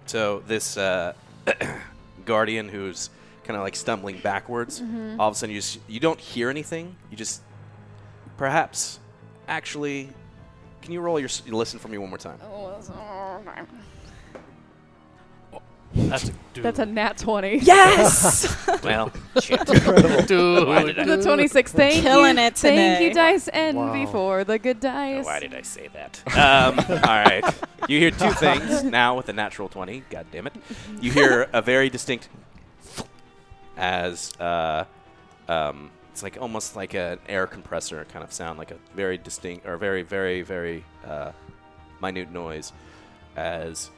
Speaker 2: So this uh, guardian who's kind of like stumbling backwards,
Speaker 14: Mhm.
Speaker 2: all of a sudden you just, you don't hear anything. You just perhaps actually can you roll your s- listen for me one more time?
Speaker 5: That's a
Speaker 3: That's a nat 20.
Speaker 11: Yes!
Speaker 2: Well, shit.
Speaker 5: Dude.
Speaker 2: Why did I-
Speaker 3: the 26. Thank
Speaker 11: Killing
Speaker 3: you.
Speaker 11: it
Speaker 3: Thank
Speaker 11: today.
Speaker 3: you, Dice Envy,
Speaker 2: Wow.
Speaker 3: for the good dice.
Speaker 2: Oh, Why did I say that? Um, all right. You hear two things now with a natural 20. God damn it. You hear a very distinct as uh, um, it's like almost like an air compressor kind of sound, like a very distinct or very, very, very uh, minute noise as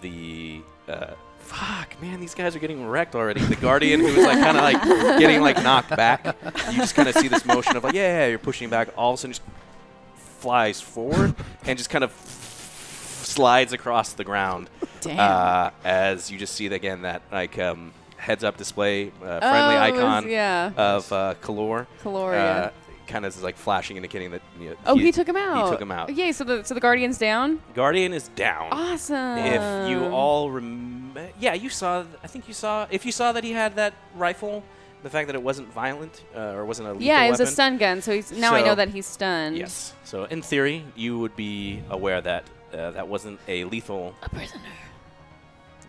Speaker 2: the uh, fuck, man, these guys are getting wrecked already. The guardian who was like kind of like getting like knocked back. You just kind of see this motion of like, yeah, yeah, you're pushing back. All of a sudden, just flies forward and just kind of slides across the ground.
Speaker 14: Damn.
Speaker 2: Uh, as you just see that- again that like um, heads up display, uh, friendly
Speaker 3: Oh, it was-
Speaker 2: icon
Speaker 3: yeah.
Speaker 2: of uh, Kalor.
Speaker 3: Kalor,
Speaker 2: uh,
Speaker 3: yeah.
Speaker 2: Kind of is like flashing, indicating that. You know,
Speaker 3: Oh, he, took him out.
Speaker 2: He took him out.
Speaker 3: Yay! So the so the guardian's down.
Speaker 2: Guardian is down.
Speaker 3: Awesome.
Speaker 2: If you all remember, yeah, you saw. th- I think you saw. If you saw that he had that rifle, the fact that it wasn't violent uh, or wasn't a lethal
Speaker 3: Yeah, it was a
Speaker 2: weapon,
Speaker 3: stun gun. So he's now I know
Speaker 2: So-
Speaker 3: that he's stunned.
Speaker 2: Yes. So in theory, you would be aware that uh, that wasn't a lethal. A prisoner.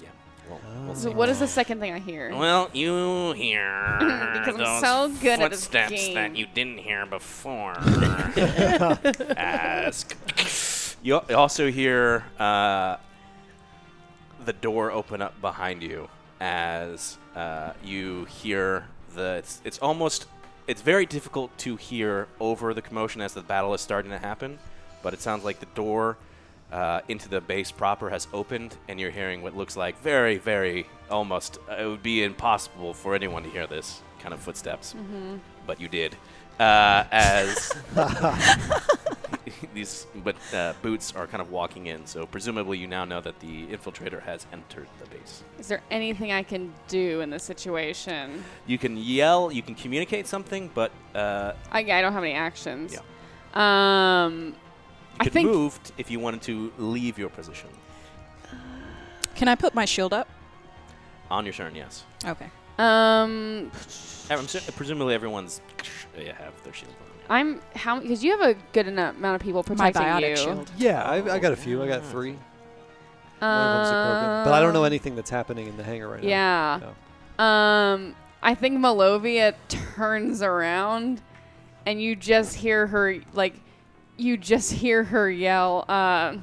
Speaker 2: Yeah. Well, we'll
Speaker 3: So
Speaker 2: see.
Speaker 3: what is the second thing I hear?
Speaker 2: Well, you hear
Speaker 3: Because I'm
Speaker 2: those
Speaker 3: so good at this
Speaker 2: footsteps
Speaker 3: game.
Speaker 2: that you didn't hear before. Ask. You al- also hear uh, the door open up behind you as uh, you hear the. It's, it's almost. It's very difficult to hear over the commotion as the battle is starting to happen, but it sounds like the door uh, into the base proper has opened, and you're hearing what looks like very, very almost. Uh, it would be impossible for anyone to hear this kind of footsteps,
Speaker 14: Mhm.
Speaker 2: but you did. Uh, as these, but uh, boots are kind of walking in, so presumably you now know that the infiltrator has entered the base.
Speaker 3: Is there anything I can do in this situation?
Speaker 2: You can yell, you can communicate something, but uh,
Speaker 3: I, I don't have any actions. Yeah.
Speaker 2: you
Speaker 3: Um, I
Speaker 2: could
Speaker 3: think
Speaker 2: move t- if you wanted to leave your position.
Speaker 11: Can I put my shield up?
Speaker 2: On your turn, yes.
Speaker 11: Okay.
Speaker 3: um,
Speaker 2: I'm su- presumably everyone's yeah, have their shield on.
Speaker 3: I'm how because you have a good enough amount of people protecting
Speaker 11: biotic
Speaker 3: you.
Speaker 11: shield.
Speaker 10: Yeah, I, I got a few. I got three. One of them's a Krogan. But I don't know
Speaker 3: Um,
Speaker 10: anything that's happening in the hangar right
Speaker 3: yeah.
Speaker 10: now.
Speaker 3: Um, I think Malovia turns around, and you just hear her like, you just hear her yell. Uh,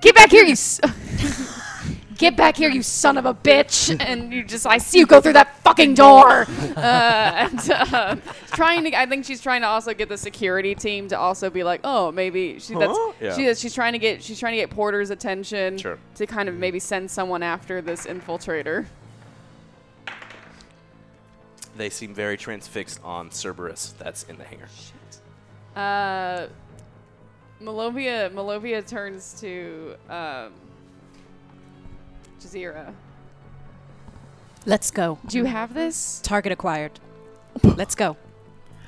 Speaker 8: Get back here, you. S- Get back here, you son of a bitch! And you just, I see you go through that fucking door!
Speaker 3: uh, and uh, trying to, I think she's trying to also get the security team to also be like, oh, maybe she, that's
Speaker 2: Huh? Yeah.
Speaker 3: she, she's trying to get she's trying to get Porter's attention
Speaker 2: Sure.
Speaker 3: to kind of maybe send someone after this infiltrator.
Speaker 2: They seem very transfixed on Cerberus that's in the hangar.
Speaker 3: Uh, Malovia Malovia turns to um, Jazeera.
Speaker 11: Let's go.
Speaker 3: Do you have this?
Speaker 11: Target acquired. Let's go.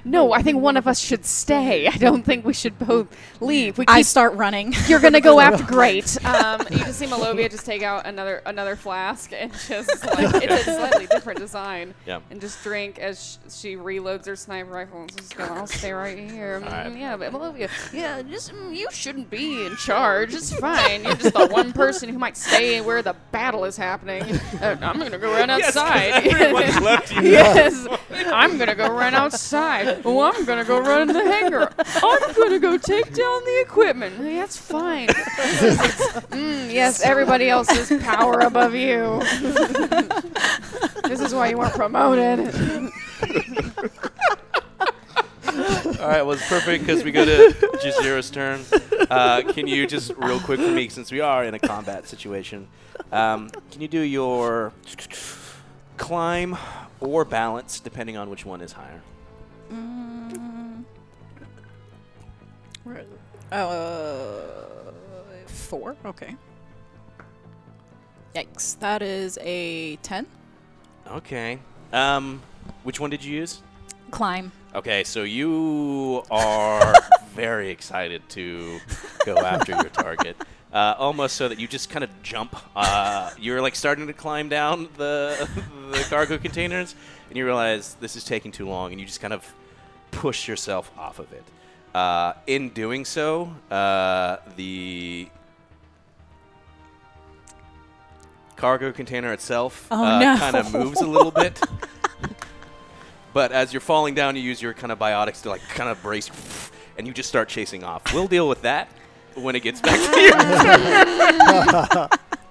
Speaker 8: No, I think one of us should stay. I don't think we should both leave. We
Speaker 11: I
Speaker 8: keep-
Speaker 11: start running.
Speaker 8: You're gonna go after. Great.
Speaker 3: Um, you just see Malovia just take out another another flask and just like it's a slightly different design.
Speaker 2: Yeah.
Speaker 3: And just drink as sh- she reloads her sniper rifle and just go, I'll stay right here.
Speaker 8: All right.
Speaker 3: Mm, Yeah, but Malovia, yeah, just mm, you shouldn't be in charge. It's fine. You're just the one person who might stay where the battle is happening. Uh, I'm gonna go run
Speaker 14: Yes, 'cause
Speaker 3: outside.
Speaker 14: everyone's left you.
Speaker 3: yes, I'm gonna go run outside. Well, I'm gonna go run in the hangar. I'm gonna go take down the equipment. That's fine. Mm, yes, everybody else's power above you. this is why you weren't promoted.
Speaker 2: All right, well, it's perfect because we go to Jazeera's turn. Uh, can you just real quick for me, since we are in a combat situation, um, can you do your climb or balance, depending on which one is higher?
Speaker 11: Mm. Where- Uh, four. Okay. Yikes! That is a ten.
Speaker 2: Okay. Um, which one did you use?
Speaker 11: Climb.
Speaker 2: Okay, so you are very excited to go after your target. Uh, almost so that you just kind of jump. Uh, you're like starting to climb down the, the cargo containers, and you realize this is taking too long, and you just kind of push yourself off of it. Uh, in doing so, uh, the cargo container itself
Speaker 14: Oh,
Speaker 2: uh,
Speaker 14: no.
Speaker 2: kind of moves a little bit. But as you're falling down, you use your kind of biotics to like kind of brace, and you just start chasing off. We'll deal with that when it gets back to you.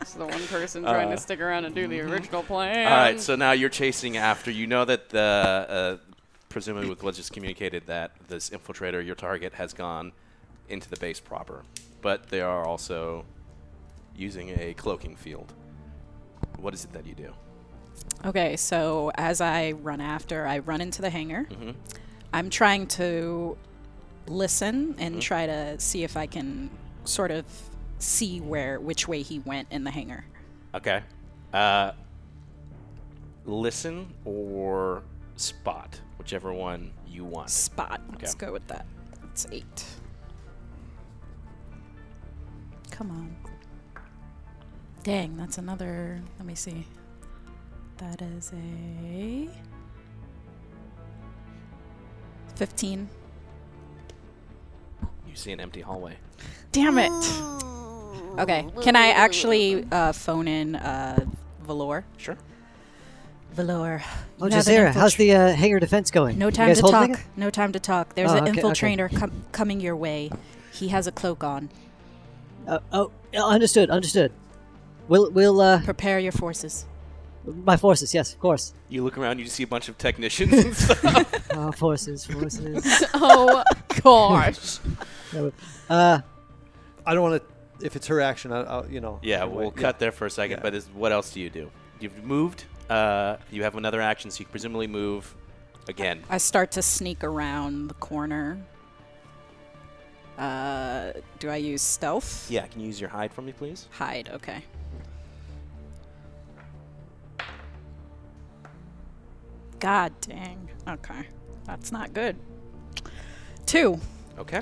Speaker 3: It's the one person trying
Speaker 2: Uh,
Speaker 3: to stick around and do the original
Speaker 2: All
Speaker 3: plan.
Speaker 2: right, so now you're chasing after. You know that the uh, presumably with what just communicated that this infiltrator, your target, has gone into the base proper. but they are also using a cloaking field. What is it that you do?
Speaker 11: Okay, so as I run after, I run into the hangar.
Speaker 2: Mhm.
Speaker 11: I'm trying to listen and
Speaker 2: Mhm.
Speaker 11: try to see if I can sort of see where which way he went in the hangar.
Speaker 2: Okay. Uh, listen or spot, whichever one you want.
Speaker 11: Spot.
Speaker 2: Okay.
Speaker 11: Let's go with that. It's eight. Come on. Dang, that's another. Let me see. That is a 15.
Speaker 2: You see an empty hallway.
Speaker 11: Damn it. Okay. Can I actually uh, phone in uh, Valor?
Speaker 2: Sure.
Speaker 11: Valor.
Speaker 6: Oh,
Speaker 11: you have an
Speaker 6: Jazera, how's
Speaker 11: infiltrat-
Speaker 6: the uh, hangar defense going?
Speaker 11: No
Speaker 6: You
Speaker 11: time
Speaker 6: guys
Speaker 11: to
Speaker 6: holding
Speaker 11: talk.
Speaker 6: it?
Speaker 11: No time to talk. There's
Speaker 6: Oh,
Speaker 11: an
Speaker 6: okay, okay.
Speaker 11: infiltrator com- coming your way. He has a cloak on.
Speaker 6: Uh, oh, yeah, understood, understood. We'll we'll uh,
Speaker 11: Prepare your forces.
Speaker 6: my forces. Yes, of course.
Speaker 2: You look around, you see a bunch of technicians and stuff.
Speaker 6: Uh, forces, forces.
Speaker 3: oh gosh.
Speaker 10: Uh, I don't want to. If it's her action, I, I'll, you know.
Speaker 2: yeah,
Speaker 10: either way,
Speaker 2: we'll cut there for a second.
Speaker 10: Yeah.
Speaker 2: But is, what else do you do? You've moved. Uh, you have another action, so you can presumably move again.
Speaker 11: I start to sneak around the corner. Uh, do I use stealth?
Speaker 2: Yeah, can you use your hide for me, please?
Speaker 11: Hide. Okay. God dang. Okay. That's not good. Two.
Speaker 2: Okay.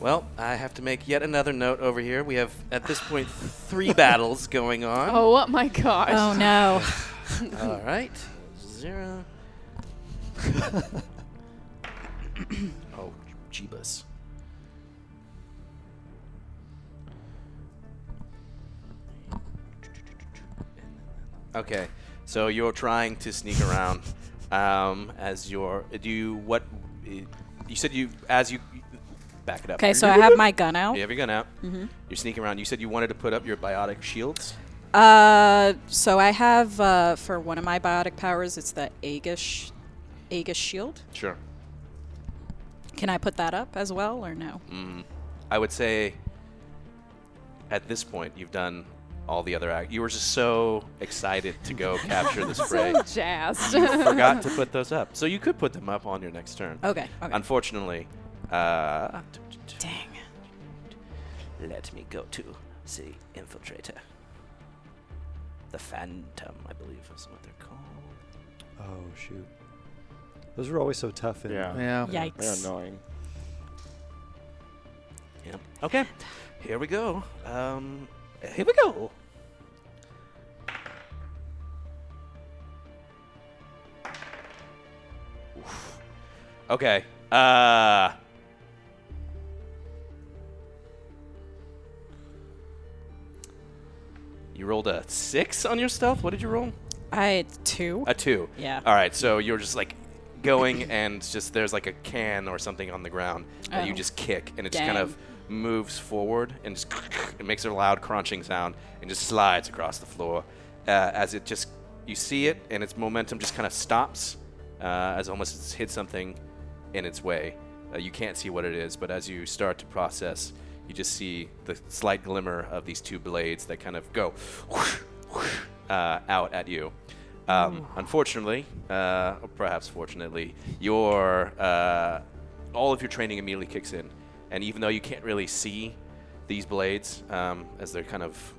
Speaker 2: Well, I have to make yet another note over here. We have, at this point, three battles going on.
Speaker 3: Oh my gosh.
Speaker 11: Oh no.
Speaker 2: All right. Zero. oh, Jeebus. Okay, so you're trying to sneak around um, as your do you what eh, you said you as you back it up.
Speaker 11: Okay, so I have my gun out.
Speaker 2: You have your gun out.
Speaker 11: Mhm.
Speaker 2: You're sneaking around. You said you wanted to put up your biotic shields.
Speaker 11: Uh, so I have uh, for one of my biotic powers, it's the Aegis, Aegis Shield.
Speaker 2: Sure.
Speaker 11: Can I put that up as well or no?
Speaker 2: Mm, I would say at this point you've done all the other act. You were just so excited to go capture this prey.
Speaker 3: So jazzed.
Speaker 2: You forgot to put those up. So you could put them up on your next turn.
Speaker 11: Okay, okay.
Speaker 2: Unfortunately, uh,
Speaker 11: Dang.
Speaker 2: Let me go to the infiltrator. The Phantom, I believe, is what they're called.
Speaker 10: Oh shoot. Those were always so tough. And
Speaker 4: Yeah.
Speaker 5: Yeah.
Speaker 4: They're
Speaker 11: Yikes.
Speaker 4: annoying.
Speaker 2: Yep. Okay. Here we go. Um, here we go. Oof. Okay. Uh. You rolled a six on your stealth. What did you roll?
Speaker 11: I had two.
Speaker 2: A two.
Speaker 11: Yeah.
Speaker 2: All right. So you're just like going, and just there's like a can or something on the ground that you
Speaker 11: Oh.
Speaker 2: just kick, and it just kind
Speaker 11: Dang.
Speaker 2: of moves forward and just it makes a loud crunching sound and just slides across the floor uh, as it just you see it and its momentum just kind of stops uh, as almost it's hit something in its way. Uh, you can't see what it is, but as you start to process, you just see the slight glimmer of these two blades that kind of go uh, out at you. Um, unfortunately, uh, or perhaps fortunately, your uh, all of your training immediately kicks in, and even though you can't really see these blades um, as they're kind of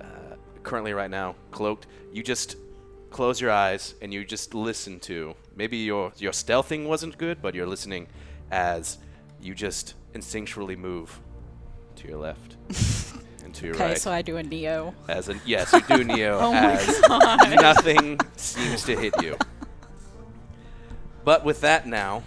Speaker 2: uh, currently right now cloaked, you just close your eyes and you just listen to. Maybe your your stealthing wasn't good, but you're listening as you just instinctually move to your left and to your
Speaker 11: Okay,
Speaker 2: right.
Speaker 11: so I do a Neo.
Speaker 2: As an yes, you do Neo.
Speaker 11: Oh my
Speaker 2: as
Speaker 11: God.
Speaker 2: nothing seems to hit you. But with that now,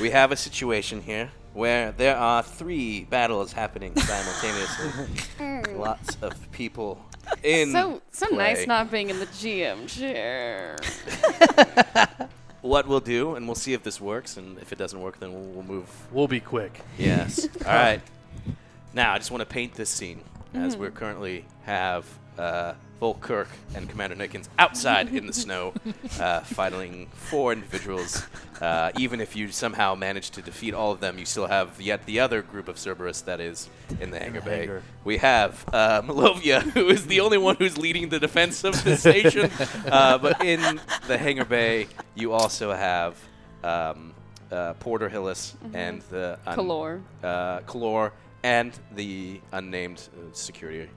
Speaker 2: we have a situation here where there are three battles happening simultaneously. Lots of people in.
Speaker 3: so so
Speaker 2: play.
Speaker 3: nice not being in the GM chair.
Speaker 2: What we'll do, and we'll see if this works, and if it doesn't work, then we'll, we'll move.
Speaker 5: We'll be quick.
Speaker 2: Yes. All right. Now I just want to paint this scene as we currently have uh, Volkirk and Commander Nickens outside in the snow, uh, fighting four individuals. Uh, even if you somehow manage to defeat all of them, you still have yet the other group of Cerberus that is in the hangar bay.
Speaker 5: hangar.
Speaker 2: We have uh, Malovia, who is the only one who's leading the defense of the station. Uh, but in the hangar bay, you also have um, uh, Porter Hillis
Speaker 3: Mhm.
Speaker 2: and the
Speaker 3: Kalor.
Speaker 2: uh, Kalor and the unnamed uh, security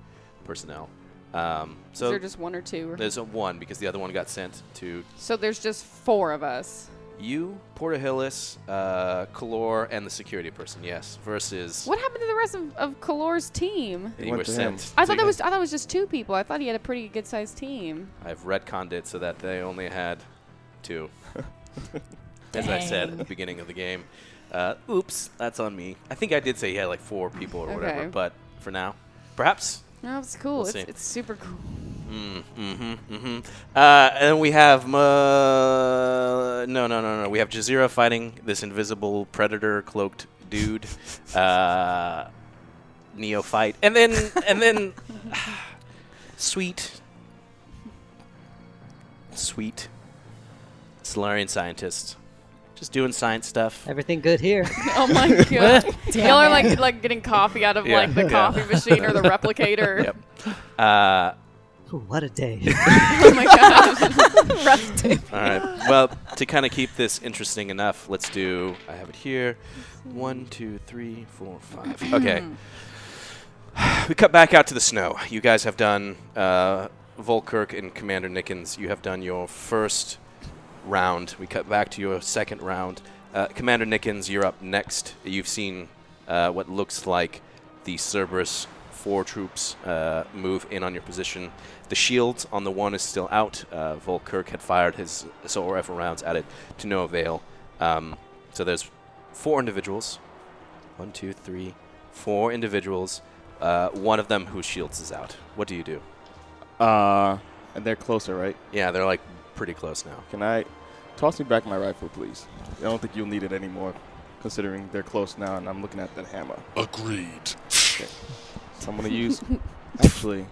Speaker 2: personnel. Um, so
Speaker 3: there just one or two, or-
Speaker 2: There's a one because the other one got sent to
Speaker 3: So there's just four of us.
Speaker 2: you, Porter Hillis, uh, Kalor, and the security person. Yes, versus
Speaker 3: What happened to the rest of, of Kalor's team?
Speaker 2: They It went were to him. sent.
Speaker 3: I thought
Speaker 2: They-
Speaker 3: that was I thought it was just two people. I thought he had a pretty good sized team.
Speaker 2: I've retconned it so that they only had two. As I said at the
Speaker 3: Dang.
Speaker 2: beginning of the game. Uh, oops, that's on me. I think I did say he had like four people or
Speaker 3: Okay.
Speaker 2: whatever, but for now, perhaps
Speaker 3: No, it's cool.
Speaker 2: We'll
Speaker 3: it's,
Speaker 2: see.
Speaker 3: it's super cool.
Speaker 2: Mm, mm-hmm, mm-hmm. Uh, and then we have Ma- no, no, no, no. We have Jazeera fighting this invisible predator cloaked dude. Uh, neophyte, and then and then sweet, sweet Solarian scientist, just doing science stuff.
Speaker 6: Everything good here.
Speaker 3: Oh my god.
Speaker 6: Damn
Speaker 3: Y'all are
Speaker 6: it.
Speaker 3: like like getting coffee out of
Speaker 2: Yeah,
Speaker 3: like the
Speaker 2: yeah.
Speaker 3: coffee machine or the replicator.
Speaker 2: Yep. Uh,
Speaker 6: Ooh, what a day.
Speaker 3: Oh my gosh. Rough day.
Speaker 2: All right. Well, to kind of keep this interesting enough, let's do. I have it here. One, two, three, four, five. Okay. we cut back out to the snow. You guys have done. Uh, Volkirk and Commander Nickens, you have done your first round. We cut back to your second round. Uh, Commander Nickens, you're up next. You've seen uh, what looks like the Cerberus four troops uh, move in on your position. The shields on the one is still out. Uh, Volkirk had fired his solar rifle rounds at it to no avail. Um, so there's four individuals. One, two, three, four individuals. Uh, one of them whose shields is out. What do you do?
Speaker 4: Uh, and they're closer, right?
Speaker 2: Yeah, they're like pretty close now.
Speaker 4: Can I toss me back my rifle, please? I don't think you'll need it anymore, considering they're close now, and I'm looking at that hammer.
Speaker 13: Agreed.
Speaker 4: Okay. So I'm gonna use. actually,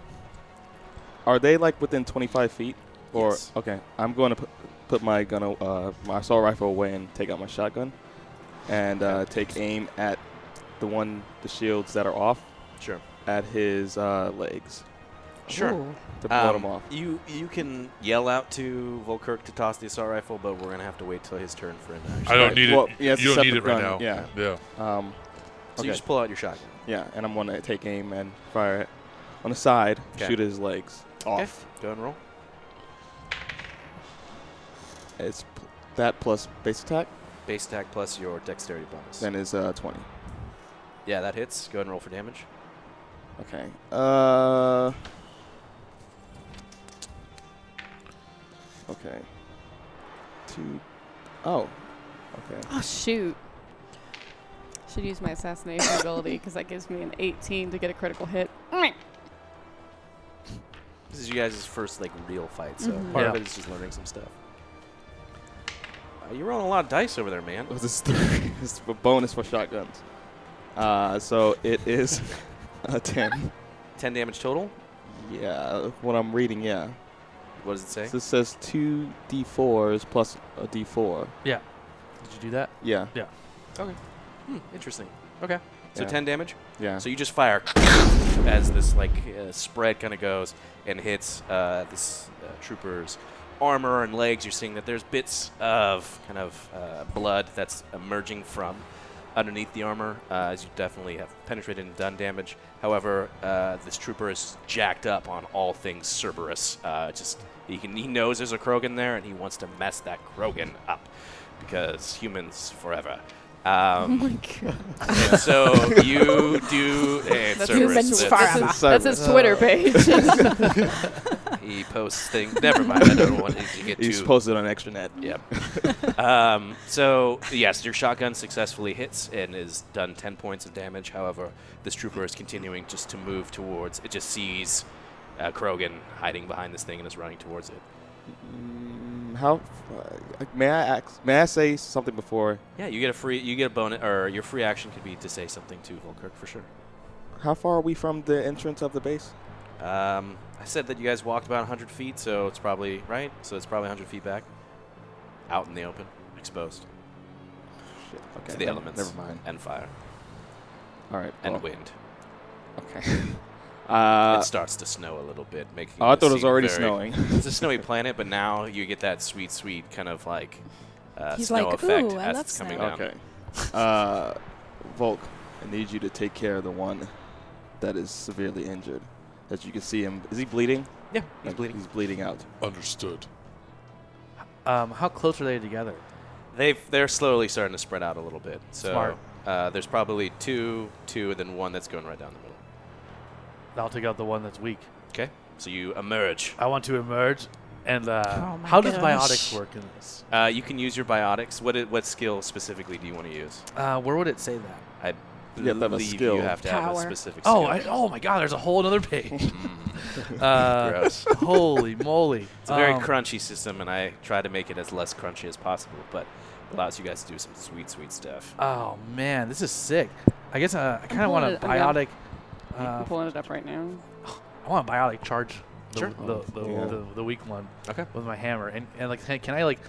Speaker 4: are they like within 25 feet? Or
Speaker 2: Yes.
Speaker 4: okay, I'm going to put, put my gun, a- uh, my assault rifle away and take out my shotgun, and uh, take aim at the one, the shields that are off.
Speaker 2: Sure.
Speaker 4: At his uh, legs.
Speaker 2: Sure.
Speaker 4: To blow
Speaker 2: Um,
Speaker 4: them off.
Speaker 2: You you can yell out to Volkirk to toss the assault rifle, but we're gonna have to wait till his turn for him to actually.
Speaker 13: I don't
Speaker 4: Right,
Speaker 13: need it.
Speaker 4: well, yeah, it's
Speaker 13: you
Speaker 4: a
Speaker 13: don't need it
Speaker 4: separate
Speaker 13: right now.
Speaker 4: gun, yeah. Um,
Speaker 2: So
Speaker 4: okay.
Speaker 2: you just pull out your shotgun.
Speaker 4: Yeah, and I'm gonna take aim and fire it on the side,
Speaker 2: Okay.
Speaker 4: shoot his legs off.
Speaker 2: Okay. Go and roll.
Speaker 4: It's p- that plus base attack,
Speaker 2: Base attack plus your dexterity bonus.
Speaker 4: then is uh, 20.
Speaker 2: yeah, that hits. Go ahead and roll for damage.
Speaker 4: Okay. Uh. Okay. Two. Oh. Okay.
Speaker 3: Oh shoot. Should use my assassination ability because that gives me an 18 to get a critical hit.
Speaker 2: This is you guys' first like real fight, so
Speaker 3: Mhm.
Speaker 2: part of
Speaker 5: Yeah.
Speaker 2: it is just learning some stuff. Uh, you're rolling a lot of dice over there, man.
Speaker 4: This is three. This is a bonus for shotguns. Uh, so it is a 10.
Speaker 2: Ten damage total.
Speaker 4: Yeah, what I'm reading, yeah.
Speaker 2: What does it say?
Speaker 4: This says two d4s plus a d4.
Speaker 5: Yeah. Did you do that?
Speaker 4: Yeah.
Speaker 5: Yeah.
Speaker 2: Okay. Hmm, interesting. Okay. So
Speaker 4: Yeah.
Speaker 2: 10 damage?
Speaker 4: Yeah.
Speaker 2: So you just fire as this like uh, spread kind of goes and hits uh, this uh, trooper's armor and legs. You're seeing that there's bits of kind of uh, blood that's emerging from underneath the armor uh, as you definitely have penetrated and done damage. However, uh, this trooper is jacked up on all things Cerberus. Uh, just he can he knows there's a Krogan there and he wants to mess that Krogan up because humans forever. Um, and so you do and
Speaker 3: That's
Speaker 2: Cerberus.
Speaker 3: his,
Speaker 2: that's-
Speaker 3: that's his- that's his Twitter
Speaker 2: Uh,
Speaker 3: page.
Speaker 2: he posts things. Never mind. I don't want to get
Speaker 4: He's
Speaker 2: too.
Speaker 4: posted on extranet.
Speaker 2: Yep. um, so yes, your shotgun successfully hits and is done ten points of damage. However, this trooper is continuing just to move towards. It just sees uh, Krogan hiding behind this thing and is running towards it.
Speaker 4: Mm, How? Uh, may I ask? May I say something before?
Speaker 2: Yeah, you get a free. You get a bonus, or your free action could be to say something to Volkirk for sure.
Speaker 4: How far are we from the entrance of the base?
Speaker 2: Um, I said that you guys walked about 100 feet, so it's probably right. So it's probably 100 feet back, out in the open, exposed to
Speaker 4: okay,
Speaker 2: the
Speaker 4: nev-
Speaker 2: elements
Speaker 4: Never mind.
Speaker 2: and fire
Speaker 4: All right.
Speaker 2: and
Speaker 4: well,
Speaker 2: wind.
Speaker 4: Okay. Uh,
Speaker 2: it starts to snow a little bit, making.
Speaker 4: Oh, I
Speaker 2: it
Speaker 4: thought it was
Speaker 2: seem
Speaker 4: already
Speaker 2: very-
Speaker 4: snowing.
Speaker 2: it's a snowy planet, but now you get that sweet, sweet kind of like uh,
Speaker 11: He's
Speaker 2: snow
Speaker 11: like,
Speaker 2: effect
Speaker 11: "Ooh, I
Speaker 2: as
Speaker 11: love
Speaker 2: it's coming
Speaker 11: snow."
Speaker 2: down.
Speaker 4: Okay. Uh, Volk, I need you to take care of the one that is severely injured. As you can see him, is he bleeding?
Speaker 2: Yeah, he's
Speaker 4: bleeding. He's bleeding out.
Speaker 13: Understood.
Speaker 5: Um, how close are they together?
Speaker 2: They've they're slowly starting to spread out a little bit. So
Speaker 5: Smart.
Speaker 2: Uh, there's probably two, two, and then one that's going right down the middle.
Speaker 5: And I'll take out the one that's weak.
Speaker 2: Okay, so you emerge.
Speaker 5: I want to emerge, and uh,
Speaker 11: Oh my
Speaker 5: how does
Speaker 11: gosh.
Speaker 5: biotics work in this?
Speaker 2: Uh, you can use your biotics. What i- what skill specifically do you want to use?
Speaker 5: Uh, where would it say that?
Speaker 2: I
Speaker 4: You have to have a
Speaker 2: believe
Speaker 4: skill.
Speaker 2: you have to have a
Speaker 11: Power.
Speaker 2: specific.
Speaker 5: Oh,
Speaker 2: skill.
Speaker 5: I, oh my God! There's a whole other page. uh,
Speaker 2: Gross.
Speaker 5: Holy moly!
Speaker 2: It's a very
Speaker 4: oh.
Speaker 5: Um,
Speaker 2: crunchy system, and I try to make it as less crunchy as possible, but allows you guys to do some sweet, sweet stuff.
Speaker 5: Oh man, this is sick. I guess uh, I kind of
Speaker 3: pulling
Speaker 5: want
Speaker 3: it-
Speaker 5: a
Speaker 3: I'm down.
Speaker 5: biotic. Uh,
Speaker 3: I'm pulling it up right now.
Speaker 5: I want a biotic charge. The,
Speaker 2: Sure.
Speaker 5: The, the,
Speaker 4: Yeah.
Speaker 5: the, the weak one.
Speaker 2: Okay.
Speaker 5: With my hammer and, and like can can I like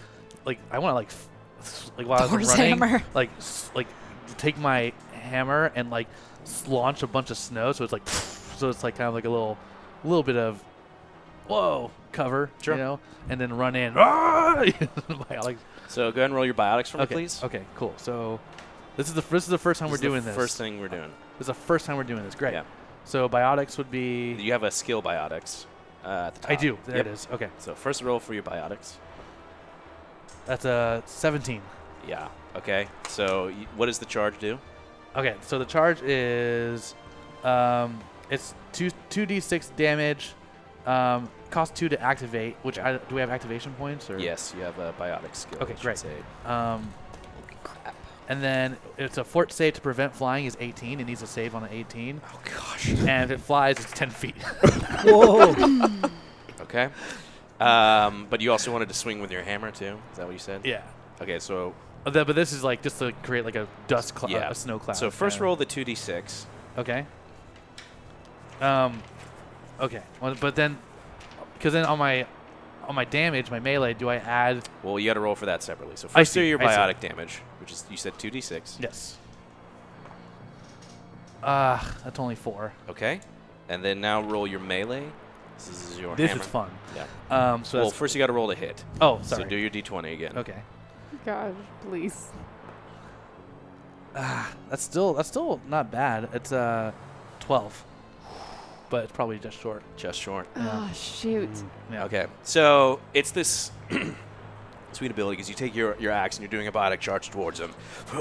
Speaker 5: like I want to like f- s- like while I'm
Speaker 11: Thor's
Speaker 5: running
Speaker 11: hammer.
Speaker 5: like s- like take my hammer and like s- launch a bunch of snow so it's like so it's like kind of like a little little bit of whoa cover
Speaker 2: Sure.
Speaker 5: you know and then run in. biotic.
Speaker 2: So go ahead and roll your biotics for me,
Speaker 5: Okay.
Speaker 2: please.
Speaker 5: Okay. Cool. So this is the this is the first time
Speaker 2: This is
Speaker 5: we're doing
Speaker 2: the
Speaker 5: this.
Speaker 2: First thing we're doing.
Speaker 5: This is the first time we're doing this. Great.
Speaker 2: Yeah.
Speaker 5: So biotics would be.
Speaker 2: You have a skill biotics. Uh, at the
Speaker 5: I
Speaker 2: top.
Speaker 5: do. There
Speaker 2: Yep.
Speaker 5: it is. Okay.
Speaker 2: So first roll for your biotics.
Speaker 5: That's a 17.
Speaker 2: Yeah. Okay. So y- what does the charge do?
Speaker 5: Okay. So the charge is, um, it's two two d6 damage, um, cost two to activate. Which I, do we have activation points or?
Speaker 2: Yes, you have a biotic skill.
Speaker 5: Okay,
Speaker 2: I should
Speaker 5: great.
Speaker 2: say.
Speaker 5: Um, and then it's a fort save to prevent flying is 18. It needs a save on an 18. Oh gosh. And if it flies, it's 10 feet.
Speaker 6: Whoa!
Speaker 2: Okay. Um, but you also wanted to swing with your hammer too. Is that what you said?
Speaker 5: yeah.
Speaker 2: Okay. So
Speaker 5: Uh, th- But this is like just to create like a dust cloud,
Speaker 2: yeah,
Speaker 5: uh, a snow cloud.
Speaker 2: So first
Speaker 5: yeah.
Speaker 2: roll the two d six.
Speaker 5: Okay. Um, okay. Well, but then, because then on my on my damage, my melee, do I add?
Speaker 2: Well, you got to roll for that separately. So first
Speaker 5: I
Speaker 2: do
Speaker 5: see,
Speaker 2: your
Speaker 5: I see.
Speaker 2: biotic damage, which is you said two d six.
Speaker 5: Yes. Ah, that's only four.
Speaker 2: Okay. And then now roll your melee. This is your
Speaker 5: This
Speaker 2: hammer.
Speaker 5: is fun.
Speaker 2: Yeah.
Speaker 5: Um, so
Speaker 2: well,
Speaker 5: that's,
Speaker 2: first you got to roll to hit.
Speaker 5: oh, sorry.
Speaker 2: So do your d20 again.
Speaker 5: okay.
Speaker 3: Gosh, please.
Speaker 5: Ah, that's still that's still not bad. It's uh, twelve, but it's probably just short.
Speaker 2: Just short.
Speaker 3: Oh shoot.
Speaker 2: Mm.
Speaker 5: Yeah.
Speaker 2: Okay. So it's this sweet ability because you take your, your axe and you're doing a biotic charge towards him.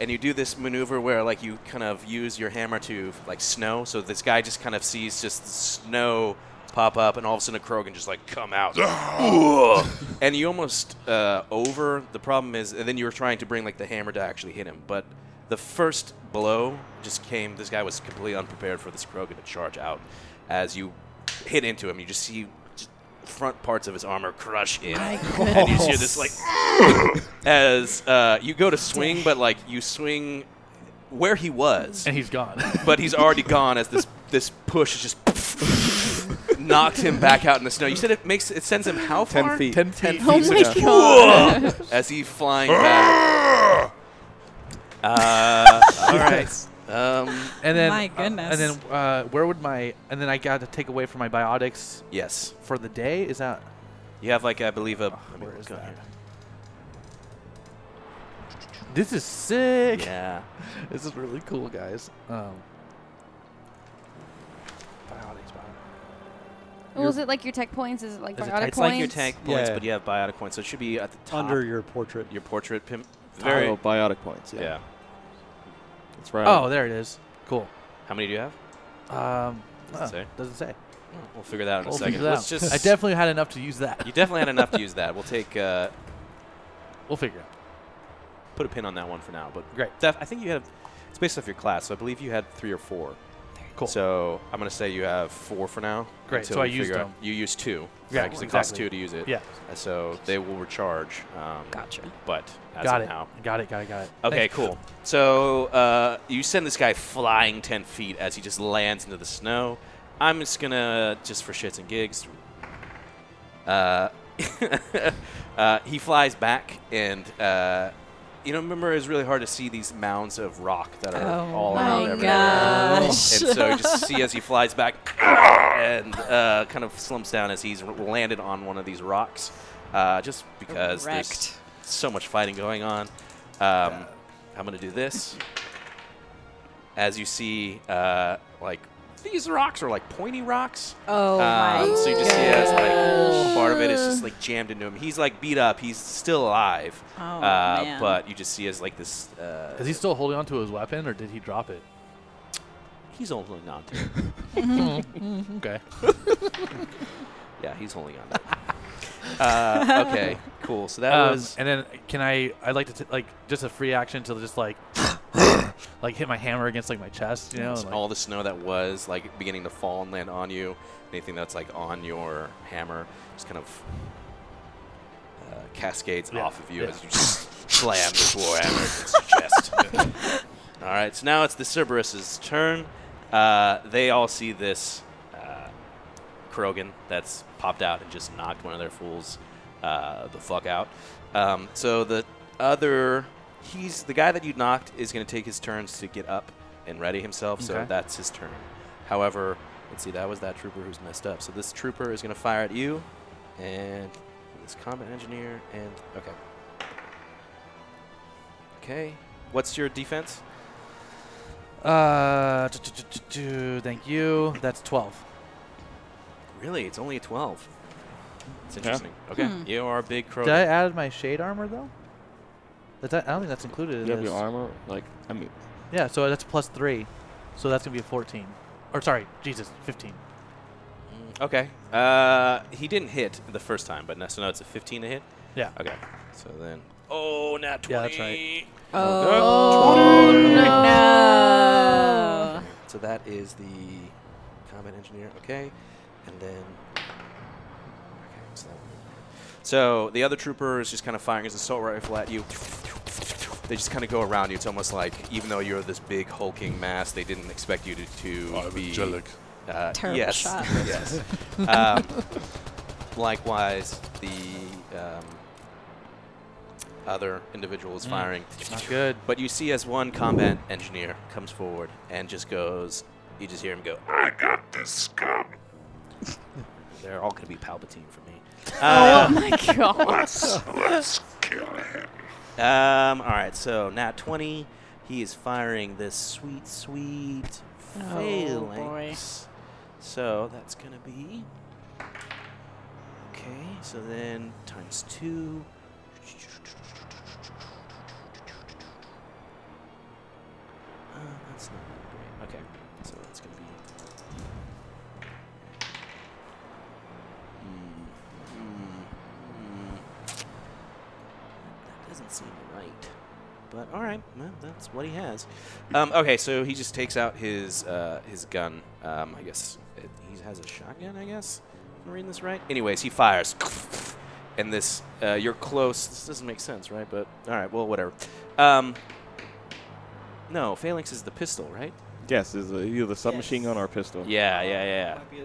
Speaker 2: and you do this maneuver where like you kind of use your hammer to like snow. So this guy just kind of sees just the snow pop up and all of a sudden a Krogan just like come out. and you almost uh, over. The problem is, and then you were trying to bring like the hammer to actually hit him, but the first blow just came. This guy was completely unprepared for this Krogan to charge out. As you hit into him, you just see just front parts of his armor crush in, and you just hear this like as uh, you go to swing, but like you swing where he was,
Speaker 5: And he's gone.
Speaker 2: but he's already gone as this this push is just knocks him back out in the snow. You said it makes it sends him how far?
Speaker 4: Ten feet.
Speaker 5: Ten feet.
Speaker 3: Oh
Speaker 4: so
Speaker 3: my
Speaker 4: just-
Speaker 3: god.
Speaker 2: As he's flying back. Uh, all right. Um,
Speaker 5: And then
Speaker 11: My
Speaker 5: uh,
Speaker 11: goodness.
Speaker 5: and then uh, where would my and then I got to take away from my biotics
Speaker 2: yes,
Speaker 5: for the day? Is that
Speaker 2: you have like I believe a. let me
Speaker 5: where is
Speaker 2: look on
Speaker 5: that?
Speaker 2: here.
Speaker 5: This is sick.
Speaker 2: Yeah.
Speaker 5: This is really cool, guys. Um, biotics, biotics.
Speaker 3: Well, is it like your tech points? Is it like
Speaker 5: Is it
Speaker 3: biotic
Speaker 5: tech-
Speaker 2: It's
Speaker 3: points?
Speaker 2: like your tank points,
Speaker 10: Yeah.
Speaker 2: but you have biotic points, so it should be at the top.
Speaker 10: Under your portrait.
Speaker 2: your portrait pimp. Very.
Speaker 4: Very biotic points. Yeah.
Speaker 2: yeah.
Speaker 4: That's right.
Speaker 5: Oh, there it is. Cool.
Speaker 2: How many do you have?
Speaker 5: Um,
Speaker 2: Does it
Speaker 5: huh,
Speaker 2: say?
Speaker 5: doesn't say.
Speaker 2: We'll figure that out in
Speaker 5: We'll
Speaker 2: a second.
Speaker 5: figure that
Speaker 2: Let's
Speaker 5: out.
Speaker 2: just.
Speaker 5: I definitely had enough to use that.
Speaker 2: You definitely had enough to use that. We'll take. Uh,
Speaker 5: We'll figure it out.
Speaker 2: put a pin on that one for now. But
Speaker 5: Great.
Speaker 2: def- I think you had. It's based off your class, so I believe you had three or four.
Speaker 5: Cool.
Speaker 2: So I'm gonna say you have four for now.
Speaker 5: Great,
Speaker 2: until
Speaker 5: so I
Speaker 2: we
Speaker 5: used
Speaker 2: figure out-
Speaker 5: them.
Speaker 2: You used two.
Speaker 5: Yeah,
Speaker 2: because it costs
Speaker 5: exactly.
Speaker 2: two to use it.
Speaker 5: yeah.
Speaker 2: Uh, So they will recharge. Um,
Speaker 11: Gotcha.
Speaker 2: But as
Speaker 5: Got
Speaker 2: of
Speaker 5: it.
Speaker 2: now.
Speaker 5: Got it. Got it. Got it.
Speaker 2: Okay,
Speaker 5: Thanks.
Speaker 2: cool. So uh, you send this guy flying 10 feet as he just lands into the snow. I'm just gonna just for shits and gigs. Uh, uh, he flies back, and uh, you know, remember it's really hard to see these mounds of rock that are
Speaker 11: Oh
Speaker 2: all
Speaker 11: my
Speaker 2: around everywhere. And
Speaker 11: gosh.
Speaker 2: so you just see as he flies back, and uh, kind of slumps down as he's r- landed on one of these rocks, uh, just because there's so much fighting going on. Um, I'm gonna do this as you see, uh, like these rocks are like pointy rocks. Um,
Speaker 11: Oh my
Speaker 2: Uh, So you just see as like part of it is just like jammed into him. He's like beat up. He's still alive.
Speaker 11: Oh,
Speaker 2: uh,
Speaker 11: man.
Speaker 2: But you just see as like this. Uh,
Speaker 5: Is he still holding onto his weapon, or did he drop it?
Speaker 2: He's holding on to.
Speaker 5: it. okay.
Speaker 2: yeah, he's holding on. To it. uh, okay, cool. So that
Speaker 5: Um,
Speaker 2: was
Speaker 5: And then can I? I'd like to t- like just a free action to just like like hit my hammer against like my chest, you know?
Speaker 2: It's
Speaker 5: and, like-
Speaker 2: all the snow that was like beginning to fall and land on you. Anything that's like on your hammer just kind of uh, cascades off of you
Speaker 5: yeah.
Speaker 2: as you just slam this warhammer against your chest. all right, so now it's the Cerberus's turn. Uh, they all see this uh, Krogan that's popped out and just knocked one of their fools uh, the fuck out. Um, so the other, he's the guy that you knocked is going to take his turns to get up and ready himself. So
Speaker 5: Okay.
Speaker 2: that's his turn. However, let's see, that was that trooper who's messed up. So this trooper is going to fire at you, and this combat engineer, and okay, okay. What's your defense?
Speaker 5: Uh, t- t- t- t- t- thank you. That's 12.
Speaker 2: Really, it's only a twelve. It's
Speaker 5: Yeah.
Speaker 2: interesting. Okay,
Speaker 5: Hmm.
Speaker 2: you are a big crow.
Speaker 5: Did I add my shade armor though? That's, I don't think that's included in
Speaker 4: You have
Speaker 5: this.
Speaker 4: your armor, like I mean,
Speaker 5: Yeah, so that's plus three, so that's gonna be a 14. Or sorry, Jesus, 15.
Speaker 2: Okay. Uh, he didn't hit the first time, but now, so now it's a 15 to hit?
Speaker 5: Yeah.
Speaker 2: Okay. So then. Oh, nat 20.
Speaker 5: Yeah, that's right.
Speaker 2: Oh,
Speaker 3: Oh.
Speaker 11: no.
Speaker 2: So that is the combat engineer. Okay. And then. Okay, so that one. So the other trooper is just kind of firing his assault rifle at you. They just kind of go around you. It's almost like, even though you're this big hulking mass, they didn't expect you to,
Speaker 7: Oh,
Speaker 2: to be
Speaker 13: angelic.
Speaker 2: Uh,
Speaker 11: Terrible
Speaker 2: yes,
Speaker 11: shot.
Speaker 2: yes. um, likewise, the um, other individual is
Speaker 5: Mm,
Speaker 2: firing.
Speaker 5: not good.
Speaker 2: But you see, as one combat engineer comes forward and just goes, you just hear him go, "I got this scum." They're all gonna be Palpatine for me. Uh,
Speaker 3: Oh my God. Let's-
Speaker 13: let's kill him.
Speaker 2: Um, all right, so Nat 20. He is firing this sweet, sweet
Speaker 11: Oh,
Speaker 2: phalanx. So that's going to be. Okay, so then times two. Uh, that's not that great. Okay, so that's going to be. Mm, mm, mm. That doesn't seem right. But all right, well, that's what he has. Um, okay, so he just takes out his uh, his gun. Um, I guess it, he has a shotgun. I guess am I reading this right? Anyways, he fires, and this uh, you're close. This doesn't make sense, right? But all right, well, whatever. Um, no, phalanx is the pistol, right?
Speaker 4: yes, is it either the submachine gun or a pistol.
Speaker 2: Yeah, yeah, yeah.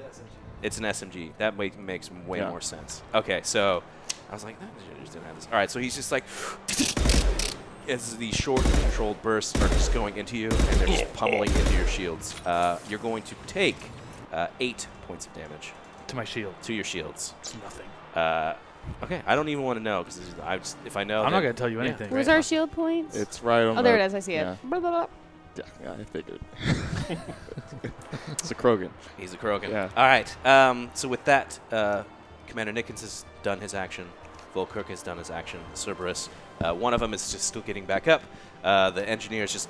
Speaker 2: It's an SMG. That way makes way
Speaker 4: Yeah.
Speaker 2: more sense. Okay, so I was like, that just didn't have this. All right, so he's just like, as the short controlled bursts are just going into you, and they're just pummeling into your shields. Uh, you're going to take uh, eight points of damage
Speaker 5: To my shield.
Speaker 2: to your shields. It's
Speaker 5: nothing.
Speaker 2: Uh, okay, I don't even want to know because I just- if I know,
Speaker 5: I'm not
Speaker 2: then-
Speaker 5: gonna tell you
Speaker 2: Yeah.
Speaker 5: anything.
Speaker 3: Where's our shield points?
Speaker 4: It's right on
Speaker 3: Oh, there
Speaker 4: the-
Speaker 3: it is. I see
Speaker 4: yeah.
Speaker 3: it. Blah, blah, blah.
Speaker 4: Yeah, yeah, I figured. it's a Krogan.
Speaker 2: He's a Krogan.
Speaker 4: Yeah.
Speaker 2: All right. Um, so with that, uh, Commander Nickens has done his action. Volkirk has done his action. Cerberus. Uh, one of them is just still getting back up. Uh, the engineer is just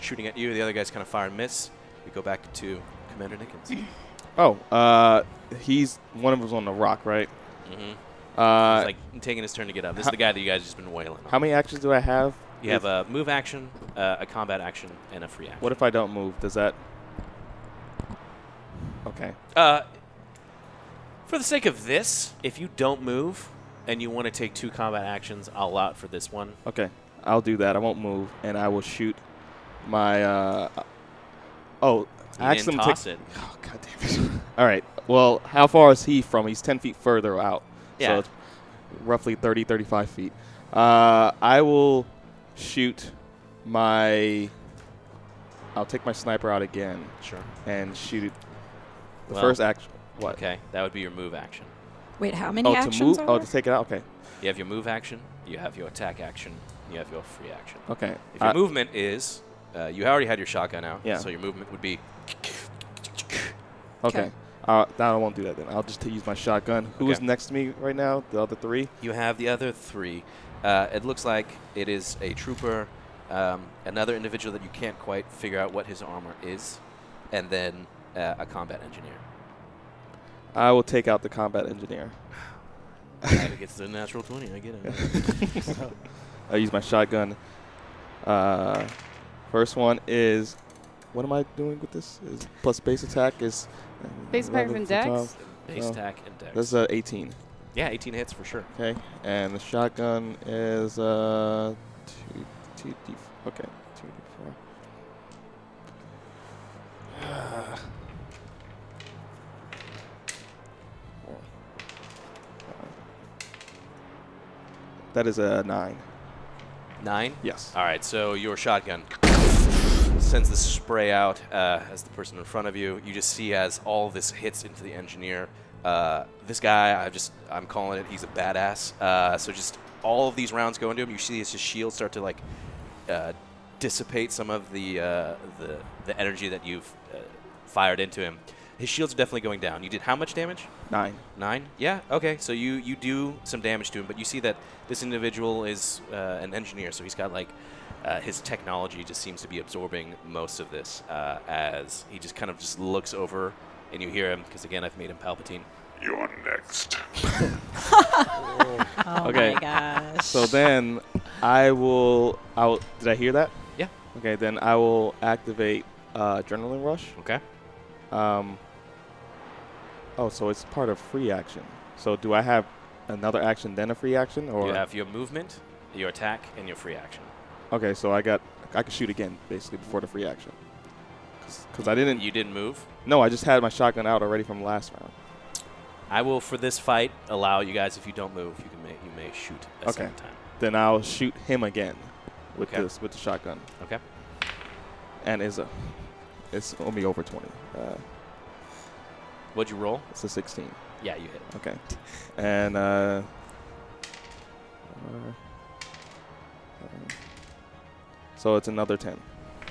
Speaker 2: shooting at you. The other guy's kind of fire and miss. We go back to Commander Nickens.
Speaker 4: Oh, uh, he's one of them's on the rock, right?
Speaker 2: mm-hmm.
Speaker 4: Uh,
Speaker 2: He's like taking his turn to get up. This is the guy that you guys just been wailing on.
Speaker 4: How many actions do I have?
Speaker 2: You have a move action, uh, a combat action, and a free action.
Speaker 4: What if I don't move? Does that? Okay.
Speaker 2: Uh, for the sake of this, if you don't move and you want to take two combat actions, I'll allow it for this one.
Speaker 4: Okay, I'll do that. I won't move, and I will shoot my. Uh, oh,
Speaker 2: You
Speaker 4: I asked
Speaker 2: didn't
Speaker 4: him to
Speaker 2: toss it.
Speaker 4: Oh god All right. Well, how far is he from? He's 10 feet further out.
Speaker 2: Yeah.
Speaker 4: So it's roughly 30, 35 feet. Uh, I will shoot my. I'll take my sniper out again.
Speaker 2: Sure.
Speaker 4: And shoot it. The
Speaker 2: Well,
Speaker 4: first action. What?
Speaker 2: Okay, that would be your move action.
Speaker 11: Wait, how many
Speaker 4: oh,
Speaker 11: actions
Speaker 4: to move?
Speaker 11: are
Speaker 4: Oh,
Speaker 11: there?
Speaker 4: to take it out? Okay.
Speaker 2: You have your move action, you have your attack action, you have your free action.
Speaker 4: Okay, Uh,
Speaker 2: If your
Speaker 4: I-
Speaker 2: movement is, uh, you already had your shotgun out,
Speaker 4: Yeah.
Speaker 2: so your movement would be.
Speaker 4: Okay. Uh, no, I won't do that then. I'll just t- use my shotgun. Who is
Speaker 2: Okay.
Speaker 4: next to me right now? The other three?
Speaker 2: You have the other three. Uh, it looks like it is a trooper, um, another individual that you can't quite figure out what his armor is, and then uh, a combat engineer.
Speaker 4: I will take out the combat engineer.
Speaker 2: it gets the natural 20, I get it.
Speaker 4: I use my shotgun. Uh, first one is, what am I doing with this? Is plus base attack is. uh,
Speaker 3: Base attack
Speaker 4: 11
Speaker 3: and
Speaker 4: for
Speaker 3: dex?
Speaker 4: 12.
Speaker 2: Base attack and dex.
Speaker 4: That's uh, 18.
Speaker 2: yeah, 18 hits for sure.
Speaker 4: Okay, and the shotgun is uh, two, two D. Okay, two D four. That is a nine.
Speaker 2: Nine?
Speaker 4: Yes.
Speaker 2: All right, so your shotgun sends the spray out uh, as the person in front of you. You just see as all this hits into the engineer. Uh, this guy, I just, I'm calling it, he's a badass. Uh, so just all of these rounds go into him. You see as his shield start to like uh, dissipate some of the, uh, the, the energy that you've uh, fired into him. His shield's definitely going down. You did how much damage?
Speaker 4: Nine.
Speaker 2: Nine? Yeah. Okay. So you you do some damage to him, but you see that this individual is uh, an engineer, so he's got like uh, his technology just seems to be absorbing most of this. Uh, as he just kind of just looks over, and you hear him because again I've made him Palpatine.
Speaker 13: You're next.
Speaker 11: Oh
Speaker 4: okay.
Speaker 11: my gosh.
Speaker 4: So then I will I will did I hear that?
Speaker 2: Yeah.
Speaker 4: Okay, then I will activate uh, adrenaline rush.
Speaker 2: Okay.
Speaker 4: Um Oh, so it's part of free action. So do I have another action then a free action or
Speaker 2: you have your movement, your attack, and your free action.
Speaker 4: Okay, so I got I could shoot again basically before the free action. Cuz I didn't
Speaker 2: You didn't move.
Speaker 4: No, I just had my shotgun out already from last round.
Speaker 2: I will for this fight allow you guys if you don't move, you can may you may shoot a
Speaker 4: okay.
Speaker 2: second time.
Speaker 4: Then I'll shoot him again with
Speaker 2: Okay.
Speaker 4: this with the shotgun.
Speaker 2: Okay.
Speaker 4: And is a it's only over 20. Uh
Speaker 2: What'd you roll?
Speaker 4: It's a 16.
Speaker 2: Yeah, you hit.
Speaker 4: Okay. And, uh. uh, So it's another 10.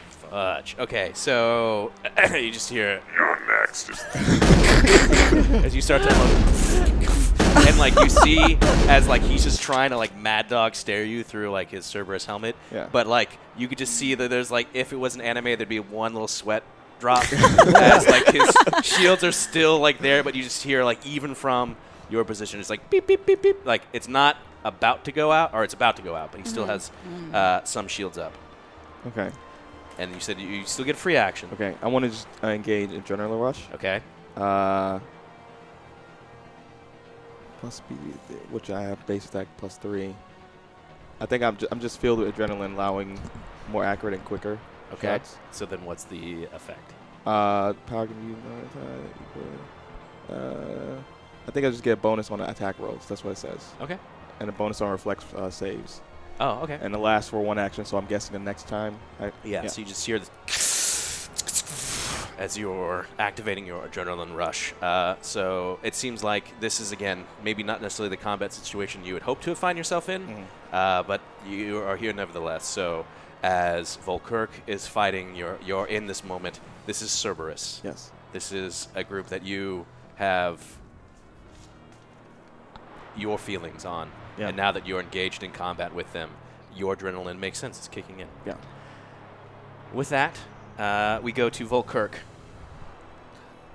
Speaker 2: Fudge. Okay, so you just hear
Speaker 13: you're next.
Speaker 2: as you start to look, and like you see as like he's just trying to like mad dog stare you through like his Cerberus helmet.
Speaker 4: Yeah.
Speaker 2: But like you could just see that there's like if it was an anime, there'd be one little sweat drop as like his shields are still like there, but you just hear like even from your position, it's like beep beep beep beep. Like it's not about to go out, or it's about to go out, but he still
Speaker 14: Mhm.
Speaker 2: has
Speaker 14: Mm.
Speaker 2: uh, some shields up.
Speaker 4: Okay.
Speaker 2: And you said you- you still get free action.
Speaker 4: Okay. I want to just uh, engage Adrenaline Rush.
Speaker 2: Okay.
Speaker 4: Uh. Plus B, th- which I have base attack plus three. I think I'm, ju- I'm just filled with adrenaline, allowing more accurate and quicker.
Speaker 2: Okay.
Speaker 4: shots.
Speaker 2: So then what's the effect?
Speaker 4: Uh, power can be used on an attack equal- Uh, I think I just get a bonus on the attack rolls. That's what it says.
Speaker 2: Okay.
Speaker 4: And a bonus on reflex uh, saves.
Speaker 2: Oh, okay.
Speaker 4: And the last for one action, so I'm guessing the next time. I,
Speaker 2: Yeah, so you just hear the as you're activating your adrenaline rush. Uh, so it seems like this is, again, maybe not necessarily the combat situation you would hope to find yourself in, uh, but you are here nevertheless. So as Volkirk is fighting, you're, you're in this moment. This is Cerberus.
Speaker 4: Yes.
Speaker 2: This is a group that you have your feelings on.
Speaker 4: Yeah.
Speaker 2: And now that you're engaged in combat with them, your adrenaline makes sense. It's kicking in.
Speaker 4: Yeah.
Speaker 2: With that, uh, we go to Volkirk.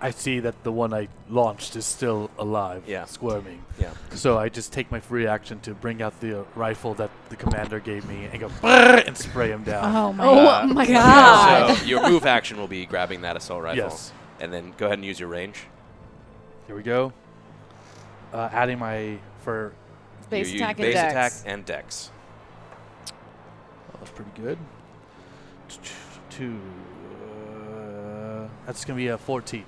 Speaker 5: I see that the one I launched is still alive,
Speaker 2: Yeah.
Speaker 5: squirming.
Speaker 2: Yeah.
Speaker 5: So I just take my free action to bring out the uh, rifle that the commander gave me and go "Brrr," and spray him down.
Speaker 11: Oh my Oh my God.
Speaker 3: Ah.
Speaker 2: So your move action will be grabbing that assault rifle.
Speaker 5: Yes.
Speaker 2: And then go ahead and use your range.
Speaker 5: Here we go. Uh, adding my for
Speaker 3: Base
Speaker 2: You- you-
Speaker 3: attack and
Speaker 2: base
Speaker 3: dex.
Speaker 2: attack and dex.
Speaker 5: That was pretty good. Two. Uh, that's gonna be a fourteen.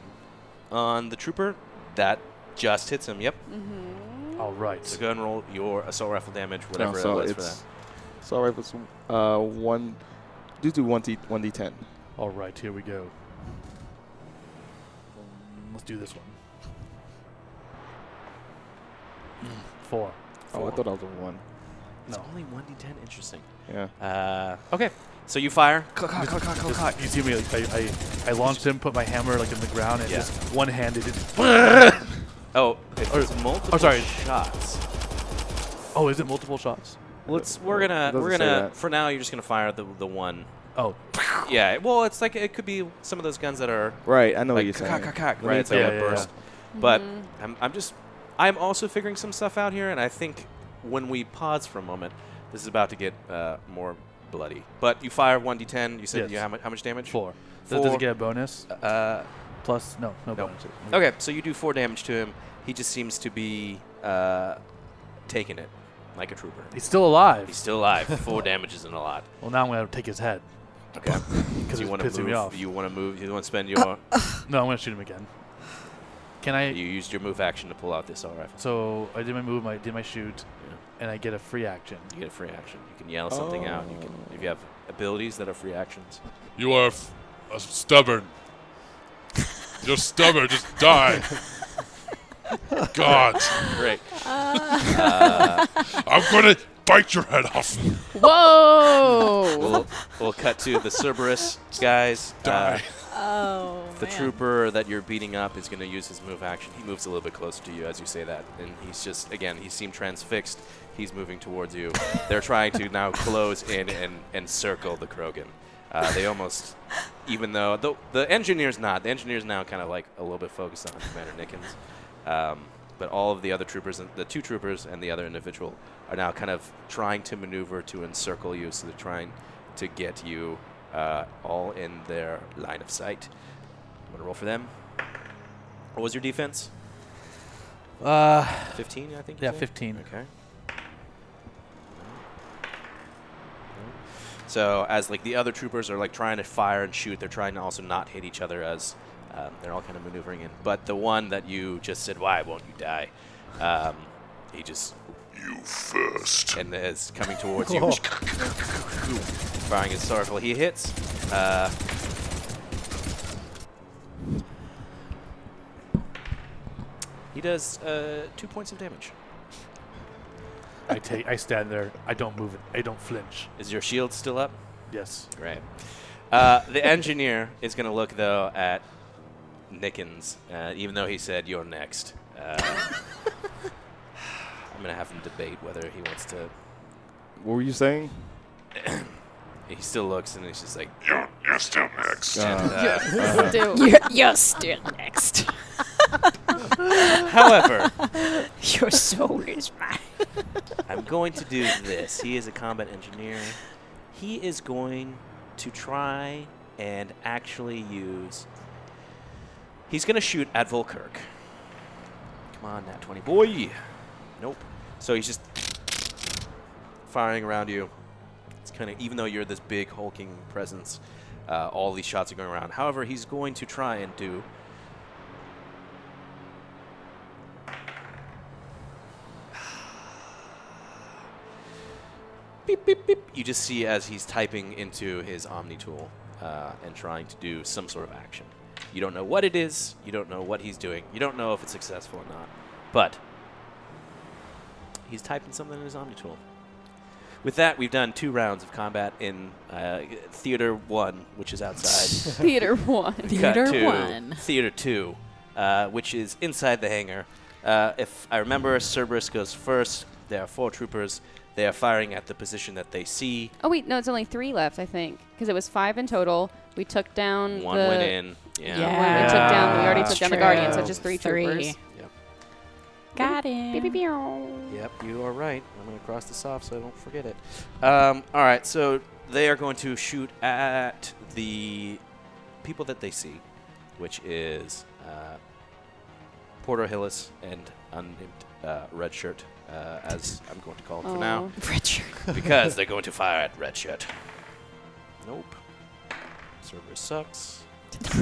Speaker 2: on the trooper. That just hits him. Yep.
Speaker 3: Mm-hmm.
Speaker 5: All right.
Speaker 2: So go and roll your assault rifle damage, whatever
Speaker 4: so
Speaker 2: it was for
Speaker 4: it's-
Speaker 2: that.
Speaker 4: It's all right. It's uh, one. Do do one d one d ten.
Speaker 5: All right, here we go. Mm, Let's do this one. Mm, Four.
Speaker 4: Oh, I thought I was a one.
Speaker 2: It's only one d10. Interesting.
Speaker 4: Yeah.
Speaker 2: Uh,
Speaker 5: okay.
Speaker 2: So you fire.
Speaker 5: Just- You see me? Like, I, I, I launched him, put my hammer like in the ground, and
Speaker 2: Yeah.
Speaker 5: just one-handed. It
Speaker 2: Oh, it was multiple
Speaker 5: oh, sorry.
Speaker 2: shots.
Speaker 5: Oh, is it multiple shots?
Speaker 2: Let's. We're gonna.
Speaker 5: It doesn't
Speaker 2: We're
Speaker 5: say
Speaker 2: gonna.
Speaker 5: that.
Speaker 2: For now, you're just gonna fire the the one.
Speaker 5: Oh.
Speaker 2: Yeah. Well, it's like it could be some of those guns that are.
Speaker 4: Right, I know what
Speaker 2: like
Speaker 4: you're saying.
Speaker 2: cock, cock, cock, and then
Speaker 4: Right,
Speaker 2: it's like
Speaker 4: yeah,
Speaker 2: a
Speaker 4: yeah,
Speaker 2: burst.
Speaker 4: yeah.
Speaker 2: But
Speaker 4: Mhm.
Speaker 2: I'm, I'm just. I'm also figuring some stuff out here, and I think when we pause for a moment, this is about to get uh, more bloody. But you fire one d10. You said
Speaker 5: Yes.
Speaker 2: you how much? How much damage?
Speaker 5: Four. Does,
Speaker 2: Four.
Speaker 5: does it get a bonus?
Speaker 2: Uh,
Speaker 5: Plus, no, no, bonuses.
Speaker 2: Okay, so you do four damage to him. He just seems to be uh, taking it like a trooper.
Speaker 5: He's still alive.
Speaker 2: He's still alive. Four damage isn't a lot.
Speaker 5: Well, now I'm gonna take his head.
Speaker 2: Okay.
Speaker 5: Because
Speaker 2: you
Speaker 5: it's
Speaker 2: wanna
Speaker 5: pissing
Speaker 2: move,
Speaker 5: me off.
Speaker 2: You want to move. You want to spend your.
Speaker 5: No, I'm gonna shoot him again. Can I?
Speaker 2: You used your move action to pull out this assault rifle.
Speaker 5: So I did my move, I did my shoot, and I get a free action.
Speaker 2: You get a free action. You can yell something out. You can if you have abilities that are free actions.
Speaker 13: You are f- uh, stubborn. You're stubborn. Just die. God.
Speaker 2: Great.
Speaker 13: Uh. I'm gonna bite your head off.
Speaker 3: Whoa!
Speaker 2: we'll, we'll cut to the Cerberus guys. Uh,
Speaker 11: Oh,
Speaker 2: the trooper that you're beating up is going to use his move action. He moves a little bit closer to you as you say that, and he's just again he seemed transfixed. He's moving towards you. They're trying to now close in and, and circle the Krogan. Uh, they almost, even though the the engineer's not. The engineer's now kind of like a little bit focused on Commander Nickens. Um, but all of the other troopers, and the two troopers and the other individual, are now kind of trying to maneuver to encircle you. So they're trying to get you uh, all in their line of sight. I'm gonna roll for them. What was your defense?
Speaker 5: Uh,
Speaker 2: 15, I think. you
Speaker 5: Yeah,
Speaker 2: said?
Speaker 5: 15.
Speaker 2: Okay. So as like the other troopers are like trying to fire and shoot, they're trying to also not hit each other as um, they're all kind of maneuvering in. But the one that you just said, "Why won't you die?" Um, he just you first, and is coming towards you,
Speaker 13: Oh.
Speaker 2: firing his circle. He hits. Uh, he does uh, two points of damage.
Speaker 5: I take. I stand there. I don't move. I don't flinch.
Speaker 2: Is your shield still up?
Speaker 5: Yes.
Speaker 2: Great. Uh, the engineer is going to look, though, at Nickens, uh, even though he said, You're next. Uh, I'm going to have him debate whether he wants to.
Speaker 4: What were you saying?
Speaker 2: He still looks and he's just like, You're, you're still next.
Speaker 4: Uh,
Speaker 11: Still.
Speaker 3: Oh.
Speaker 11: You're, you're still next.
Speaker 2: uh, However,
Speaker 11: your soul is mine.
Speaker 2: I'm going to do this. He is a combat engineer. He is going to try and actually use. He's going to shoot at Volkirk. Come on, Nat 20. Boy! Nope. So he's just firing around you. It's kind of, even though you're this big, hulking presence, uh, all these shots are going around. However, he's going to try and do. You just see as he's typing into his Omni tool uh, and trying to do some sort of action. You don't know what it is. You don't know what he's doing. You don't know if it's successful or not. But he's typing something in his Omni tool. With that, we've done two rounds of combat in uh, Theater 1, which is outside.
Speaker 3: Theater One.
Speaker 2: Cut
Speaker 3: Theater
Speaker 2: to
Speaker 3: One.
Speaker 2: Theater 2, uh, which is inside the hangar. Uh, if I remember, Cerberus goes first. There are four troopers. They are firing at the position that they see.
Speaker 3: Oh wait, no, it's only three left, I think, because it was five in total. We took down
Speaker 2: One
Speaker 3: Mm, the-
Speaker 2: went in. Yeah.
Speaker 3: One we took down. We already
Speaker 2: That's
Speaker 3: took down the
Speaker 2: true.
Speaker 3: Guardian, so just three,
Speaker 11: Three.
Speaker 3: troopers.
Speaker 2: Yep.
Speaker 11: Got him.
Speaker 2: Yep, you are right. I'm going to cross this off so I don't forget it. Um, all right, so they are going to shoot at the people that they see, which is uh, Porter Hillis and unnamed uh, Red Shirt, uh, as I'm going to call him for now.
Speaker 11: Oh. Red Shirt.
Speaker 2: because they're going to fire at Red Shirt. Nope. Server sucks.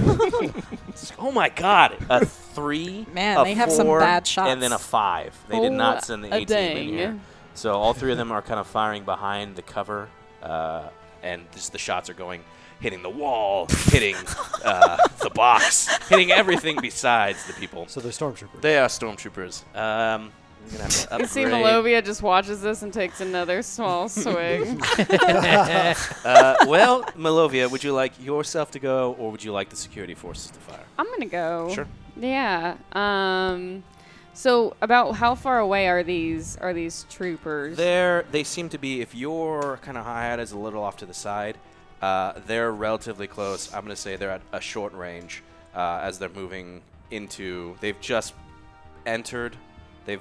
Speaker 2: oh my god, a three,
Speaker 11: Man,
Speaker 2: a
Speaker 11: they have some
Speaker 2: four,
Speaker 11: bad
Speaker 2: and then a
Speaker 11: shots.
Speaker 2: five. They did
Speaker 11: Oh,
Speaker 2: not send the
Speaker 11: a
Speaker 2: A team in
Speaker 11: dang.
Speaker 2: here, so all three of them are kind of firing behind the cover, uh, and just the shots are going, hitting the wall, hitting uh, the box, hitting everything besides the people.
Speaker 14: So they're stormtroopers.
Speaker 2: They are stormtroopers. Um, I'm gonna have to
Speaker 3: You see,
Speaker 2: upgrade.
Speaker 3: Malovia just watches this and takes another small swig.
Speaker 2: uh, well, Melovia, would you like yourself to go, or would you like the security forces to fire?
Speaker 3: I'm gonna go.
Speaker 2: Sure.
Speaker 3: Yeah. Um. So, about how far away are these are these troopers?
Speaker 2: They're they seem to be. If your kind of hi hat is a little off to the side, uh, they're relatively close. I'm gonna say they're at a short range uh, as they're moving into. They've just entered. They've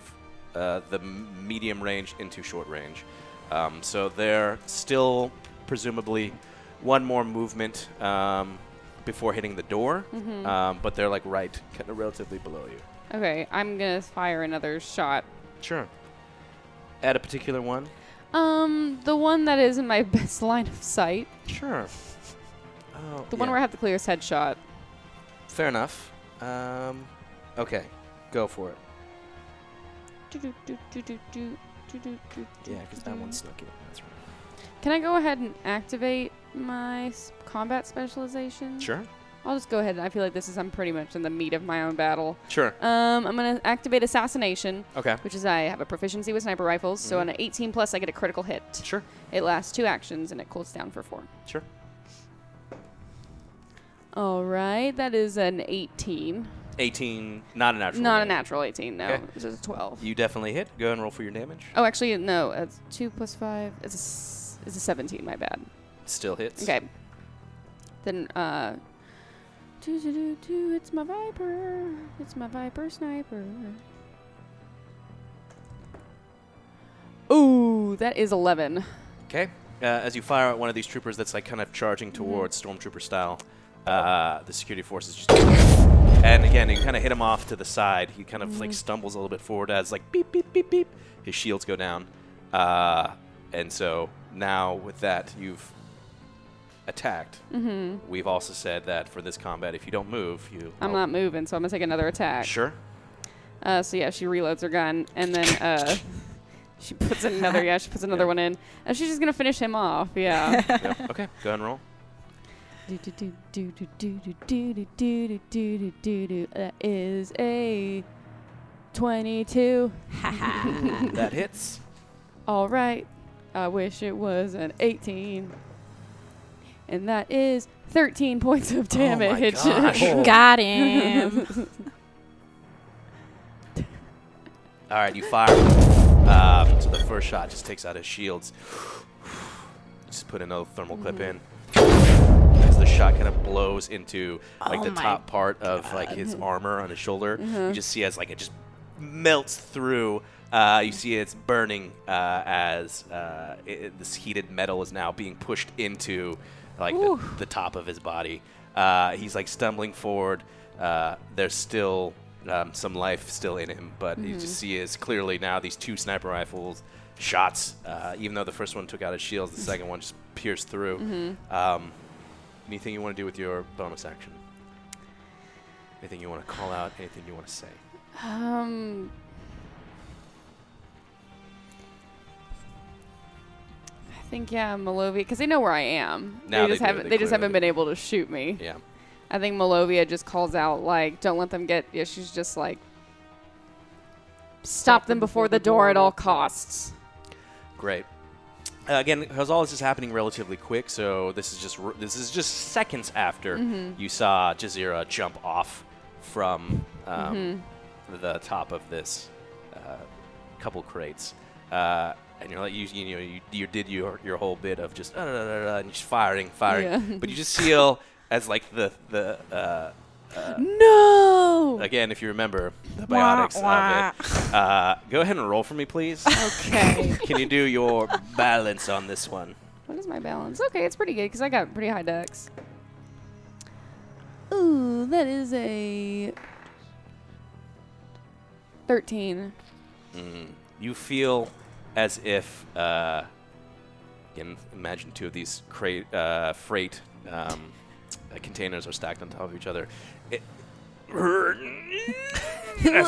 Speaker 2: uh, the m- medium range into short range. Um, so they're still presumably one more movement um, before hitting the door.
Speaker 3: Mhm.
Speaker 2: Um, but they're like right, kind of relatively below you.
Speaker 3: Okay, I'm gonna fire another shot.
Speaker 2: Sure. At a particular one.
Speaker 3: Um, the one that is in my best line of sight.
Speaker 2: Sure. Oh,
Speaker 3: The one
Speaker 2: yeah.
Speaker 3: where I have the clearest headshot.
Speaker 2: Fair enough. Um, okay, go for it. Yeah, because that one snuck in. That's right.
Speaker 3: Can I go ahead and activate my s- combat specialization?
Speaker 2: Sure.
Speaker 3: I'll just go ahead. and I feel like this is I'm pretty much in the meat of my own battle.
Speaker 2: Sure.
Speaker 3: Um, I'm gonna activate assassination.
Speaker 2: Okay.
Speaker 3: Which is I have a proficiency with sniper rifles, so
Speaker 2: Mhm.
Speaker 3: on an 18 plus I get a critical hit.
Speaker 2: Sure.
Speaker 3: It lasts two actions and it cools down for four.
Speaker 2: Sure.
Speaker 3: All right, that is an 18.
Speaker 2: 18, not a natural.
Speaker 3: Not a
Speaker 2: one.
Speaker 3: natural 18. No,
Speaker 2: Okay.
Speaker 3: it's a 12.
Speaker 2: You definitely hit. Go and roll for your damage.
Speaker 3: Oh, actually, no. It's two plus five. It's a, s- it's a 17. My bad.
Speaker 2: Still hits.
Speaker 3: Okay. Then, uh. Doo doo doo doo, it's my Viper. It's my Viper sniper. Ooh, that is 11.
Speaker 2: Okay. Uh, as you fire at one of these troopers that's like kind of charging towards stormtrooper style, uh, the security forces just. And again, you kind of hit him off to the side. He kind of like
Speaker 14: Mhm.
Speaker 2: stumbles a little bit forward as like beep beep beep beep. His shields go down, uh, and so now with that you've attacked.
Speaker 3: Mhm.
Speaker 2: We've also said that for this combat, if you don't move, you.
Speaker 3: I'm not moving, so I'm gonna take another attack.
Speaker 2: Sure.
Speaker 3: Uh, so yeah, she reloads her gun, and then uh, she puts another. Yeah, she puts another one in, and she's just gonna finish him off. Yeah.
Speaker 2: Yep. Okay. Go ahead and roll.
Speaker 3: Do do do do do do do do do do do do do do. That is a twenty-two.
Speaker 2: that hits.
Speaker 3: All right. I wish it was an eighteen. And that is thirteen points of
Speaker 2: Oh
Speaker 3: damage.
Speaker 11: gosh. Got him.
Speaker 2: All right, you fire. Um, so the first shot just takes out his shields. Just put another thermal clip in. As the shot kind of blows into like
Speaker 14: Oh
Speaker 2: the
Speaker 14: my
Speaker 2: top part of like his
Speaker 14: God.
Speaker 2: armor on his shoulder, you
Speaker 14: Mhm.
Speaker 2: just see as like it just melts through. Uh, you see it's burning uh, as uh, it, this heated metal is now being pushed into like the, the top of his body. Uh, he's like stumbling forward. Uh, there's still um, some life still in him, but you
Speaker 14: Mhm.
Speaker 2: just see is clearly now these two sniper rifles shots. Uh, even though the first one took out his shields, the second one just pierced through.
Speaker 14: Mm-hmm.
Speaker 3: Mhm.
Speaker 2: Um, anything you want to do with your bonus action? Anything you want to call out? Anything you want to say?
Speaker 3: Um. I think yeah, Malovia, because they know where I am.
Speaker 2: Now they
Speaker 3: just
Speaker 2: do,
Speaker 3: haven't.
Speaker 2: they
Speaker 3: They, just
Speaker 2: clearly
Speaker 3: haven't been able to shoot me.
Speaker 2: Yeah.
Speaker 3: I think Malovia just calls out like, "Don't let them get." Yeah, she's just like, "Stop, them before the door, at all costs."
Speaker 2: Great. Uh, again, because all this is happening relatively quick, so this is just r- this is just seconds after
Speaker 14: Mhm.
Speaker 2: you saw Jazeera jump off from um, the top of this uh, couple crates, uh, and you're like you, you know you, you did your your whole bit of just uh, da, da, da, da, and you're just firing, firing,
Speaker 14: Yeah.
Speaker 2: but you just feel as like the the uh, uh,
Speaker 3: no
Speaker 2: again if you remember the
Speaker 14: Wah,
Speaker 2: biotics of it. Uh, go ahead and roll for me, please.
Speaker 3: Okay.
Speaker 2: Can you do your balance on this one?
Speaker 3: What is my balance? Okay, it's pretty good because I got pretty high dex. Ooh, that is a thirteen.
Speaker 2: Mm. You feel as if, uh, again, imagine two of these cra- uh, freight um, uh, containers are stacked on top of each other. It, as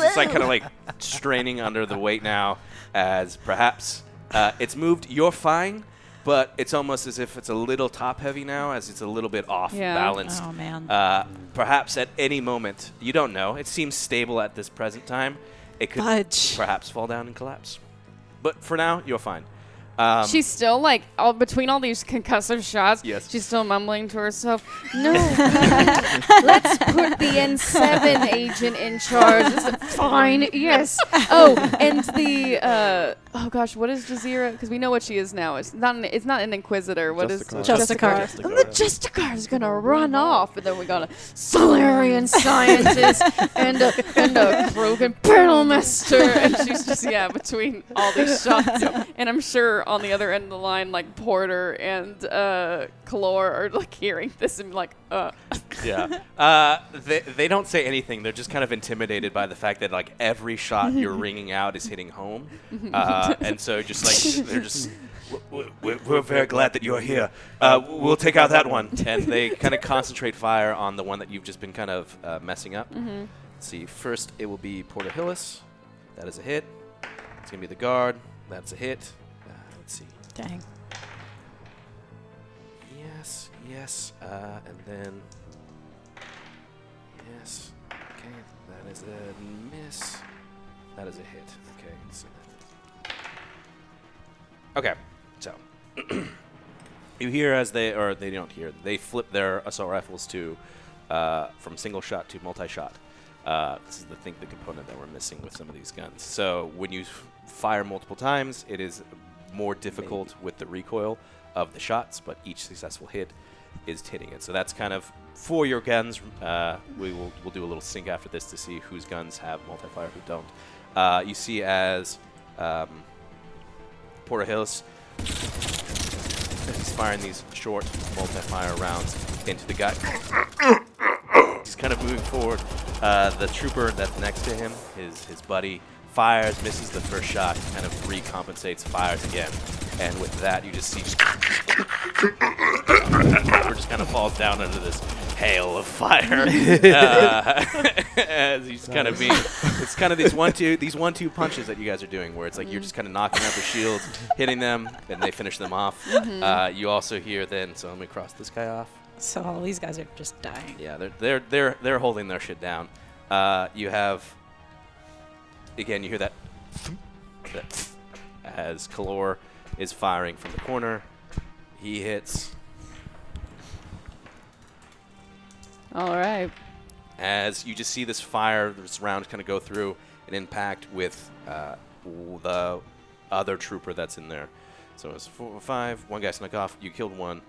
Speaker 2: it's like kind of like straining under the weight now, as perhaps uh, it's moved. You're fine, but it's almost as if it's a little top heavy now, as it's a little bit off
Speaker 11: Yeah.
Speaker 2: balance.
Speaker 11: Oh, man.
Speaker 2: Uh, perhaps at any moment, you don't know. It seems stable at this present time. It could perhaps fall down and collapse. But for now, you're fine. Um,
Speaker 8: she's still like all between all these concussive shots.
Speaker 2: Yes.
Speaker 8: She's still mumbling to herself. No, let's put the N7 agent in charge. It's a- fine. Yes. Oh, and the uh, oh gosh, what is Jazeera? Because we know what she is now. It's not an it's not an inquisitor. What is
Speaker 3: Justicar. Justicar.
Speaker 8: Justicar. And the
Speaker 5: uh,
Speaker 8: Justicar's gonna run off, and then we got a Solarian scientist and a and a Krogan panel master, and she's just yeah between all these shots. And I'm sure on the other end of the line, like Porter and uh, Kalor are like hearing this and be like, uh.
Speaker 2: yeah. Uh, they, they don't say anything. They're just kind of intimidated by the fact that like every shot you're ringing out is hitting home, uh, and so just like they're just. "We're- We're, we're very glad that you're here. Uh, we'll take out that one, and they kind of concentrate fire on the one that you've just been kind of uh, messing up.
Speaker 14: Mhm.
Speaker 2: Let's see. First, it will be Porter Hillis. That is a hit. It's gonna be the guard. That's a hit. Uh, let's see.
Speaker 11: Dang.
Speaker 2: Yes, yes, uh, and then yes. Okay, that is a miss. That is a hit. Okay, so that- okay. So you hear as they or they don't hear. They flip their assault rifles to uh, from single shot to multi shot. Uh, this is the think the component that we're missing with some of these guns. So when you f- fire multiple times, it is more difficult with the recoil of the shots, but each successful hit is hitting it. So that's kind of for your guns. Uh, we will we'll do a little sync after this to see whose guns have multi-fire, who don't. Uh, you see as um, Porter Hills he's firing these short multi-fire rounds into the guy. He's kind of moving forward. Uh, the trooper that's next to him, his his buddy, fires, misses the first shot, kind of recompensates, fires again, and with that you just see trooper just kind of falls down under this hail of fire uh, as he's kind
Speaker 14: Nice.
Speaker 2: of being it's kind of these one two these one two punches that you guys are doing where it's like you're just kind of knocking out the shields hitting them and they finish them off
Speaker 11: Mhm.
Speaker 2: uh, you also hear then so let me cross this guy off
Speaker 11: So all these guys are just dying.
Speaker 2: yeah, they're they're they're they're holding their shit down. Uh, you have again, you hear that, that as Kalor is firing from the corner. He hits
Speaker 3: All right.
Speaker 2: as you just see this fire, this round kind of go through and impact with uh, w- the other trooper that's in there. So it's four, five. One guy snuck off. You killed one.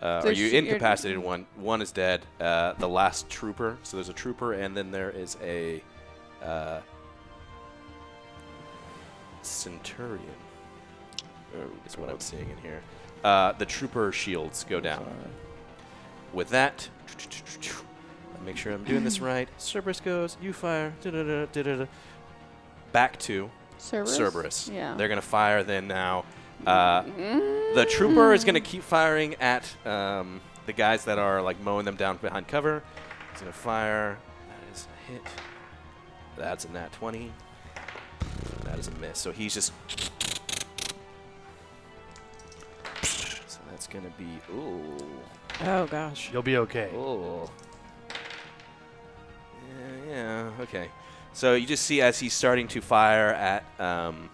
Speaker 2: Uh,
Speaker 14: So
Speaker 2: or you
Speaker 14: she- you're-
Speaker 2: incapacitated one. One is dead. Uh, the last trooper. So there's a trooper, and then there is a uh, centurion. Oh, is what I'm seeing in here. Uh, the trooper shields go down. With that, make sure I'm doing this right. Cerberus goes. You fire. Da-da-da, da-da-da. Back to
Speaker 14: Cerberus?
Speaker 2: Cerberus.
Speaker 14: Yeah.
Speaker 2: They're gonna fire then now. Uh, The trooper is gonna keep firing at um, the guys that are like mowing them down behind cover. He's gonna fire. That is a hit. That's a nat 20. That is a miss. So he's just. So that's gonna be ooh.
Speaker 11: Oh gosh.
Speaker 5: You'll be okay.
Speaker 2: Oh. Yeah, yeah, okay. So you just see as he's starting to fire at um,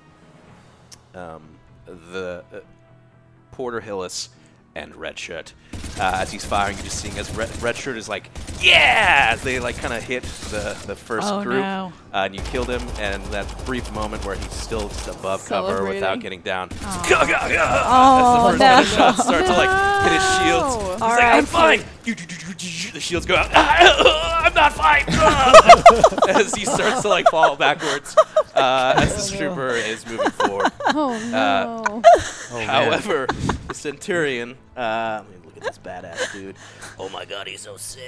Speaker 2: um, the uh, Porter Hillis and Red Shirt. Uh, as he's firing, you're just seeing as Red, Red Shirt is like, yeah, as they like kind of hit the, the first
Speaker 14: Oh,
Speaker 2: group.
Speaker 14: no.
Speaker 2: Uh, and you killed him, and that brief moment where he's still just above cover without
Speaker 14: Celebrating.
Speaker 2: getting down.
Speaker 14: Aw.
Speaker 2: Gah, gah, gah.
Speaker 14: Oh,
Speaker 2: That's
Speaker 14: no.
Speaker 2: the first time the shots start to like hit his shields.
Speaker 14: No.
Speaker 2: He's
Speaker 14: All
Speaker 2: like,
Speaker 14: right.
Speaker 2: I'm fine. The shields go out. I'm not fine. as he starts to like fall backwards uh, as this trooper is moving forward.
Speaker 14: Oh,
Speaker 2: Uh,
Speaker 14: no. Oh, man.
Speaker 2: however, the centurion. Uh, let me look Look at this badass dude. Oh my god, he's so sick.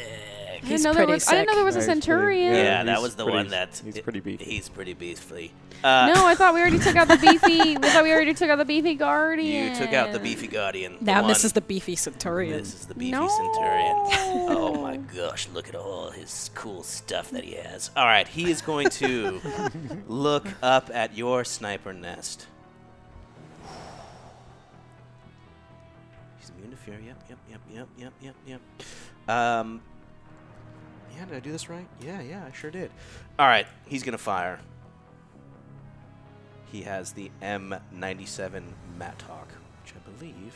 Speaker 3: didn't He's know there pretty was- I didn't know sick. there was a
Speaker 2: Yeah, he's pretty-
Speaker 3: centurion.
Speaker 2: Yeah,
Speaker 3: Yeah,
Speaker 2: that
Speaker 3: he's
Speaker 2: was the
Speaker 3: pretty-
Speaker 2: one that.
Speaker 4: he's pretty beefy.
Speaker 2: He's pretty Uh, beefy.
Speaker 3: no, I thought we already took out the beefy. I thought we already took out the beefy guardian.
Speaker 2: You took out the beefy guardian. the
Speaker 11: Now this
Speaker 2: one-
Speaker 11: is the beefy centurion.
Speaker 2: This is the beefy centurion. Oh my gosh, look at all his cool stuff that he has. All right, he is going to look up at your sniper nest. He's immune to fear. Yep, yep, yep, yep, yep, yep, yep. Um, yeah, did I do this right? Yeah, yeah, I sure did. All right, he's going to fire. He has the M97 Matt Hawk, which I believe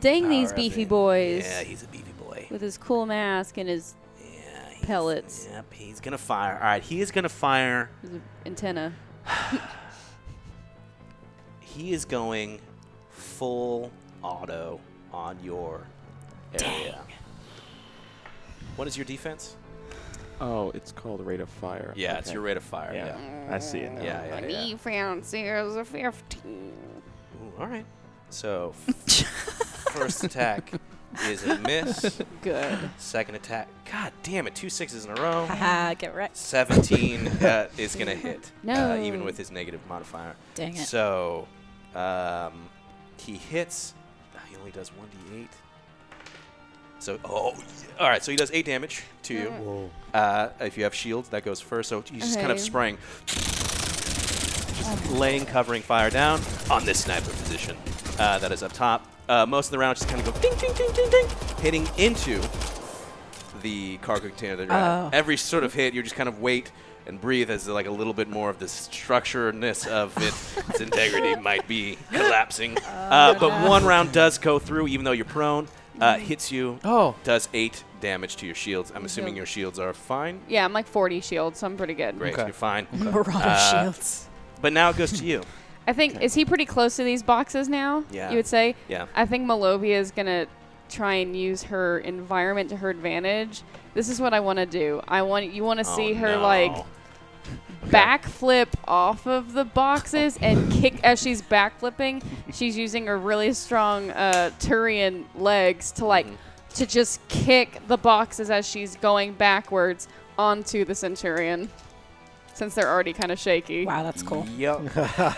Speaker 3: Dang these
Speaker 2: Power of
Speaker 3: beefy
Speaker 2: it.
Speaker 3: boys.
Speaker 2: Yeah, he's a beefy boy.
Speaker 3: With his cool mask and his pellets,
Speaker 2: Yep, he's gonna fire. All right, he is gonna fire.
Speaker 3: his antenna.
Speaker 2: He is going full auto on your area. What is your defense?
Speaker 4: Oh, it's called rate of fire. Oh,
Speaker 2: Yeah, it's your rate of fire, yeah.
Speaker 4: I see it. Now.
Speaker 2: Yeah, yeah, yeah.
Speaker 3: Defense is a 15.
Speaker 2: all right. So, f- first attack is a miss.
Speaker 11: Good.
Speaker 2: Second attack. God damn it, two sixes in a row.
Speaker 11: Haha, get wrecked.
Speaker 2: 17 uh, is going to hit. Uh, even
Speaker 11: No.
Speaker 2: with his negative modifier.
Speaker 11: Dang it.
Speaker 2: So, um, he hits. ah, He only does 1d8. So, oh, yeah. all right. So he does eight damage to you.
Speaker 10: Whoa.
Speaker 2: Uh, if you have shields, that goes first. So he's just kind of
Speaker 9: Okay.
Speaker 2: spraying, just laying covering fire down on this sniper position uh, that is up top. Uh, most of the round just kind of go ding, ding, ding, ding, ding, hitting into the cargo container that you're
Speaker 11: Oh.
Speaker 2: at. Every sort of hit, you just kind of wait and breathe as like a little bit more of the structureness of it, its integrity might be collapsing.
Speaker 3: Oh,
Speaker 2: uh, but
Speaker 5: no.
Speaker 2: one round does go through, even though you're prone. Uh, hits you. Oh. Does eight damage to your shields. I'm assuming your shields are fine.
Speaker 3: Yeah, I'm like 40 shield, so I'm pretty good.
Speaker 2: Great, you're fine.
Speaker 11: Marauder
Speaker 2: shields. But now it goes to you.
Speaker 3: I think is he pretty close to these boxes now?
Speaker 2: Yeah.
Speaker 3: You would say.
Speaker 2: Yeah.
Speaker 3: I think Malovia is gonna try and use her environment to her advantage. This is what I want to do. I want you want to
Speaker 2: Oh,
Speaker 3: see her
Speaker 2: no.
Speaker 3: like backflip off of the boxes and kick as she's backflipping. She's using her really strong uh, Turian legs to
Speaker 2: Mm-hmm.
Speaker 3: like to just kick the boxes as she's going backwards onto the Centurion, since they're already kind of shaky.
Speaker 11: Wow, that's cool.
Speaker 2: Yep. All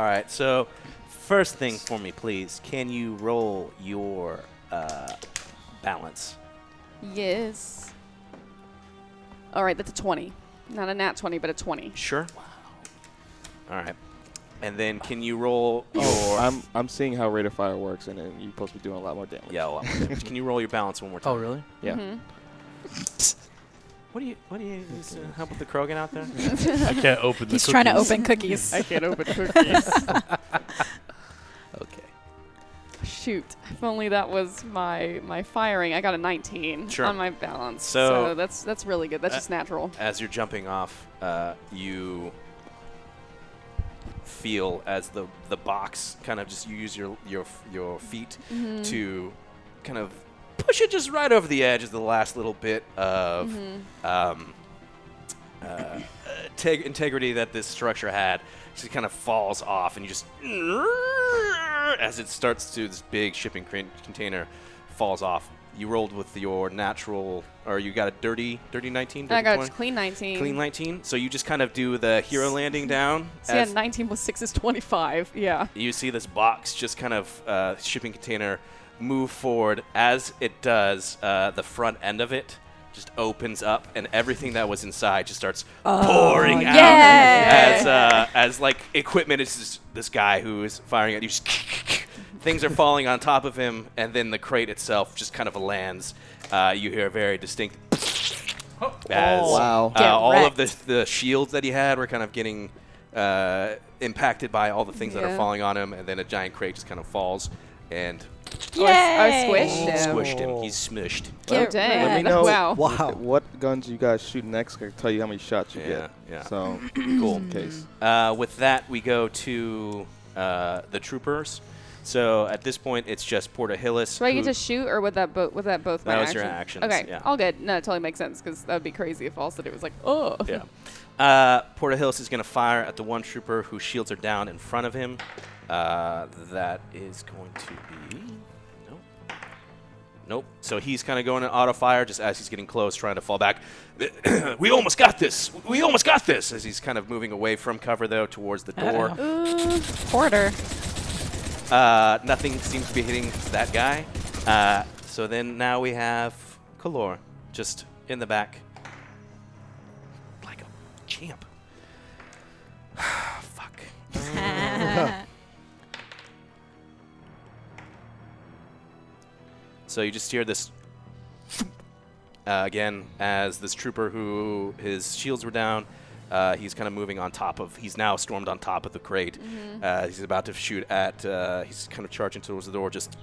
Speaker 2: right. So, first thing for me, please. Can you roll your uh, balance?
Speaker 3: Yes. All right, that's a 20. Not a nat 20, but a 20.
Speaker 2: Sure. All right. And then can you roll
Speaker 4: Oh,
Speaker 2: your
Speaker 4: I'm I'm seeing how rate of fire works, and it- you're supposed to be doing a lot more damage.
Speaker 2: Yeah, a lot more damage. Can you roll your balance one more time?
Speaker 4: Oh, really? Yeah.
Speaker 3: Mm-hmm.
Speaker 2: What do you? What do you? Is, uh, help with the Krogan out there?
Speaker 13: I can't open the
Speaker 11: He's trying to
Speaker 13: cookies.
Speaker 11: open cookies.
Speaker 2: I can't open cookies. okay.
Speaker 3: Shoot. If only that was my my firing. I got a 19
Speaker 2: Sure.
Speaker 3: on my balance.
Speaker 2: So-
Speaker 3: that's that's really good. That's
Speaker 2: Uh,
Speaker 3: just natural.
Speaker 2: As you're jumping off, uh, you feel as the the box kind of just you use your your your feet
Speaker 3: Mm-hmm.
Speaker 9: Mhm.
Speaker 2: to kind of push it just right over the edge of the last little bit of
Speaker 3: Mm-hmm.
Speaker 9: Mhm.
Speaker 2: um, uh, teg- integrity that this structure had. Just kind of falls off, and you just as it starts to this big shipping crane container falls off. You rolled with your natural, or you got a dirty, dirty 19.
Speaker 3: I
Speaker 2: dirty
Speaker 3: got a
Speaker 2: 20?
Speaker 3: clean 19.
Speaker 2: Clean 19. So you just kind of do the hero landing down.
Speaker 3: So yeah, 19 plus 6 is 25. Yeah.
Speaker 2: you see this box just kind of uh, shipping container move forward. As it does, uh, the front end of it just opens up, and everything that was inside just starts pouring out.
Speaker 9: yeah.
Speaker 2: As uh, as like equipment is just this guy who is firing at you. Just things are falling on top of him, and then the crate itself just kind of lands. Uh, you hear a very distinct as
Speaker 4: Oh. Wow.
Speaker 2: uh,
Speaker 4: Get
Speaker 2: all of
Speaker 4: wrecked.
Speaker 2: the, the shields that he had were kind of getting uh, impacted by all the things that are
Speaker 3: Yeah.
Speaker 2: falling on him, and then a giant crate just kind of falls and
Speaker 3: Oh, I s- I
Speaker 2: Yay.
Speaker 3: squished him.
Speaker 2: squished him. He's smushed.
Speaker 3: Get dang.
Speaker 4: Let me know
Speaker 3: Wow.
Speaker 4: What, what guns you guys shoot next. I can tell you how many shots you get.
Speaker 2: Yeah.
Speaker 4: So
Speaker 2: cool
Speaker 4: Case.
Speaker 2: Uh, with that, we go to uh, the troopers. So at this point, it's just Porta Hillis.
Speaker 3: Do I get
Speaker 2: who-
Speaker 3: to shoot, or would that both? Was that both my
Speaker 2: That was
Speaker 3: actions?
Speaker 2: your actions,
Speaker 3: Okay,
Speaker 2: yeah.
Speaker 3: all good. No, it totally makes sense because that would be crazy if all said it was like, oh.
Speaker 2: Yeah. Uh, Porta Hillis is going to fire at the one trooper whose shields are down in front of him. Uh, that is going to be. Nope. Nope. So he's kind of going in auto fire just as he's getting close, trying to fall back. we almost got this. We almost got this. As he's kind of moving away from cover, though, towards the door.
Speaker 8: Ooh, Porter.
Speaker 2: Uh, nothing seems to be hitting that guy. Uh, so then now we have Kalor just in the back. Like a champ. Fuck. so you just hear this uh, again as this trooper who his shields were down. Uh, he's kind of moving on top of. He's now stormed on top of the crate.
Speaker 8: Mhm.
Speaker 11: Mm-hmm.
Speaker 2: Uh, he's about to shoot at. Uh, he's kind of charging towards the door. Just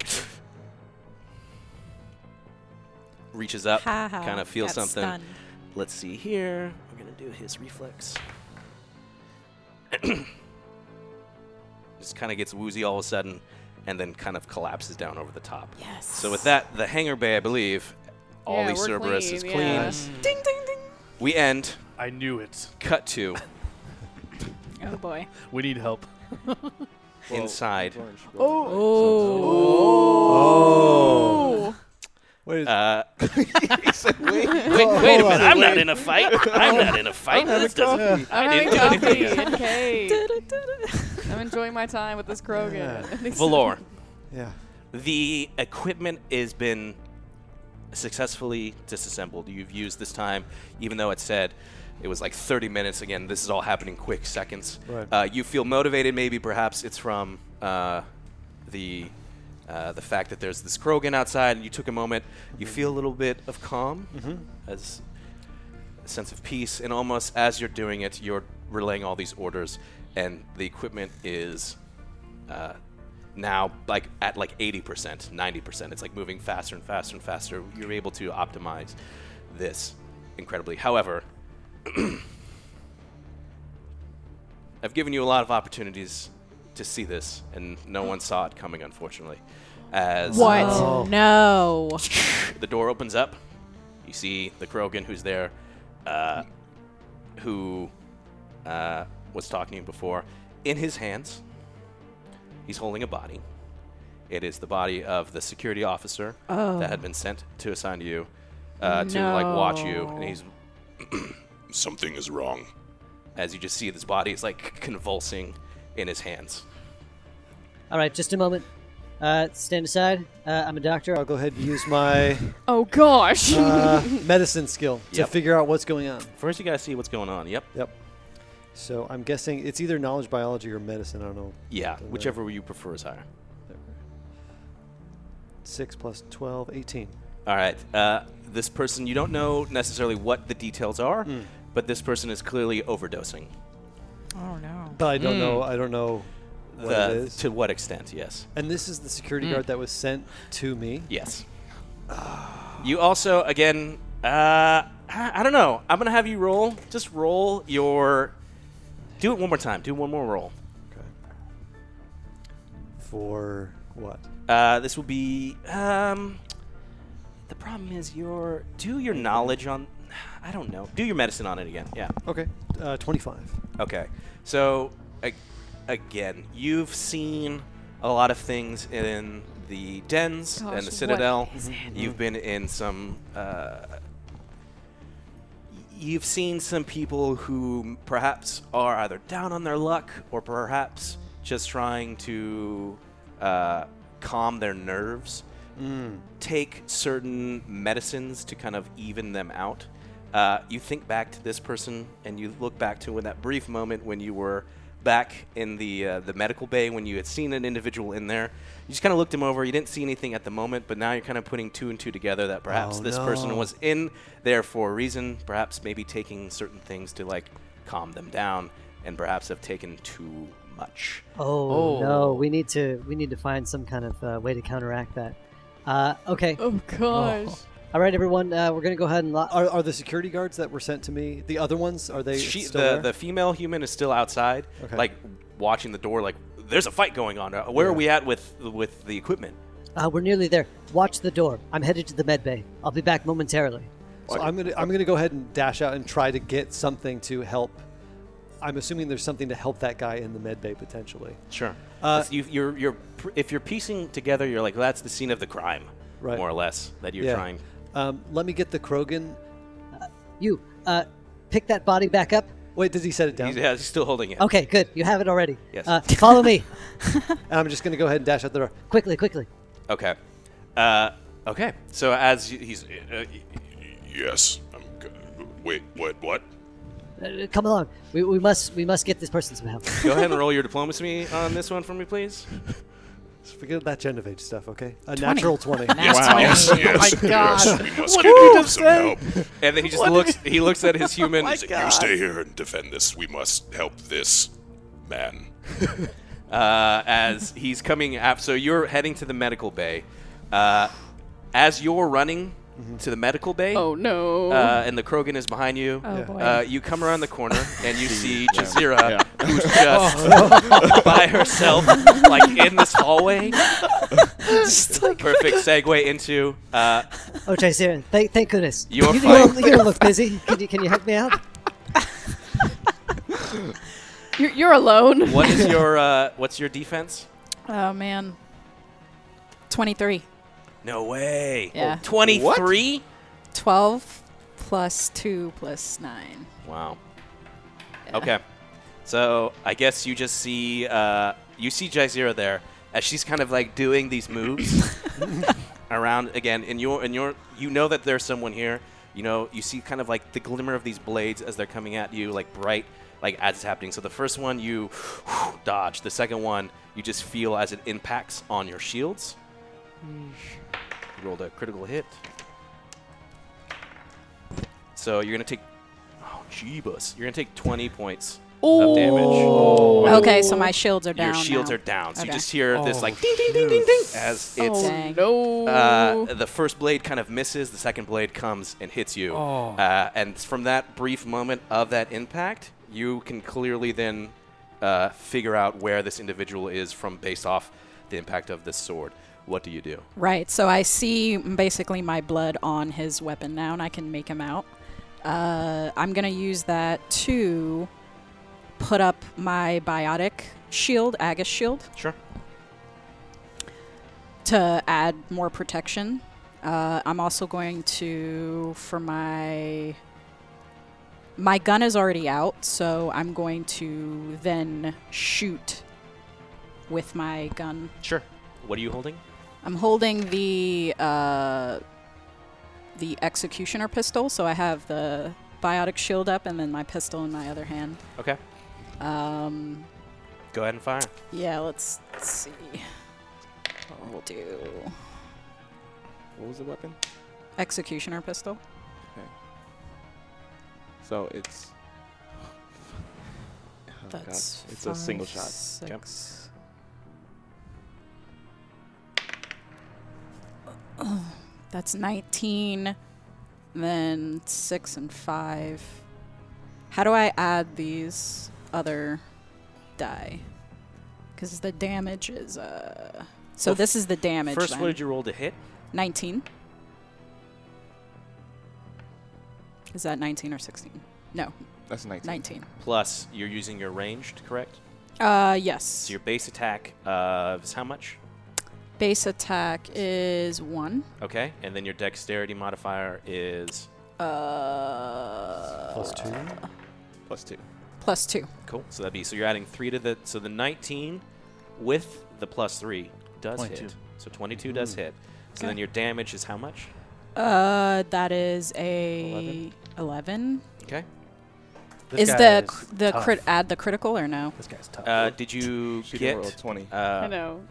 Speaker 2: reaches up,
Speaker 11: Ha ha,
Speaker 2: kind of feels
Speaker 11: that's
Speaker 2: something.
Speaker 11: stunned.
Speaker 2: Let's see here. We're gonna do his reflex. just kind of gets woozy all of a sudden, and then kind of collapses down over the top.
Speaker 11: Yes.
Speaker 2: So with that, the hangar bay, I believe, Ollie
Speaker 11: we're
Speaker 2: Cerberus
Speaker 11: clean,
Speaker 2: is
Speaker 11: yeah.
Speaker 2: clean.
Speaker 11: Ding ding ding.
Speaker 2: We end.
Speaker 5: I knew it.
Speaker 2: Cut to
Speaker 11: Oh boy.
Speaker 5: We need help.
Speaker 2: inside.
Speaker 8: Oh.
Speaker 10: Wait.
Speaker 2: Uh,
Speaker 8: wait,
Speaker 2: wait, wait a minute! I'm not in a fight. I'm not in a fight. This doesn't.
Speaker 3: I'm
Speaker 2: I didn't
Speaker 3: having
Speaker 2: do
Speaker 3: coffee.
Speaker 2: anything.
Speaker 3: and cake. I'm enjoying my time with this Krogan.
Speaker 2: Valor.
Speaker 10: Yeah.
Speaker 2: The equipment has been successfully disassembled. You've used this time, even though it said it was like 30 minutes. Again, this is all happening quick seconds.
Speaker 10: Right.
Speaker 2: Uh, you feel motivated. Maybe perhaps it's from uh, the uh, the fact that there's this Krogan outside, and you took a moment. You feel a little bit of calm as a sense of peace, and almost as you're doing it, you're relaying all these orders, and the equipment is uh, now like at like 80%, 90%. It's like moving faster and faster and faster. You're able to optimize this incredibly. However, I've given you a lot of opportunities to see this, and no one saw it coming, unfortunately. As
Speaker 11: What? Oh. No.
Speaker 2: the door opens up. You see the Krogan who's there, uh, who uh, was talking to you before. In his hands, he's holding a body. It is the body of the security officer
Speaker 11: Oh.
Speaker 2: that had been sent to assign to you uh, to like watch you, and
Speaker 11: No.
Speaker 2: he's something is wrong. As you just see this body is like convulsing in his hands.
Speaker 6: All right, just a moment. Uh, stand aside. Uh, I'm a doctor.
Speaker 10: I'll go ahead and use my
Speaker 3: Oh gosh.
Speaker 10: uh, medicine skill
Speaker 2: Yep.
Speaker 10: to figure out what's going on.
Speaker 2: First, you gotta see what's going on. Yep.
Speaker 10: Yep. So I'm guessing it's either knowledge biology or medicine. I don't know.
Speaker 2: Yeah.
Speaker 10: Don't know.
Speaker 2: Whichever you prefer is higher.
Speaker 10: Six plus 12, 18.
Speaker 2: All right. Uh, this person, you don't know necessarily what the details are,
Speaker 10: Hmm.
Speaker 2: but this person is clearly overdosing.
Speaker 11: Oh no.
Speaker 10: But I don't
Speaker 2: Mm.
Speaker 10: know. I don't know what
Speaker 2: The-
Speaker 10: it is.
Speaker 2: To what extent? Yes.
Speaker 10: And this is the security
Speaker 2: Mm.
Speaker 10: guard that was sent to me.
Speaker 2: Yes.
Speaker 10: Ah.
Speaker 2: you also, again, uh, I, I don't know. I'm gonna have you roll. Just roll your. Do it one more time. Do one more roll.
Speaker 10: For what?
Speaker 2: Uh, this will be. Um, the problem is your. Do your knowledge on. I don't know. Do your medicine on it again. Yeah.
Speaker 10: Okay. Uh, 25.
Speaker 2: Okay. So, a- again, you've seen a lot of things in the dens
Speaker 9: Gosh,
Speaker 2: and the
Speaker 9: what
Speaker 2: citadel. Mm-hmm.
Speaker 9: is it?
Speaker 2: You've been in some. Uh, you've seen some people who perhaps are either down on their luck or perhaps just trying to uh, calm their nerves
Speaker 10: Mm.
Speaker 2: take certain medicines to kind of even them out. Uh, you think back to this person, and you look back to when that brief moment when you were back in the uh, the medical bay when you had seen an individual in there. You just kind of looked him over. You didn't see anything at the moment, but now you're kind of putting two and two together that perhaps
Speaker 10: Oh,
Speaker 2: this person
Speaker 10: no.
Speaker 2: was in there for a reason. Perhaps maybe taking certain things to like calm them down, and perhaps have taken too much.
Speaker 6: Oh, no, we need to we need to find some kind of uh, way to counteract that. Uh, okay.
Speaker 3: Oh gosh.
Speaker 6: All right, everyone. Uh, we're gonna go ahead and lock.
Speaker 10: Are, are the security guards that were sent to me, the other ones, are they
Speaker 2: she,
Speaker 10: still
Speaker 2: the,
Speaker 10: there?
Speaker 2: the female human is still outside,
Speaker 10: Okay.
Speaker 2: like watching the door, like there's a fight going on. Uh, Where are we at with with the equipment?
Speaker 6: Uh, we're nearly there. Watch the door. I'm headed to the med bay. I'll be back momentarily.
Speaker 10: So I'm gonna I'm gonna go ahead and dash out and try to get something to help. I'm assuming there's something to help that guy in the med bay potentially.
Speaker 2: Sure.
Speaker 10: Uh,
Speaker 2: if, you, you're, you're, pr- if you're piecing together, you're like, that's the scene of the crime,
Speaker 10: Right.
Speaker 2: more or less, that you're
Speaker 10: Yeah.
Speaker 2: trying.
Speaker 10: Um, let me get the Krogan.
Speaker 6: You, uh, pick that body back up.
Speaker 10: Wait, did he set it down?
Speaker 2: He's, yeah, he's still holding it.
Speaker 6: Okay, good. You have it already.
Speaker 2: Yes.
Speaker 6: Uh, follow me.
Speaker 10: And I'm just gonna go ahead and dash out the door.
Speaker 6: quickly, quickly.
Speaker 2: Okay. Uh, okay. So as y- he's. Uh,
Speaker 7: yes. I'm good. Wait, what? What?
Speaker 6: Uh, come along. We, we must we must get this person somehow.
Speaker 2: go ahead and roll your diplomacy on this one for me, please.
Speaker 10: Forget that Genovage stuff, okay? A
Speaker 11: 20.
Speaker 10: natural twenty.
Speaker 11: Yes, Wow. yes,
Speaker 7: Oh yes, my yes, God. we must What get did you just some say? Oh help.
Speaker 2: And then he just
Speaker 7: What did
Speaker 2: looks. He looks at
Speaker 10: Oh
Speaker 2: his human.
Speaker 7: He's like, you stay here and defend this. We must help this man.
Speaker 2: uh, as he's coming up. So you're heading to the medical bay. Uh, as you're running
Speaker 8: Mm-hmm.
Speaker 2: to the medical bay,
Speaker 8: Oh, no.
Speaker 2: Uh, and the Krogan is behind you.
Speaker 8: Oh, Yeah. boy.
Speaker 2: Uh, you come around the corner and you see
Speaker 8: Yeah.
Speaker 2: Jazira,
Speaker 8: Yeah.
Speaker 2: who's just
Speaker 8: Oh.
Speaker 2: by herself, like in this hallway.
Speaker 6: Just like-
Speaker 2: Perfect segue into. Uh,
Speaker 6: Oh, Jason, thank thank goodness.
Speaker 2: You're
Speaker 6: you, you
Speaker 2: fine.
Speaker 6: don't- you don't look busy. Can you can you help me out?
Speaker 8: You're, you're alone.
Speaker 2: what is your uh, What's your defense?
Speaker 11: Oh man. Twenty-three.
Speaker 2: No way.
Speaker 11: Yeah.
Speaker 2: Twenty three.
Speaker 11: Twelve plus two plus nine.
Speaker 2: Wow. Okay. So I guess you just see uh, you see Jaizira there as she's kind of like doing these moves around again. In your in your you know that there's someone here. You know you see kind of like the glimmer of these blades as they're coming at you, like bright, like as it's happening. So the first one you dodge. The second one you just feel as it impacts on your shields. You rolled a critical hit. So you're gonna take, oh jeebus, you're gonna take 20 points of damage.
Speaker 11: Oh. Okay, so my shields are
Speaker 2: Your
Speaker 11: down
Speaker 2: shields
Speaker 11: now.
Speaker 2: are down. So you
Speaker 11: Okay.
Speaker 2: just hear this
Speaker 11: Oh,
Speaker 2: like ding ding ding ding ding as
Speaker 11: Oh,
Speaker 2: it's
Speaker 11: dang.
Speaker 8: no.
Speaker 2: uh, the first blade kind of misses. The second blade comes and hits you.
Speaker 8: Oh.
Speaker 2: Uh, and from that brief moment of that impact, you can clearly then uh, figure out where this individual is from based off the impact of this sword. What do you do?
Speaker 11: Right. So I see basically my blood on his weapon now, and I can make him out. Uh, I'm gonna use that to put up my biotic shield, Agus shield.
Speaker 2: Sure.
Speaker 11: To add more protection. Uh, I'm also going to for my my gun is already out, so I'm going to then shoot with my gun.
Speaker 2: Sure. What are you holding?
Speaker 11: I'm holding the uh, the executioner pistol, so I have the biotic shield up, and then my pistol in my other hand.
Speaker 2: Okay.
Speaker 11: Um,
Speaker 2: Go ahead and fire.
Speaker 11: yeah, let's see. I'll do
Speaker 4: What was the weapon?
Speaker 11: executioner pistol.
Speaker 4: Okay. So it's. Oh God,
Speaker 11: That's
Speaker 4: It's a single
Speaker 11: five,
Speaker 4: shot.
Speaker 11: Six. Oh, That's 19, then 6 and 5. How do I add these other die? Because the damage is. Uh... So
Speaker 2: Well,
Speaker 11: this is the damage.
Speaker 2: First,
Speaker 11: then.
Speaker 2: what did you roll to hit?
Speaker 11: 19. Is that 19 or 16? No.
Speaker 4: That's 19.
Speaker 11: 19.
Speaker 2: Plus, you're using your ranged, correct?
Speaker 11: Uh, yes.
Speaker 2: So your base attack uh, is how much?
Speaker 11: Base attack is 1.
Speaker 2: Okay, and then your dexterity modifier is
Speaker 11: Uh,
Speaker 10: Plus two.
Speaker 4: Plus two.
Speaker 11: plus 2.
Speaker 2: cool. So that'd be so you're adding three to the so the 19 with the plus three does
Speaker 5: 22.
Speaker 2: hit. So 22 does hit. So then
Speaker 11: Okay.
Speaker 2: your damage is how much?
Speaker 11: Uh, that is a 11.
Speaker 2: Okay.
Speaker 11: is the cr- the crit add the critical or no?
Speaker 5: This guy's tough.
Speaker 2: Uh, did you
Speaker 4: She
Speaker 2: get
Speaker 4: didn't roll a 20.
Speaker 2: Uh,
Speaker 11: I know.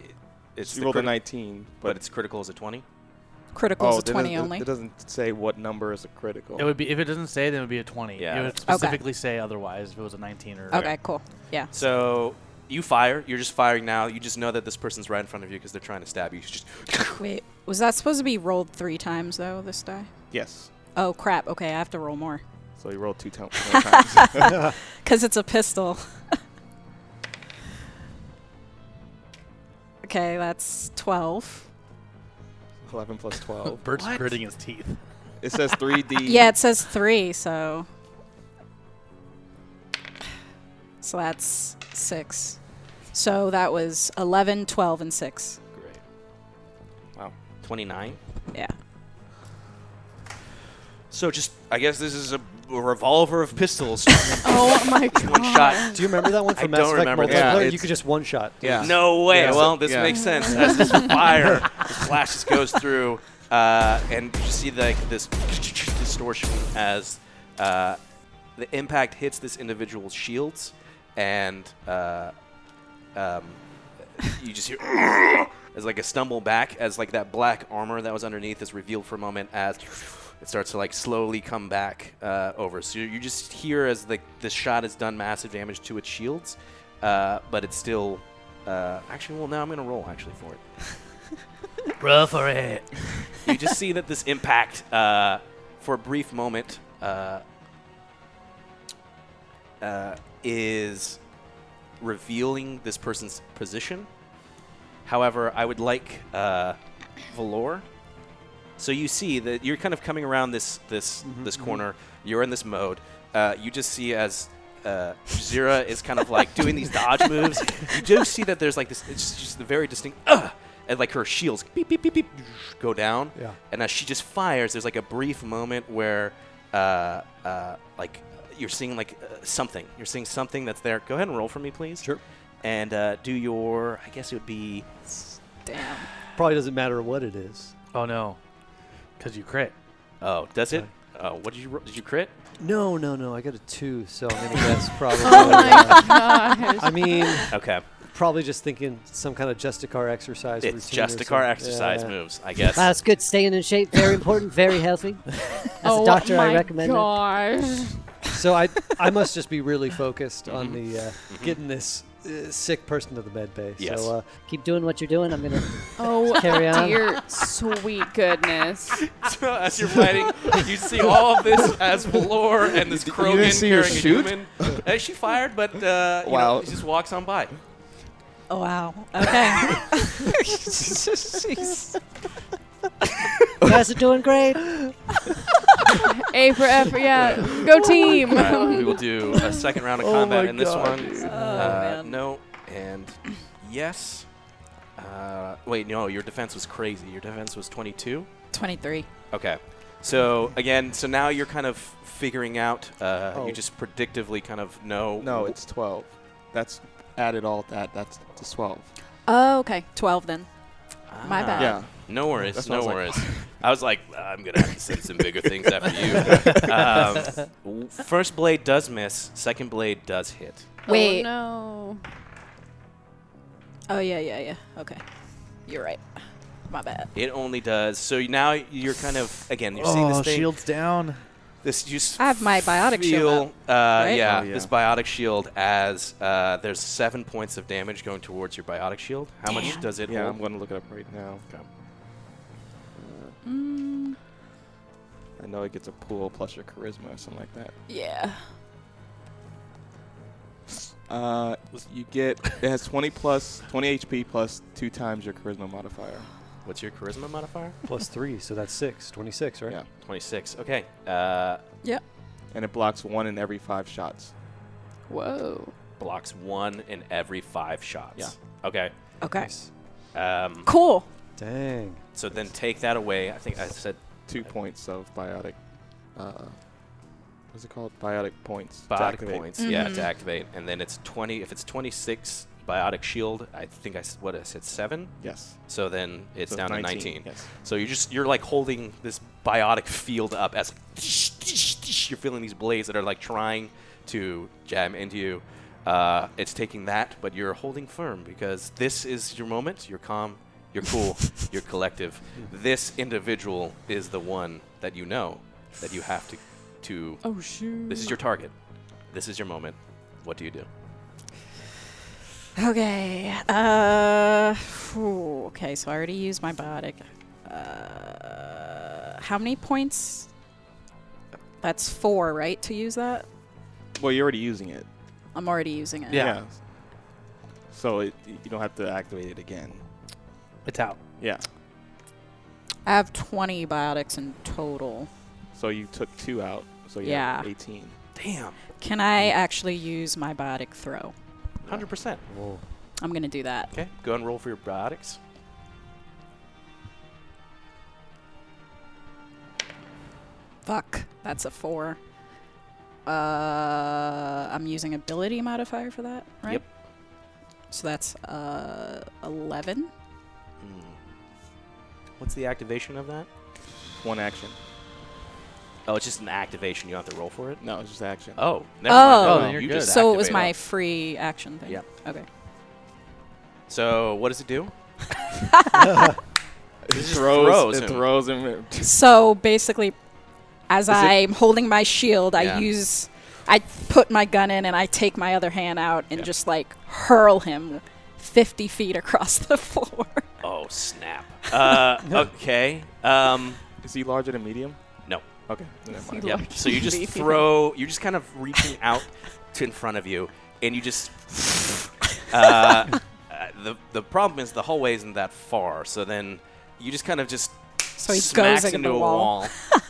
Speaker 2: It's
Speaker 4: She
Speaker 2: the
Speaker 4: rolled a
Speaker 2: criti-
Speaker 4: 19,
Speaker 2: but,
Speaker 4: but-
Speaker 2: it's critical as a 20.
Speaker 11: Critical is a
Speaker 4: then Oh, it-
Speaker 11: 20
Speaker 4: it,
Speaker 11: only.
Speaker 4: It doesn't say what number is a critical.
Speaker 5: It would be if it doesn't say, then it would be a twenty.
Speaker 2: Yeah.
Speaker 5: It would
Speaker 2: Okay.
Speaker 5: specifically say otherwise if it was a nineteen or.
Speaker 11: okay, cool. Yeah.
Speaker 2: So you fire. You're just firing now. You just know that this person's right in front of you because they're trying to stab you. You just
Speaker 11: Wait, was that supposed to be rolled three times though? This die.
Speaker 4: Yes.
Speaker 11: Oh crap. Okay, I have to roll more
Speaker 4: So you rolled two times. times.
Speaker 11: because it's a pistol. Okay, that's 12.
Speaker 4: 11 plus 12.
Speaker 5: Bert's gritting his teeth.
Speaker 4: It says 3D.
Speaker 11: Yeah, it says 3, so. So that's 6. So that was 11, 12, and 6.
Speaker 2: Great. Wow. 29.
Speaker 11: Yeah.
Speaker 2: So just, I guess this is a revolver of pistols.
Speaker 8: Oh my
Speaker 2: One shot.
Speaker 8: God.
Speaker 10: Do you remember that one
Speaker 2: I
Speaker 10: from Mass
Speaker 2: don't
Speaker 10: Effect
Speaker 2: remember that.
Speaker 10: multiplayer?
Speaker 2: Yeah,
Speaker 10: you could just one shot.
Speaker 4: Yeah.
Speaker 2: No way.
Speaker 10: Yeah.
Speaker 2: Well, this
Speaker 4: Yeah.
Speaker 2: makes sense. As this fire, this flash just goes through, uh, and you see like this distortion as uh, the impact hits this individual's shields, and uh, um, you just hear as like a stumble back as like that black armor that was underneath is revealed for a moment as it starts to like slowly come back uh, over. So you- you just hear as the the shot has done massive damage to its shields, uh, but it's still. Uh, actually, well, now I'm gonna roll actually for it.
Speaker 5: Roll for it.
Speaker 2: You just see that this impact, uh, for a brief moment, uh, uh, is revealing this person's position. However, I would like uh, Valor. So you see that you're kind of coming around this this this corner. You're in this mode. Uh, you just see as uh, Zira is kind of like doing these dodge moves. You do see that there's like this. It's just, just the very distinct. Uh, and like her shields beep beep beep beep go down.
Speaker 10: Yeah.
Speaker 2: And as she just fires, there's like a brief moment where uh, uh, like you're seeing like uh, something. You're seeing something that's there. Go ahead and roll for me, please.
Speaker 10: Sure.
Speaker 2: And uh, do your. I guess it would be.
Speaker 11: Damn.
Speaker 10: Probably doesn't matter what it is.
Speaker 5: Oh no, because you crit.
Speaker 2: Oh, does it? Oh, what did you ro- did you crit?
Speaker 10: No, no, no. I got a two, so I'm gonna guess probably.
Speaker 2: oh,
Speaker 6: Oh,
Speaker 3: Oh,
Speaker 8: gosh.
Speaker 10: I mean,
Speaker 2: Okay,
Speaker 10: probably just thinking some kind of Justicar exercise.
Speaker 2: it's
Speaker 10: routine or
Speaker 2: just a car
Speaker 10: something.
Speaker 2: exercise
Speaker 10: Yeah.
Speaker 2: moves, I guess.
Speaker 6: That's good. Staying in shape, very important, very healthy. As
Speaker 8: oh
Speaker 6: a doctor,
Speaker 8: my
Speaker 6: I recommend it.
Speaker 8: gosh.
Speaker 10: So I, I must just be really focused
Speaker 2: Mm-hmm.
Speaker 10: on the uh, getting this uh, sick person to the med bay.
Speaker 2: Yes.
Speaker 10: So uh,
Speaker 6: Keep doing what you're doing. I'm gonna.
Speaker 8: Oh
Speaker 6: Carry on.
Speaker 8: dear, sweet goodness.
Speaker 2: So as you're fighting, you see all of this as Valor and this
Speaker 4: You di-
Speaker 2: Krogan
Speaker 4: you didn't see her
Speaker 2: carrying
Speaker 4: shoot?
Speaker 2: a human. Uh, she fired, but uh, you know,
Speaker 4: Wow.
Speaker 2: she just walks on by.
Speaker 11: Oh, wow. Okay. Jeez.
Speaker 6: You guys are doing great.
Speaker 8: A for effort. Yeah,
Speaker 2: Oh
Speaker 8: go team.
Speaker 2: All right, we will do a second round of
Speaker 4: Oh
Speaker 2: combat in this one. Uh,
Speaker 11: Oh, man.
Speaker 2: no and yes. Uh, wait, no, your defense was crazy. Your defense was 22.
Speaker 11: 23.
Speaker 2: Okay. So again, so now you're kind of figuring out. Uh,
Speaker 4: Oh.
Speaker 2: You just predictively kind of know.
Speaker 4: No, it's 12. That's added all that. That's to 12.
Speaker 11: Oh, okay. 12 then. my
Speaker 2: Ah.
Speaker 11: bad.
Speaker 4: yeah.
Speaker 2: No worries.
Speaker 4: That's what I
Speaker 2: no
Speaker 4: was like.
Speaker 2: worries. I was like, "Uh, I'm gonna have to say some bigger things after you. Um, w- first blade does miss. Second blade does hit.
Speaker 11: Wait.
Speaker 8: Oh,
Speaker 11: Oh, yeah, yeah, yeah. Okay. You're right. My bad.
Speaker 2: It only does. So y- now you're kind of again. You're seeing
Speaker 5: Oh,
Speaker 2: this thing.
Speaker 5: shields down.
Speaker 2: This you s-
Speaker 11: I have my biotic shield
Speaker 2: feel,
Speaker 11: up,
Speaker 2: Uh,
Speaker 11: right?
Speaker 2: yeah,
Speaker 4: Oh, yeah.
Speaker 2: this biotic shield as uh, there's seven points of damage going towards your biotic shield. How much
Speaker 11: Damn.
Speaker 2: does it
Speaker 4: Yeah, I'm
Speaker 2: hold?
Speaker 4: going to look it up right now.
Speaker 11: Mm,
Speaker 4: I know it gets a pool plus your charisma or something like that.
Speaker 11: yeah.
Speaker 4: Uh, you get it has 20 plus 20 HP plus two times your charisma modifier.
Speaker 2: What's your charisma modifier?
Speaker 10: plus three, so that's six, 26, right?
Speaker 4: Yeah,
Speaker 2: 26. Okay. Uh,
Speaker 4: and it blocks one in every five shots.
Speaker 8: whoa.
Speaker 2: blocks one in every five shots. Yeah. Okay.
Speaker 11: Okay.
Speaker 10: Nice.
Speaker 2: Um,
Speaker 11: Cool.
Speaker 10: Dang.
Speaker 2: so then take that away. I think I said
Speaker 4: Two points of biotic. Uh, what's it called? Biotic points. to
Speaker 2: biotic
Speaker 4: activate.
Speaker 2: points. Yeah,
Speaker 11: Mm-hmm.
Speaker 2: to activate, and then it's 20. If it's 26 biotic shield, I think I s- what I said seven.
Speaker 4: Yes.
Speaker 2: So then it's
Speaker 4: So
Speaker 2: down to 19.
Speaker 4: Yes.
Speaker 2: So you're just you're like holding this biotic field up as you're feeling these blades that are like trying to jam into you. Uh, it's taking that, but you're holding firm because this is your moment. You're calm. You're cool. you're collective. This individual is the one that you know that you have to to.
Speaker 11: Um,
Speaker 8: Oh shoot.
Speaker 2: This is your target. This is your moment. What do you do?
Speaker 11: Okay. Uh, phew, okay, so I already used my biotic. Uh, how many points? That's four, right, to use that?
Speaker 4: Well, you're already using it.
Speaker 11: I'm already using it.
Speaker 2: Yeah.
Speaker 4: So it, you don't have to activate it again.
Speaker 5: It's out.
Speaker 4: Yeah.
Speaker 11: I have 20 biotics in total.
Speaker 4: So you took two out. So you
Speaker 11: yeah.
Speaker 4: have 18.
Speaker 2: Damn.
Speaker 11: Can I actually use my biotic throw?
Speaker 2: 100%.
Speaker 11: I'm going to do that.
Speaker 2: Okay, go and roll for your biotics.
Speaker 11: Fuck. That's a four. Uh, I'm using ability modifier for that, right?
Speaker 2: Yep.
Speaker 11: So that's uh, 11.
Speaker 2: Hmm. What's the activation of that?
Speaker 4: One action.
Speaker 2: Oh, it's just an activation. You don't have to roll for it?
Speaker 4: No, it's just action.
Speaker 2: Oh, never mind.
Speaker 11: oh,
Speaker 2: you just
Speaker 11: so it was
Speaker 2: activated.
Speaker 11: my free action thing.
Speaker 2: Yep.
Speaker 11: Okay.
Speaker 2: So, what does it do?
Speaker 4: It
Speaker 2: just throws
Speaker 4: throws, it
Speaker 2: him.
Speaker 4: throws him.
Speaker 11: So basically, as
Speaker 4: Is it-
Speaker 11: I'm holding my shield,
Speaker 2: Yeah.
Speaker 11: I use, I put my gun in and I take my other hand out and
Speaker 2: Yeah.
Speaker 11: just like hurl him 50 feet across the floor.
Speaker 2: Oh, snap. Uh, okay. Um,
Speaker 4: Is he larger than medium?
Speaker 2: no.
Speaker 4: Okay. then never mind.
Speaker 2: Yep. So you just
Speaker 3: Leave you.
Speaker 2: throw. You're just kind of reaching out to in front of you, and you just. uh, uh, the the problem is the hallway isn't that far, so then you just kind of just
Speaker 11: So he goes
Speaker 2: smacks
Speaker 11: into
Speaker 2: into
Speaker 11: the
Speaker 2: a
Speaker 11: wall.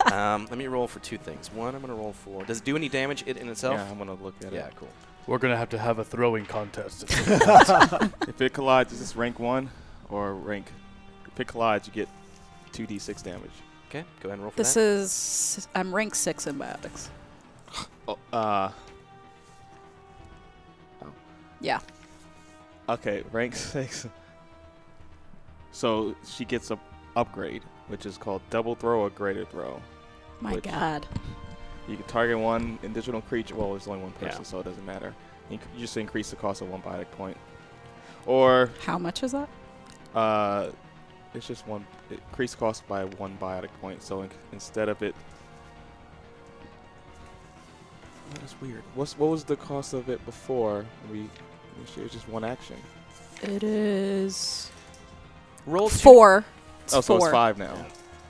Speaker 2: wall. um, let me roll for two things. One, I'm gonna roll for. Does it do any damage it in itself?
Speaker 4: Yeah, I'm gonna look at
Speaker 2: Yeah,
Speaker 4: it.
Speaker 2: cool.
Speaker 5: We're gonna have to have a throwing contest.
Speaker 4: If it collides, is this rank one or rank? If it collides, you get 2d6 damage.
Speaker 2: Okay, go ahead and roll for
Speaker 11: This
Speaker 2: that.
Speaker 11: is, I'm rank six in biotics.
Speaker 4: Oh, uh, Oh.
Speaker 11: Yeah.
Speaker 4: okay, rank six. So she gets a upgrade, which is called double throw or greater throw.
Speaker 11: My
Speaker 4: Which-
Speaker 11: God.
Speaker 4: You can target one additional creature. Well, there's only one
Speaker 2: Yeah.
Speaker 4: person, so it doesn't matter. You c- you just increase the cost of one biotic point, or
Speaker 11: How much is that?
Speaker 4: uh, it's just one. It increase cost by one biotic point. So in, instead of it, that's weird. What's what was the cost of it before we? It was just one action.
Speaker 11: It is
Speaker 2: roll two-
Speaker 11: four. It's
Speaker 4: oh, so
Speaker 11: four.
Speaker 4: it's five now.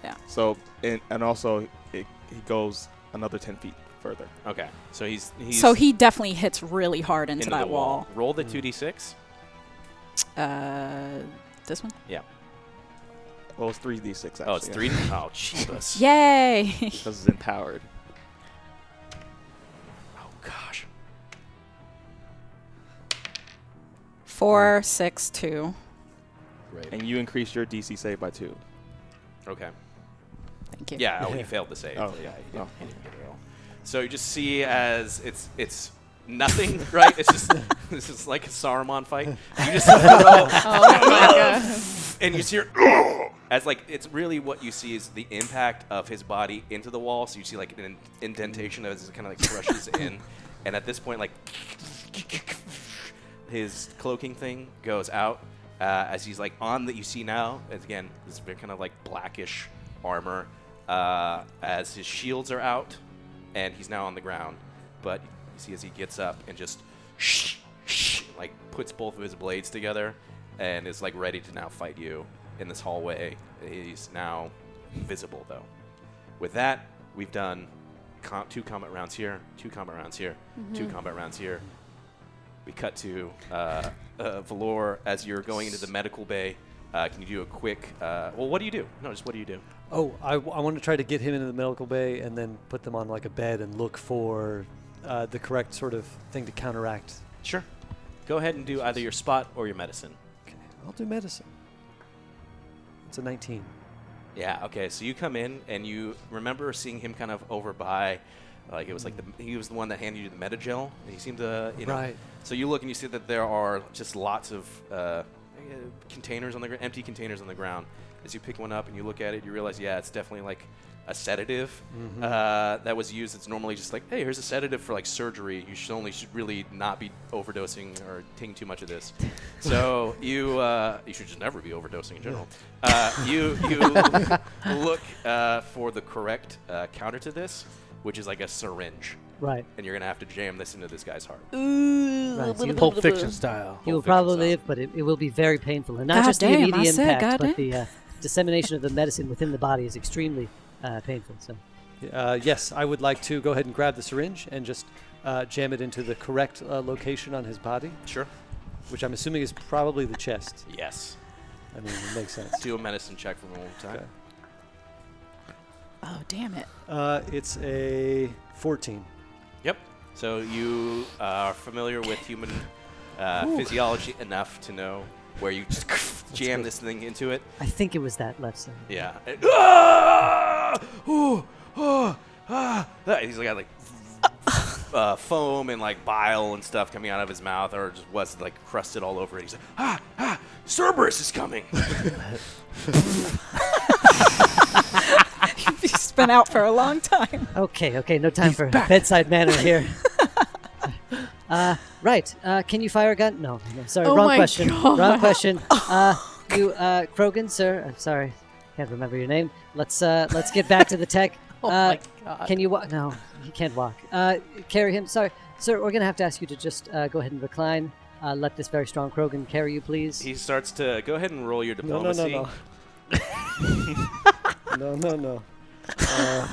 Speaker 11: Yeah.
Speaker 4: So and and also it he goes another ten feet further.
Speaker 2: Okay, so he's, he's
Speaker 11: So he definitely hits really hard into,
Speaker 2: into
Speaker 11: that
Speaker 2: the
Speaker 11: wall.
Speaker 2: Roll the two d six.
Speaker 11: Uh, this one?
Speaker 4: Well, it's three d six.
Speaker 2: Oh, it's three. Oh, Jesus.
Speaker 11: Yay!
Speaker 4: Because it's empowered.
Speaker 2: Oh gosh.
Speaker 11: Four, six, two.
Speaker 4: And you increase your DC save by two.
Speaker 2: Okay.
Speaker 11: Thank you.
Speaker 2: Yeah, oh, he failed the save.
Speaker 4: Oh,
Speaker 2: yeah, he didn't,
Speaker 4: oh.
Speaker 2: he didn't get it at all. So you just see as it's it's nothing, right? It's just this is like a Saruman fight. You just
Speaker 11: Oh,
Speaker 2: and you see her as like it's really what you see is the impact of his body into the wall. So you see like an in- indentation as it kind of like crushes in, and at this point like his cloaking thing goes out uh, as he's like on that you see now as again this very kind of like blackish armor uh, as his shields are out and he's now on the ground but you see as he gets up and just like puts both of his blades together and is like ready to now fight you in this hallway he's now visible though with that we've done com- two combat rounds here two combat rounds here two combat rounds here we cut to uh, uh, Valor as you're going into the medical bay. Uh, can you do a quick? Uh, well, what do you do? No, just what do you do?
Speaker 10: Oh, I, want to try to get him into the medical bay and then put them on like a bed and look for uh, the correct sort of thing to counteract.
Speaker 2: Sure. Go ahead and do either your spot or your medicine.
Speaker 10: Okay, I'll do medicine. It's a 19.
Speaker 2: Yeah. Okay. So you come in and you remember seeing him kind of over by, like it was like the he was the one that handed you the metagel. And he seemed to you know.
Speaker 10: Right.
Speaker 2: So you look and you see that there are just lots of uh, uh, containers on the gr- empty containers on the ground. As you pick one up and you look at it, you realize yeah, it's definitely like a sedative
Speaker 5: Mm-hmm.
Speaker 2: uh, that was used. It's normally just like hey, here's a sedative for like surgery. You should only should really not be overdosing or taking too much of this. so you uh, you should just never be overdosing in general. Uh, you you look uh, for the correct uh, counter to this, which is like a syringe,
Speaker 6: Right.
Speaker 2: and you're gonna have to jam this into this guy's heart.
Speaker 6: Right. so you'll-
Speaker 5: Pulp Fiction style.
Speaker 6: He will
Speaker 2: Pulp Fiction
Speaker 6: probably
Speaker 2: style.
Speaker 6: live, but it, it will be very painful, and not
Speaker 11: God
Speaker 6: just the
Speaker 11: damn, I
Speaker 6: immediate
Speaker 11: said,
Speaker 6: impact,
Speaker 11: God
Speaker 6: but
Speaker 11: damn.
Speaker 6: the uh, dissemination of the medicine within the body is extremely uh, painful. So
Speaker 10: Uh, yes, I would like to go ahead and grab the syringe and just uh, jam it into the correct uh, location on his body,
Speaker 2: Sure.
Speaker 10: which I'm assuming is probably the chest.
Speaker 2: Yes.
Speaker 10: I mean, it makes sense.
Speaker 2: Do a medicine check for me one time.
Speaker 11: Oh, damn it.
Speaker 10: Uh, it's a 14.
Speaker 2: Yep. So you uh, are familiar with human uh,
Speaker 6: Ooh.
Speaker 2: physiology enough to know where you just jam
Speaker 6: good.
Speaker 2: this thing into it.
Speaker 6: I think it was that left side.
Speaker 2: Yeah. It- Ah! Ooh, ah, ah. Ah, He's got like uh, foam and like bile and stuff coming out of his mouth, or just was like crusted all over it. He's like, ah, ah, Cerberus is coming.
Speaker 11: He's been out for a long time.
Speaker 6: Okay, okay, no time for bedside manner here. uh, right, uh, can you fire a gun? No, no, sorry,
Speaker 8: Oh
Speaker 6: wrong
Speaker 8: my
Speaker 6: question. Wrong
Speaker 8: God. Oh.
Speaker 6: question. Uh, you, uh, Krogan, sir. I'm sorry, can't remember your name. Let's uh, let's get back to the tech.
Speaker 8: Oh
Speaker 6: uh,
Speaker 8: my God.
Speaker 6: Can you walk? No, he can't walk. Uh, carry him. Sorry, sir. We're gonna have to ask you to just uh, go ahead and recline. Uh, let this very strong Krogan carry you, please.
Speaker 2: he starts to go ahead and roll your
Speaker 10: No, no, no,
Speaker 2: diplomacy.
Speaker 10: no. no, no, no. Uh,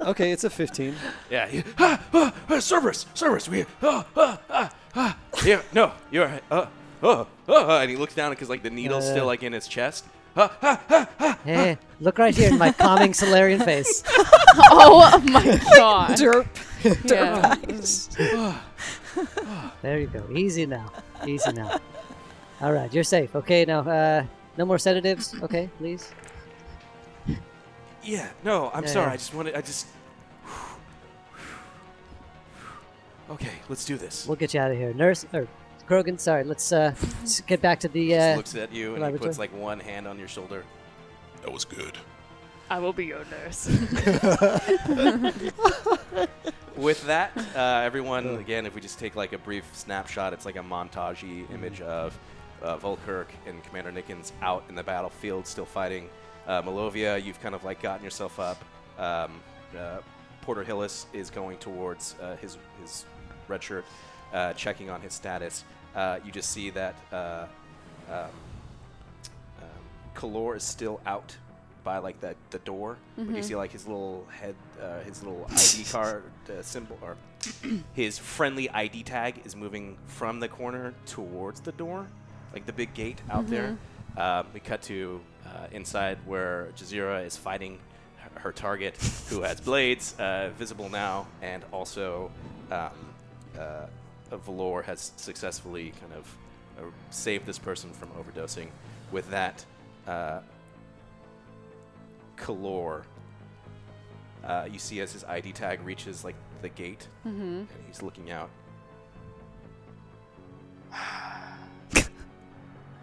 Speaker 10: okay, it's a 15.
Speaker 2: Yeah. he- ah, ah, ah, Cerberus, Cerberus, we. Ah, ah, ah, ah. Yeah. No, you're. right. Uh, oh, oh, and he looks down because like the needle's
Speaker 6: Yeah, yeah.
Speaker 2: still like in his chest. Uh,
Speaker 6: Hey, look right here in my calming Solarian face.
Speaker 8: oh my god.
Speaker 11: Derp.
Speaker 8: Yeah.
Speaker 11: Derp.
Speaker 6: There you go. Easy now. Easy now. All right, you're safe. Okay, now uh, no more sedatives. Okay, please.
Speaker 2: Yeah. No, I'm
Speaker 6: Yeah,
Speaker 2: sorry.
Speaker 6: yeah.
Speaker 2: I just wanted. I just. Okay, let's do this.
Speaker 6: We'll get you out of here, nurse or Krogan. Sorry, let's uh, s- get back to the.
Speaker 2: Just
Speaker 6: Uh,
Speaker 2: looks at you and he
Speaker 6: laboratory.
Speaker 2: puts like one hand on your shoulder.
Speaker 7: That was good.
Speaker 8: I will be your nurse.
Speaker 2: With that, uh, everyone, again, if we just take like a brief snapshot, it's like a montage image of uh, Volkirk and Commander Nickens out in the battlefield still fighting. Uh, Malovia, you've kind of like gotten yourself up. Um, uh, Porter Hillis is going towards uh, his, his red shirt, uh, checking on his status. Uh, you just see that uh, um, um, Kalor is still out by like that the door. Like you
Speaker 8: Mhm.
Speaker 2: see like his little head, uh, his little ID card uh, symbol, or his friendly ID tag is moving from the corner towards the door, like the big gate out there. Um, we cut to uh, inside where Jazeera is fighting her- her target, who has blades, uh, visible now, and also um, uh, Valor has successfully kind of uh, saved this person from overdosing. With that, uh, Kalor, uh, you see as his ID tag reaches like the gate,
Speaker 3: Mhm.
Speaker 2: and he's looking out.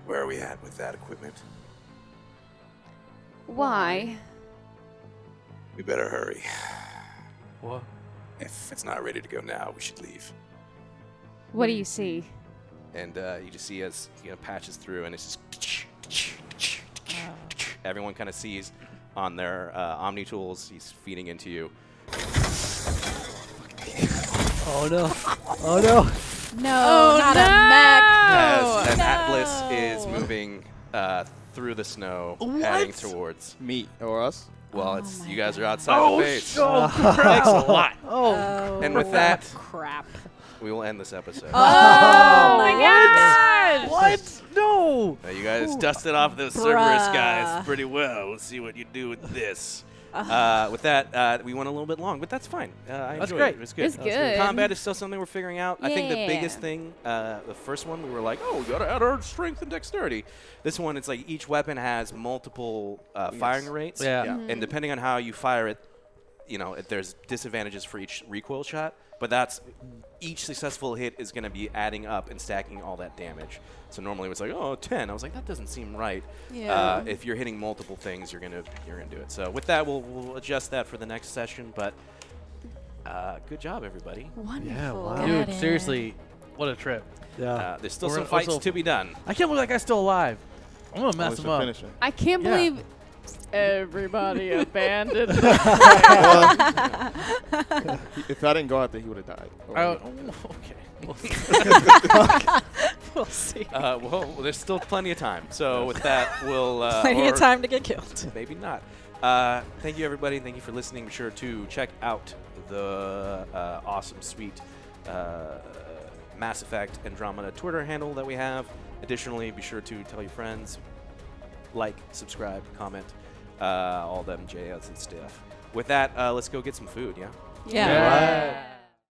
Speaker 9: Where are we at with that equipment?
Speaker 3: Why?
Speaker 9: We better hurry.
Speaker 2: What?
Speaker 9: If it's not ready to go now, we should leave.
Speaker 3: What do you see?
Speaker 2: and uh, you just see as you know patches through, and it's just everyone kind of sees on their uh, Omni tools. He's feeding into you.
Speaker 10: Oh, no. Oh, no.
Speaker 11: Oh, No, not a mech.
Speaker 2: as an Atlas is moving uh, through the snow, heading towards.
Speaker 4: Me or us?
Speaker 2: Well,
Speaker 3: Oh
Speaker 2: it's you guys are outside
Speaker 5: Oh,
Speaker 2: the base.
Speaker 4: crap.
Speaker 2: Thanks a lot.
Speaker 11: Oh,
Speaker 2: And with that,
Speaker 11: crap.
Speaker 2: we will end this episode.
Speaker 8: Oh my god!
Speaker 5: What? No.
Speaker 2: Now you guys dusted off those Cerberus guys
Speaker 11: Bruh.
Speaker 2: pretty well. We'll see what you do with this.
Speaker 3: Uh-huh.
Speaker 2: Uh, with that, uh, we went a little bit long, but that's fine. Uh, I
Speaker 5: That's
Speaker 2: enjoyed
Speaker 5: great.
Speaker 2: It. it was good.
Speaker 3: It's
Speaker 2: That was
Speaker 3: good.
Speaker 2: Combat is still something we're figuring out. I think the biggest
Speaker 3: Yeah.
Speaker 2: thing, uh, the first one, we were like, oh, we gotta add our strength and dexterity. This one, it's like each weapon has multiple uh, firing rates,
Speaker 5: Yeah.
Speaker 3: Mm-hmm.
Speaker 2: and depending on how you fire it, you know, if there's disadvantages for each recoil shot, but that's each successful hit is going to be adding up and stacking all that damage. So normally it's like, oh, 10. I was like, that doesn't seem right.
Speaker 8: Yeah.
Speaker 2: Uh, if you're hitting multiple things, you're going to you're going to do it. So with that, we'll, we'll adjust that for the next session, but uh, good job everybody.
Speaker 8: Wonderful.
Speaker 10: wow.
Speaker 5: Dude, seriously, what a trip.
Speaker 10: Yeah.
Speaker 2: Uh, there's still
Speaker 5: We're
Speaker 2: some
Speaker 5: also-
Speaker 2: fights to be done.
Speaker 5: I can't believe that guy's still alive. I'm gonna
Speaker 4: Unless
Speaker 5: mess him
Speaker 4: you're
Speaker 5: up.
Speaker 4: finishing.
Speaker 8: I can't
Speaker 5: Yeah.
Speaker 8: believe everybody abandoned.
Speaker 4: He- if I didn't go out there, he would have died. Or
Speaker 5: I-
Speaker 4: would've-
Speaker 5: okay.
Speaker 11: We'll see.
Speaker 2: Uh, well, there's still plenty of time. So with that, we'll uh,
Speaker 11: Plenty of
Speaker 2: or-
Speaker 11: time to get killed.
Speaker 2: maybe not. Uh, thank you, everybody. Thank you for listening. Be sure to check out the uh, awesome, sweet uh, Mass Effect Andromeda Twitter handle that we have. Additionally, be sure to tell your friends, like, subscribe, comment, uh, all them JS and stuff. With that, uh, let's go get some food, yeah?
Speaker 11: Yeah. Yeah.